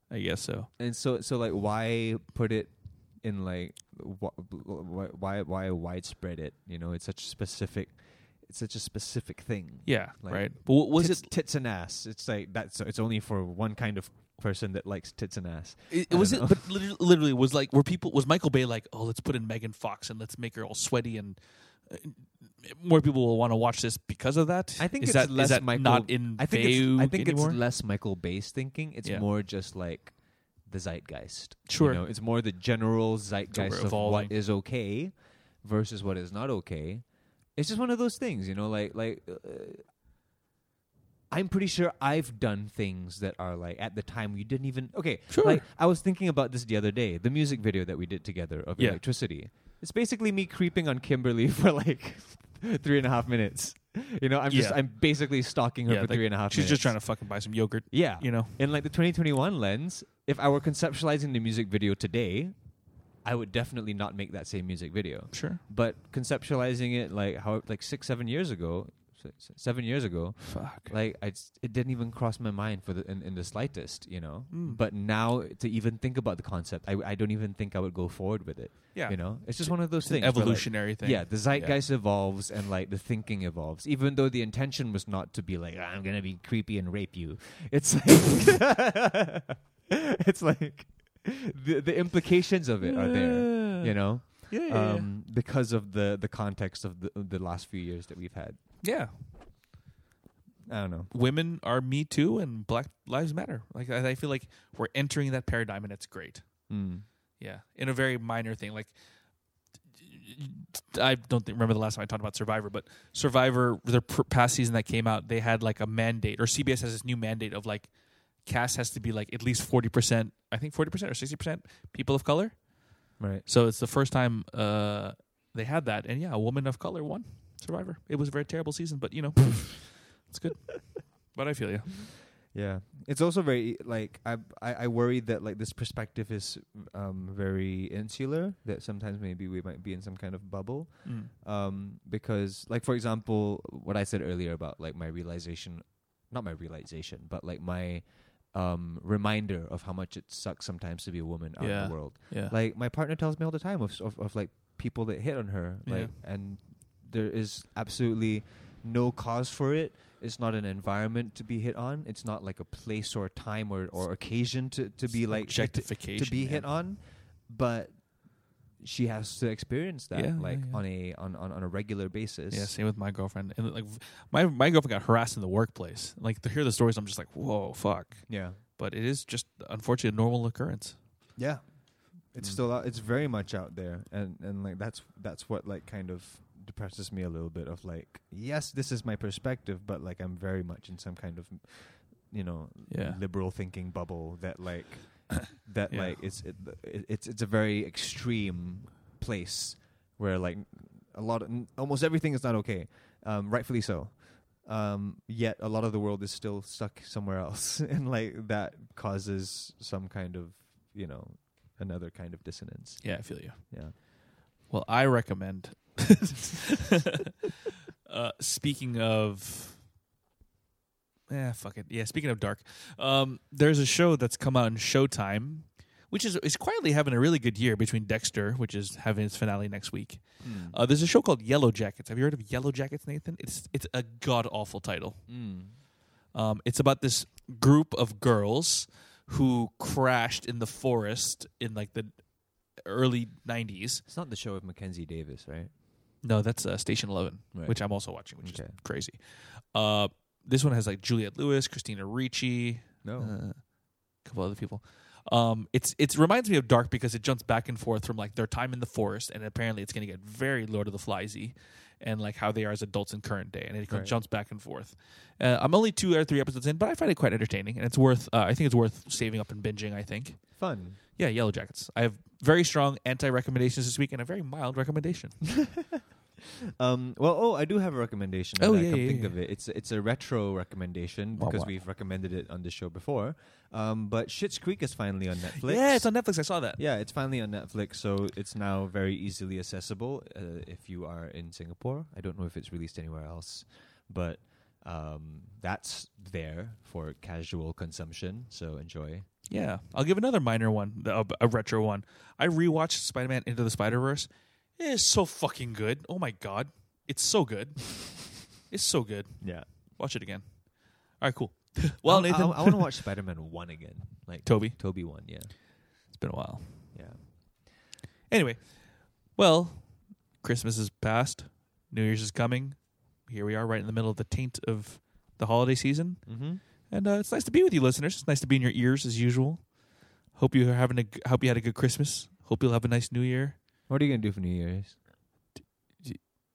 Speaker 3: I guess so.
Speaker 2: and so so like why put it in like wh- wh- why why widespread it? You know, it's such a specific, it's such a specific thing.
Speaker 3: Yeah,
Speaker 2: Like,
Speaker 3: right. But what was
Speaker 2: tits,
Speaker 3: it?
Speaker 2: tits and ass? It's like that's it's only for one kind of person that likes tits and ass.
Speaker 3: It,
Speaker 2: I
Speaker 3: was it?
Speaker 2: don't
Speaker 3: But literally, literally, was like were people? Was Michael Bay like, oh, let's put in Megan Fox and let's make her all sweaty and uh, more people will want to watch this because of that.
Speaker 2: I think
Speaker 3: is
Speaker 2: it's
Speaker 3: that, is
Speaker 2: less
Speaker 3: that
Speaker 2: Michael.
Speaker 3: not in
Speaker 2: I think it's,
Speaker 3: vogue
Speaker 2: I think
Speaker 3: anymore?
Speaker 2: it's less Michael Bay's thinking. It's
Speaker 3: Yeah.
Speaker 2: more just like the zeitgeist.
Speaker 3: Sure.
Speaker 2: you know, it's more the general zeitgeist of
Speaker 3: evolving.
Speaker 2: what is okay versus what is not okay. It's just one of those things, you know. Like like. Uh, I'm pretty sure I've done things that are like at the time you didn't even okay.
Speaker 3: Sure.
Speaker 2: Like I was thinking about this the other day, the music video that we did together of
Speaker 3: Yeah.
Speaker 2: electricity. It's basically me creeping on Kimberly (laughs) for like three and a half minutes. You know, I'm just
Speaker 3: Yeah.
Speaker 2: I'm basically stalking her
Speaker 3: Yeah,
Speaker 2: for
Speaker 3: like,
Speaker 2: three and a half.
Speaker 3: She's
Speaker 2: minutes.
Speaker 3: just trying to fucking buy some yogurt.
Speaker 2: yeah.
Speaker 3: You know,
Speaker 2: in like the 2021 lens, if I were conceptualizing the music video today, I would definitely not make that same music video.
Speaker 3: sure.
Speaker 2: But conceptualizing it like how like six seven years ago, it's s- seven years ago,
Speaker 3: Fuck.
Speaker 2: like I, s- it didn't even cross my mind for the in, in the slightest, you know.
Speaker 3: Hmm.
Speaker 2: But now to even think about the concept, I, I don't even think I would go forward with it.
Speaker 3: Yeah.
Speaker 2: you know, it's just one of those things. where, like,
Speaker 3: Evolutionary thing.
Speaker 2: Yeah, the zeitgeist evolves and like the thinking evolves. Even though the intention was not to be like I'm gonna be creepy and rape you, it's like (laughs) it's like the the implications of it are there. You know,
Speaker 3: Yeah. Yeah. yeah.
Speaker 2: um, because of the the context of the the last few years that we've had.
Speaker 3: yeah.
Speaker 2: I don't know.
Speaker 3: Women are Me Too and Black Lives Matter. Like I, I feel like we're entering that paradigm and it's great.
Speaker 2: Mm.
Speaker 3: Yeah, in a very minor thing. Like I don't think, remember the last time I talked about Survivor, but Survivor, their pr- past season that came out, they had like a mandate, or CBS has this new mandate of like cast has to be like at least forty percent. I think forty percent or sixty percent people of color.
Speaker 2: Right.
Speaker 3: So it's the first time uh, they had that, and yeah, a woman of color won Survivor. It was a very terrible season, but you know, it's
Speaker 2: (laughs)
Speaker 3: good. But I feel you.
Speaker 2: Yeah. It's also very like I I, I worry that like this perspective is um, very insular. That sometimes maybe we might be in some kind of bubble. um, because like for example what i said earlier about like my realization not my realization but like my um, reminder of how much it sucks sometimes to be a woman out in
Speaker 3: Yeah.
Speaker 2: the world
Speaker 3: Yeah.
Speaker 2: like my partner tells me all the time of, of, of like people that hit on her
Speaker 3: Yeah.
Speaker 2: like and there is absolutely no cause for it it's not an environment to be hit on it's not like a place or a time or, or occasion to, to be like hit-
Speaker 3: objectification
Speaker 2: to be
Speaker 3: man.
Speaker 2: hit on, but she has to experience that
Speaker 3: Yeah, yeah,
Speaker 2: like
Speaker 3: yeah.
Speaker 2: on a on, on, on a regular basis.
Speaker 3: Yeah, same with my girlfriend. And like v- my my girlfriend got harassed in the workplace. Like to hear the stories, I'm just like, whoa, fuck.
Speaker 2: Yeah.
Speaker 3: But it is just unfortunately a normal occurrence.
Speaker 2: Yeah. It's
Speaker 3: Mm.
Speaker 2: still out, it's very much out there and and like that's that's what like kind of depresses me a little bit of like yes this is my perspective but like I'm very much in some kind of you know
Speaker 3: Yeah.
Speaker 2: liberal thinking bubble that
Speaker 3: (coughs)
Speaker 2: like that
Speaker 3: Yeah.
Speaker 2: like it's it, it, it's it's a very extreme place where like a lot of, n- almost everything is not okay um rightfully so um yet a lot of the world is still stuck somewhere else (laughs) and like that causes some kind of you know another kind of dissonance
Speaker 3: Yeah, I feel you.
Speaker 2: yeah
Speaker 3: Well, I recommend. (laughs) uh, speaking of, yeah, fuck it. Yeah, speaking of dark, um, there's a show that's come out in Showtime, which is is quietly having a really good year between Dexter, which is having its finale next week. Uh, there's a show called Yellow Jackets. Have you heard of Yellow Jackets, Nathan? It's it's a god awful title.
Speaker 2: Hmm.
Speaker 3: Um, it's about this group of girls who crashed in the forest in like the early 90s.
Speaker 2: it's not the show with Mackenzie Davis right
Speaker 3: No, that's uh, Station Eleven,
Speaker 2: Right.
Speaker 3: which I'm also watching, which (laughs)
Speaker 2: Okay.
Speaker 3: is crazy. Uh, this one has like Juliette Lewis, Christina Ricci,
Speaker 2: no
Speaker 3: uh, a couple other people. Um, it's it reminds me of Dark because it jumps back and forth from like their time in the forest, and apparently it's going to get very Lord of the Fliesy, and like how they are as adults in current day, and it kind
Speaker 2: Right.
Speaker 3: of jumps back and forth. Uh, I'm only two or three episodes in, but I find it quite entertaining, and it's worth. Uh, I think it's worth saving up and binging. I think.
Speaker 2: fun
Speaker 3: Yeah, Yellow Jackets. I have very strong anti recommendations this week and a very mild recommendation.
Speaker 2: Um, well, oh, I do have a recommendation. now
Speaker 3: Oh,
Speaker 2: that I
Speaker 3: yeah,
Speaker 2: come
Speaker 3: yeah,
Speaker 2: think
Speaker 3: yeah.
Speaker 2: of it. It's it's a retro recommendation
Speaker 3: Wah,
Speaker 2: because
Speaker 3: wah.
Speaker 2: we've recommended it on the show before. Um, but Shit's Creek is finally on Netflix.
Speaker 3: Yeah, it's on Netflix. I saw that.
Speaker 2: Yeah, it's finally on Netflix, so it's now very easily accessible uh, if you are in Singapore. I don't know if it's released anywhere else, but um, that's there for casual consumption. So enjoy.
Speaker 3: Yeah, I'll give another minor one, the- a, a retro one. I rewatched Spider Man Into the Spider Verse. It is so fucking good. Oh my god, it's so
Speaker 2: (laughs)
Speaker 3: good. it's so good.
Speaker 2: Yeah.
Speaker 3: Watch it again. All right, cool. (laughs) well, Nathan,
Speaker 2: I, I, want to watch Spider Man One again, like
Speaker 3: (laughs) Toby.
Speaker 2: Toby One. Yeah,
Speaker 3: It's been a while.
Speaker 2: yeah.
Speaker 3: Anyway, well, Christmas is past. New Year's is coming. Here we are, right in the middle of the taint of the holiday season,
Speaker 2: Mm-hmm.
Speaker 3: and uh, it's nice to be with you, listeners. It's nice to be in your ears as usual. Hope you are having a g- hope you had a good Christmas. Hope you'll have a nice New Year.
Speaker 2: What are you gonna do for New Year's?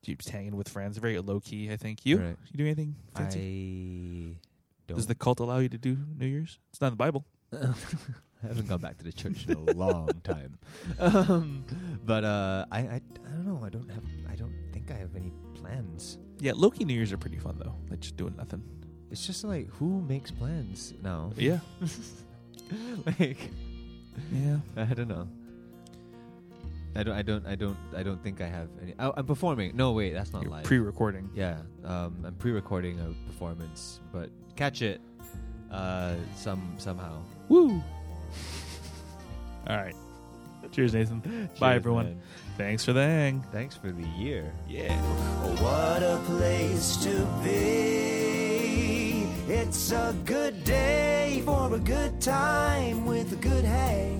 Speaker 3: just hanging with friends. Very low key, I think. You
Speaker 2: Right.
Speaker 3: you do anything fancy?
Speaker 2: I don't.
Speaker 3: Does the cult allow you to do New Year's? It's not in the Bible.
Speaker 2: (laughs) I haven't gone back to the church in
Speaker 3: (laughs)
Speaker 2: a long time. Um, but uh, I, I I don't know. I don't have. I don't think I have any plans.
Speaker 3: Yeah, low key New Year's are pretty fun though. Like just doing nothing.
Speaker 2: It's just like who makes plans now?
Speaker 3: Yeah,
Speaker 2: (laughs) like
Speaker 3: yeah.
Speaker 2: I don't know.
Speaker 5: I don't. I don't. I don't. I don't think I have any.
Speaker 2: oh,
Speaker 5: I, I'm performing. No, wait, that's not
Speaker 3: You're
Speaker 5: live.
Speaker 3: pre-recording.
Speaker 5: yeah, um, I'm pre-recording a performance, but catch it uh, some somehow.
Speaker 3: Woo! All right. Cheers, Nathan. Bye,
Speaker 5: Cheers,
Speaker 3: everyone.
Speaker 5: man.
Speaker 3: Thanks for the hang.
Speaker 5: Thanks for the year.
Speaker 3: Yeah.
Speaker 2: Oh, what a place to be. It's a good day for a good time with a good hang.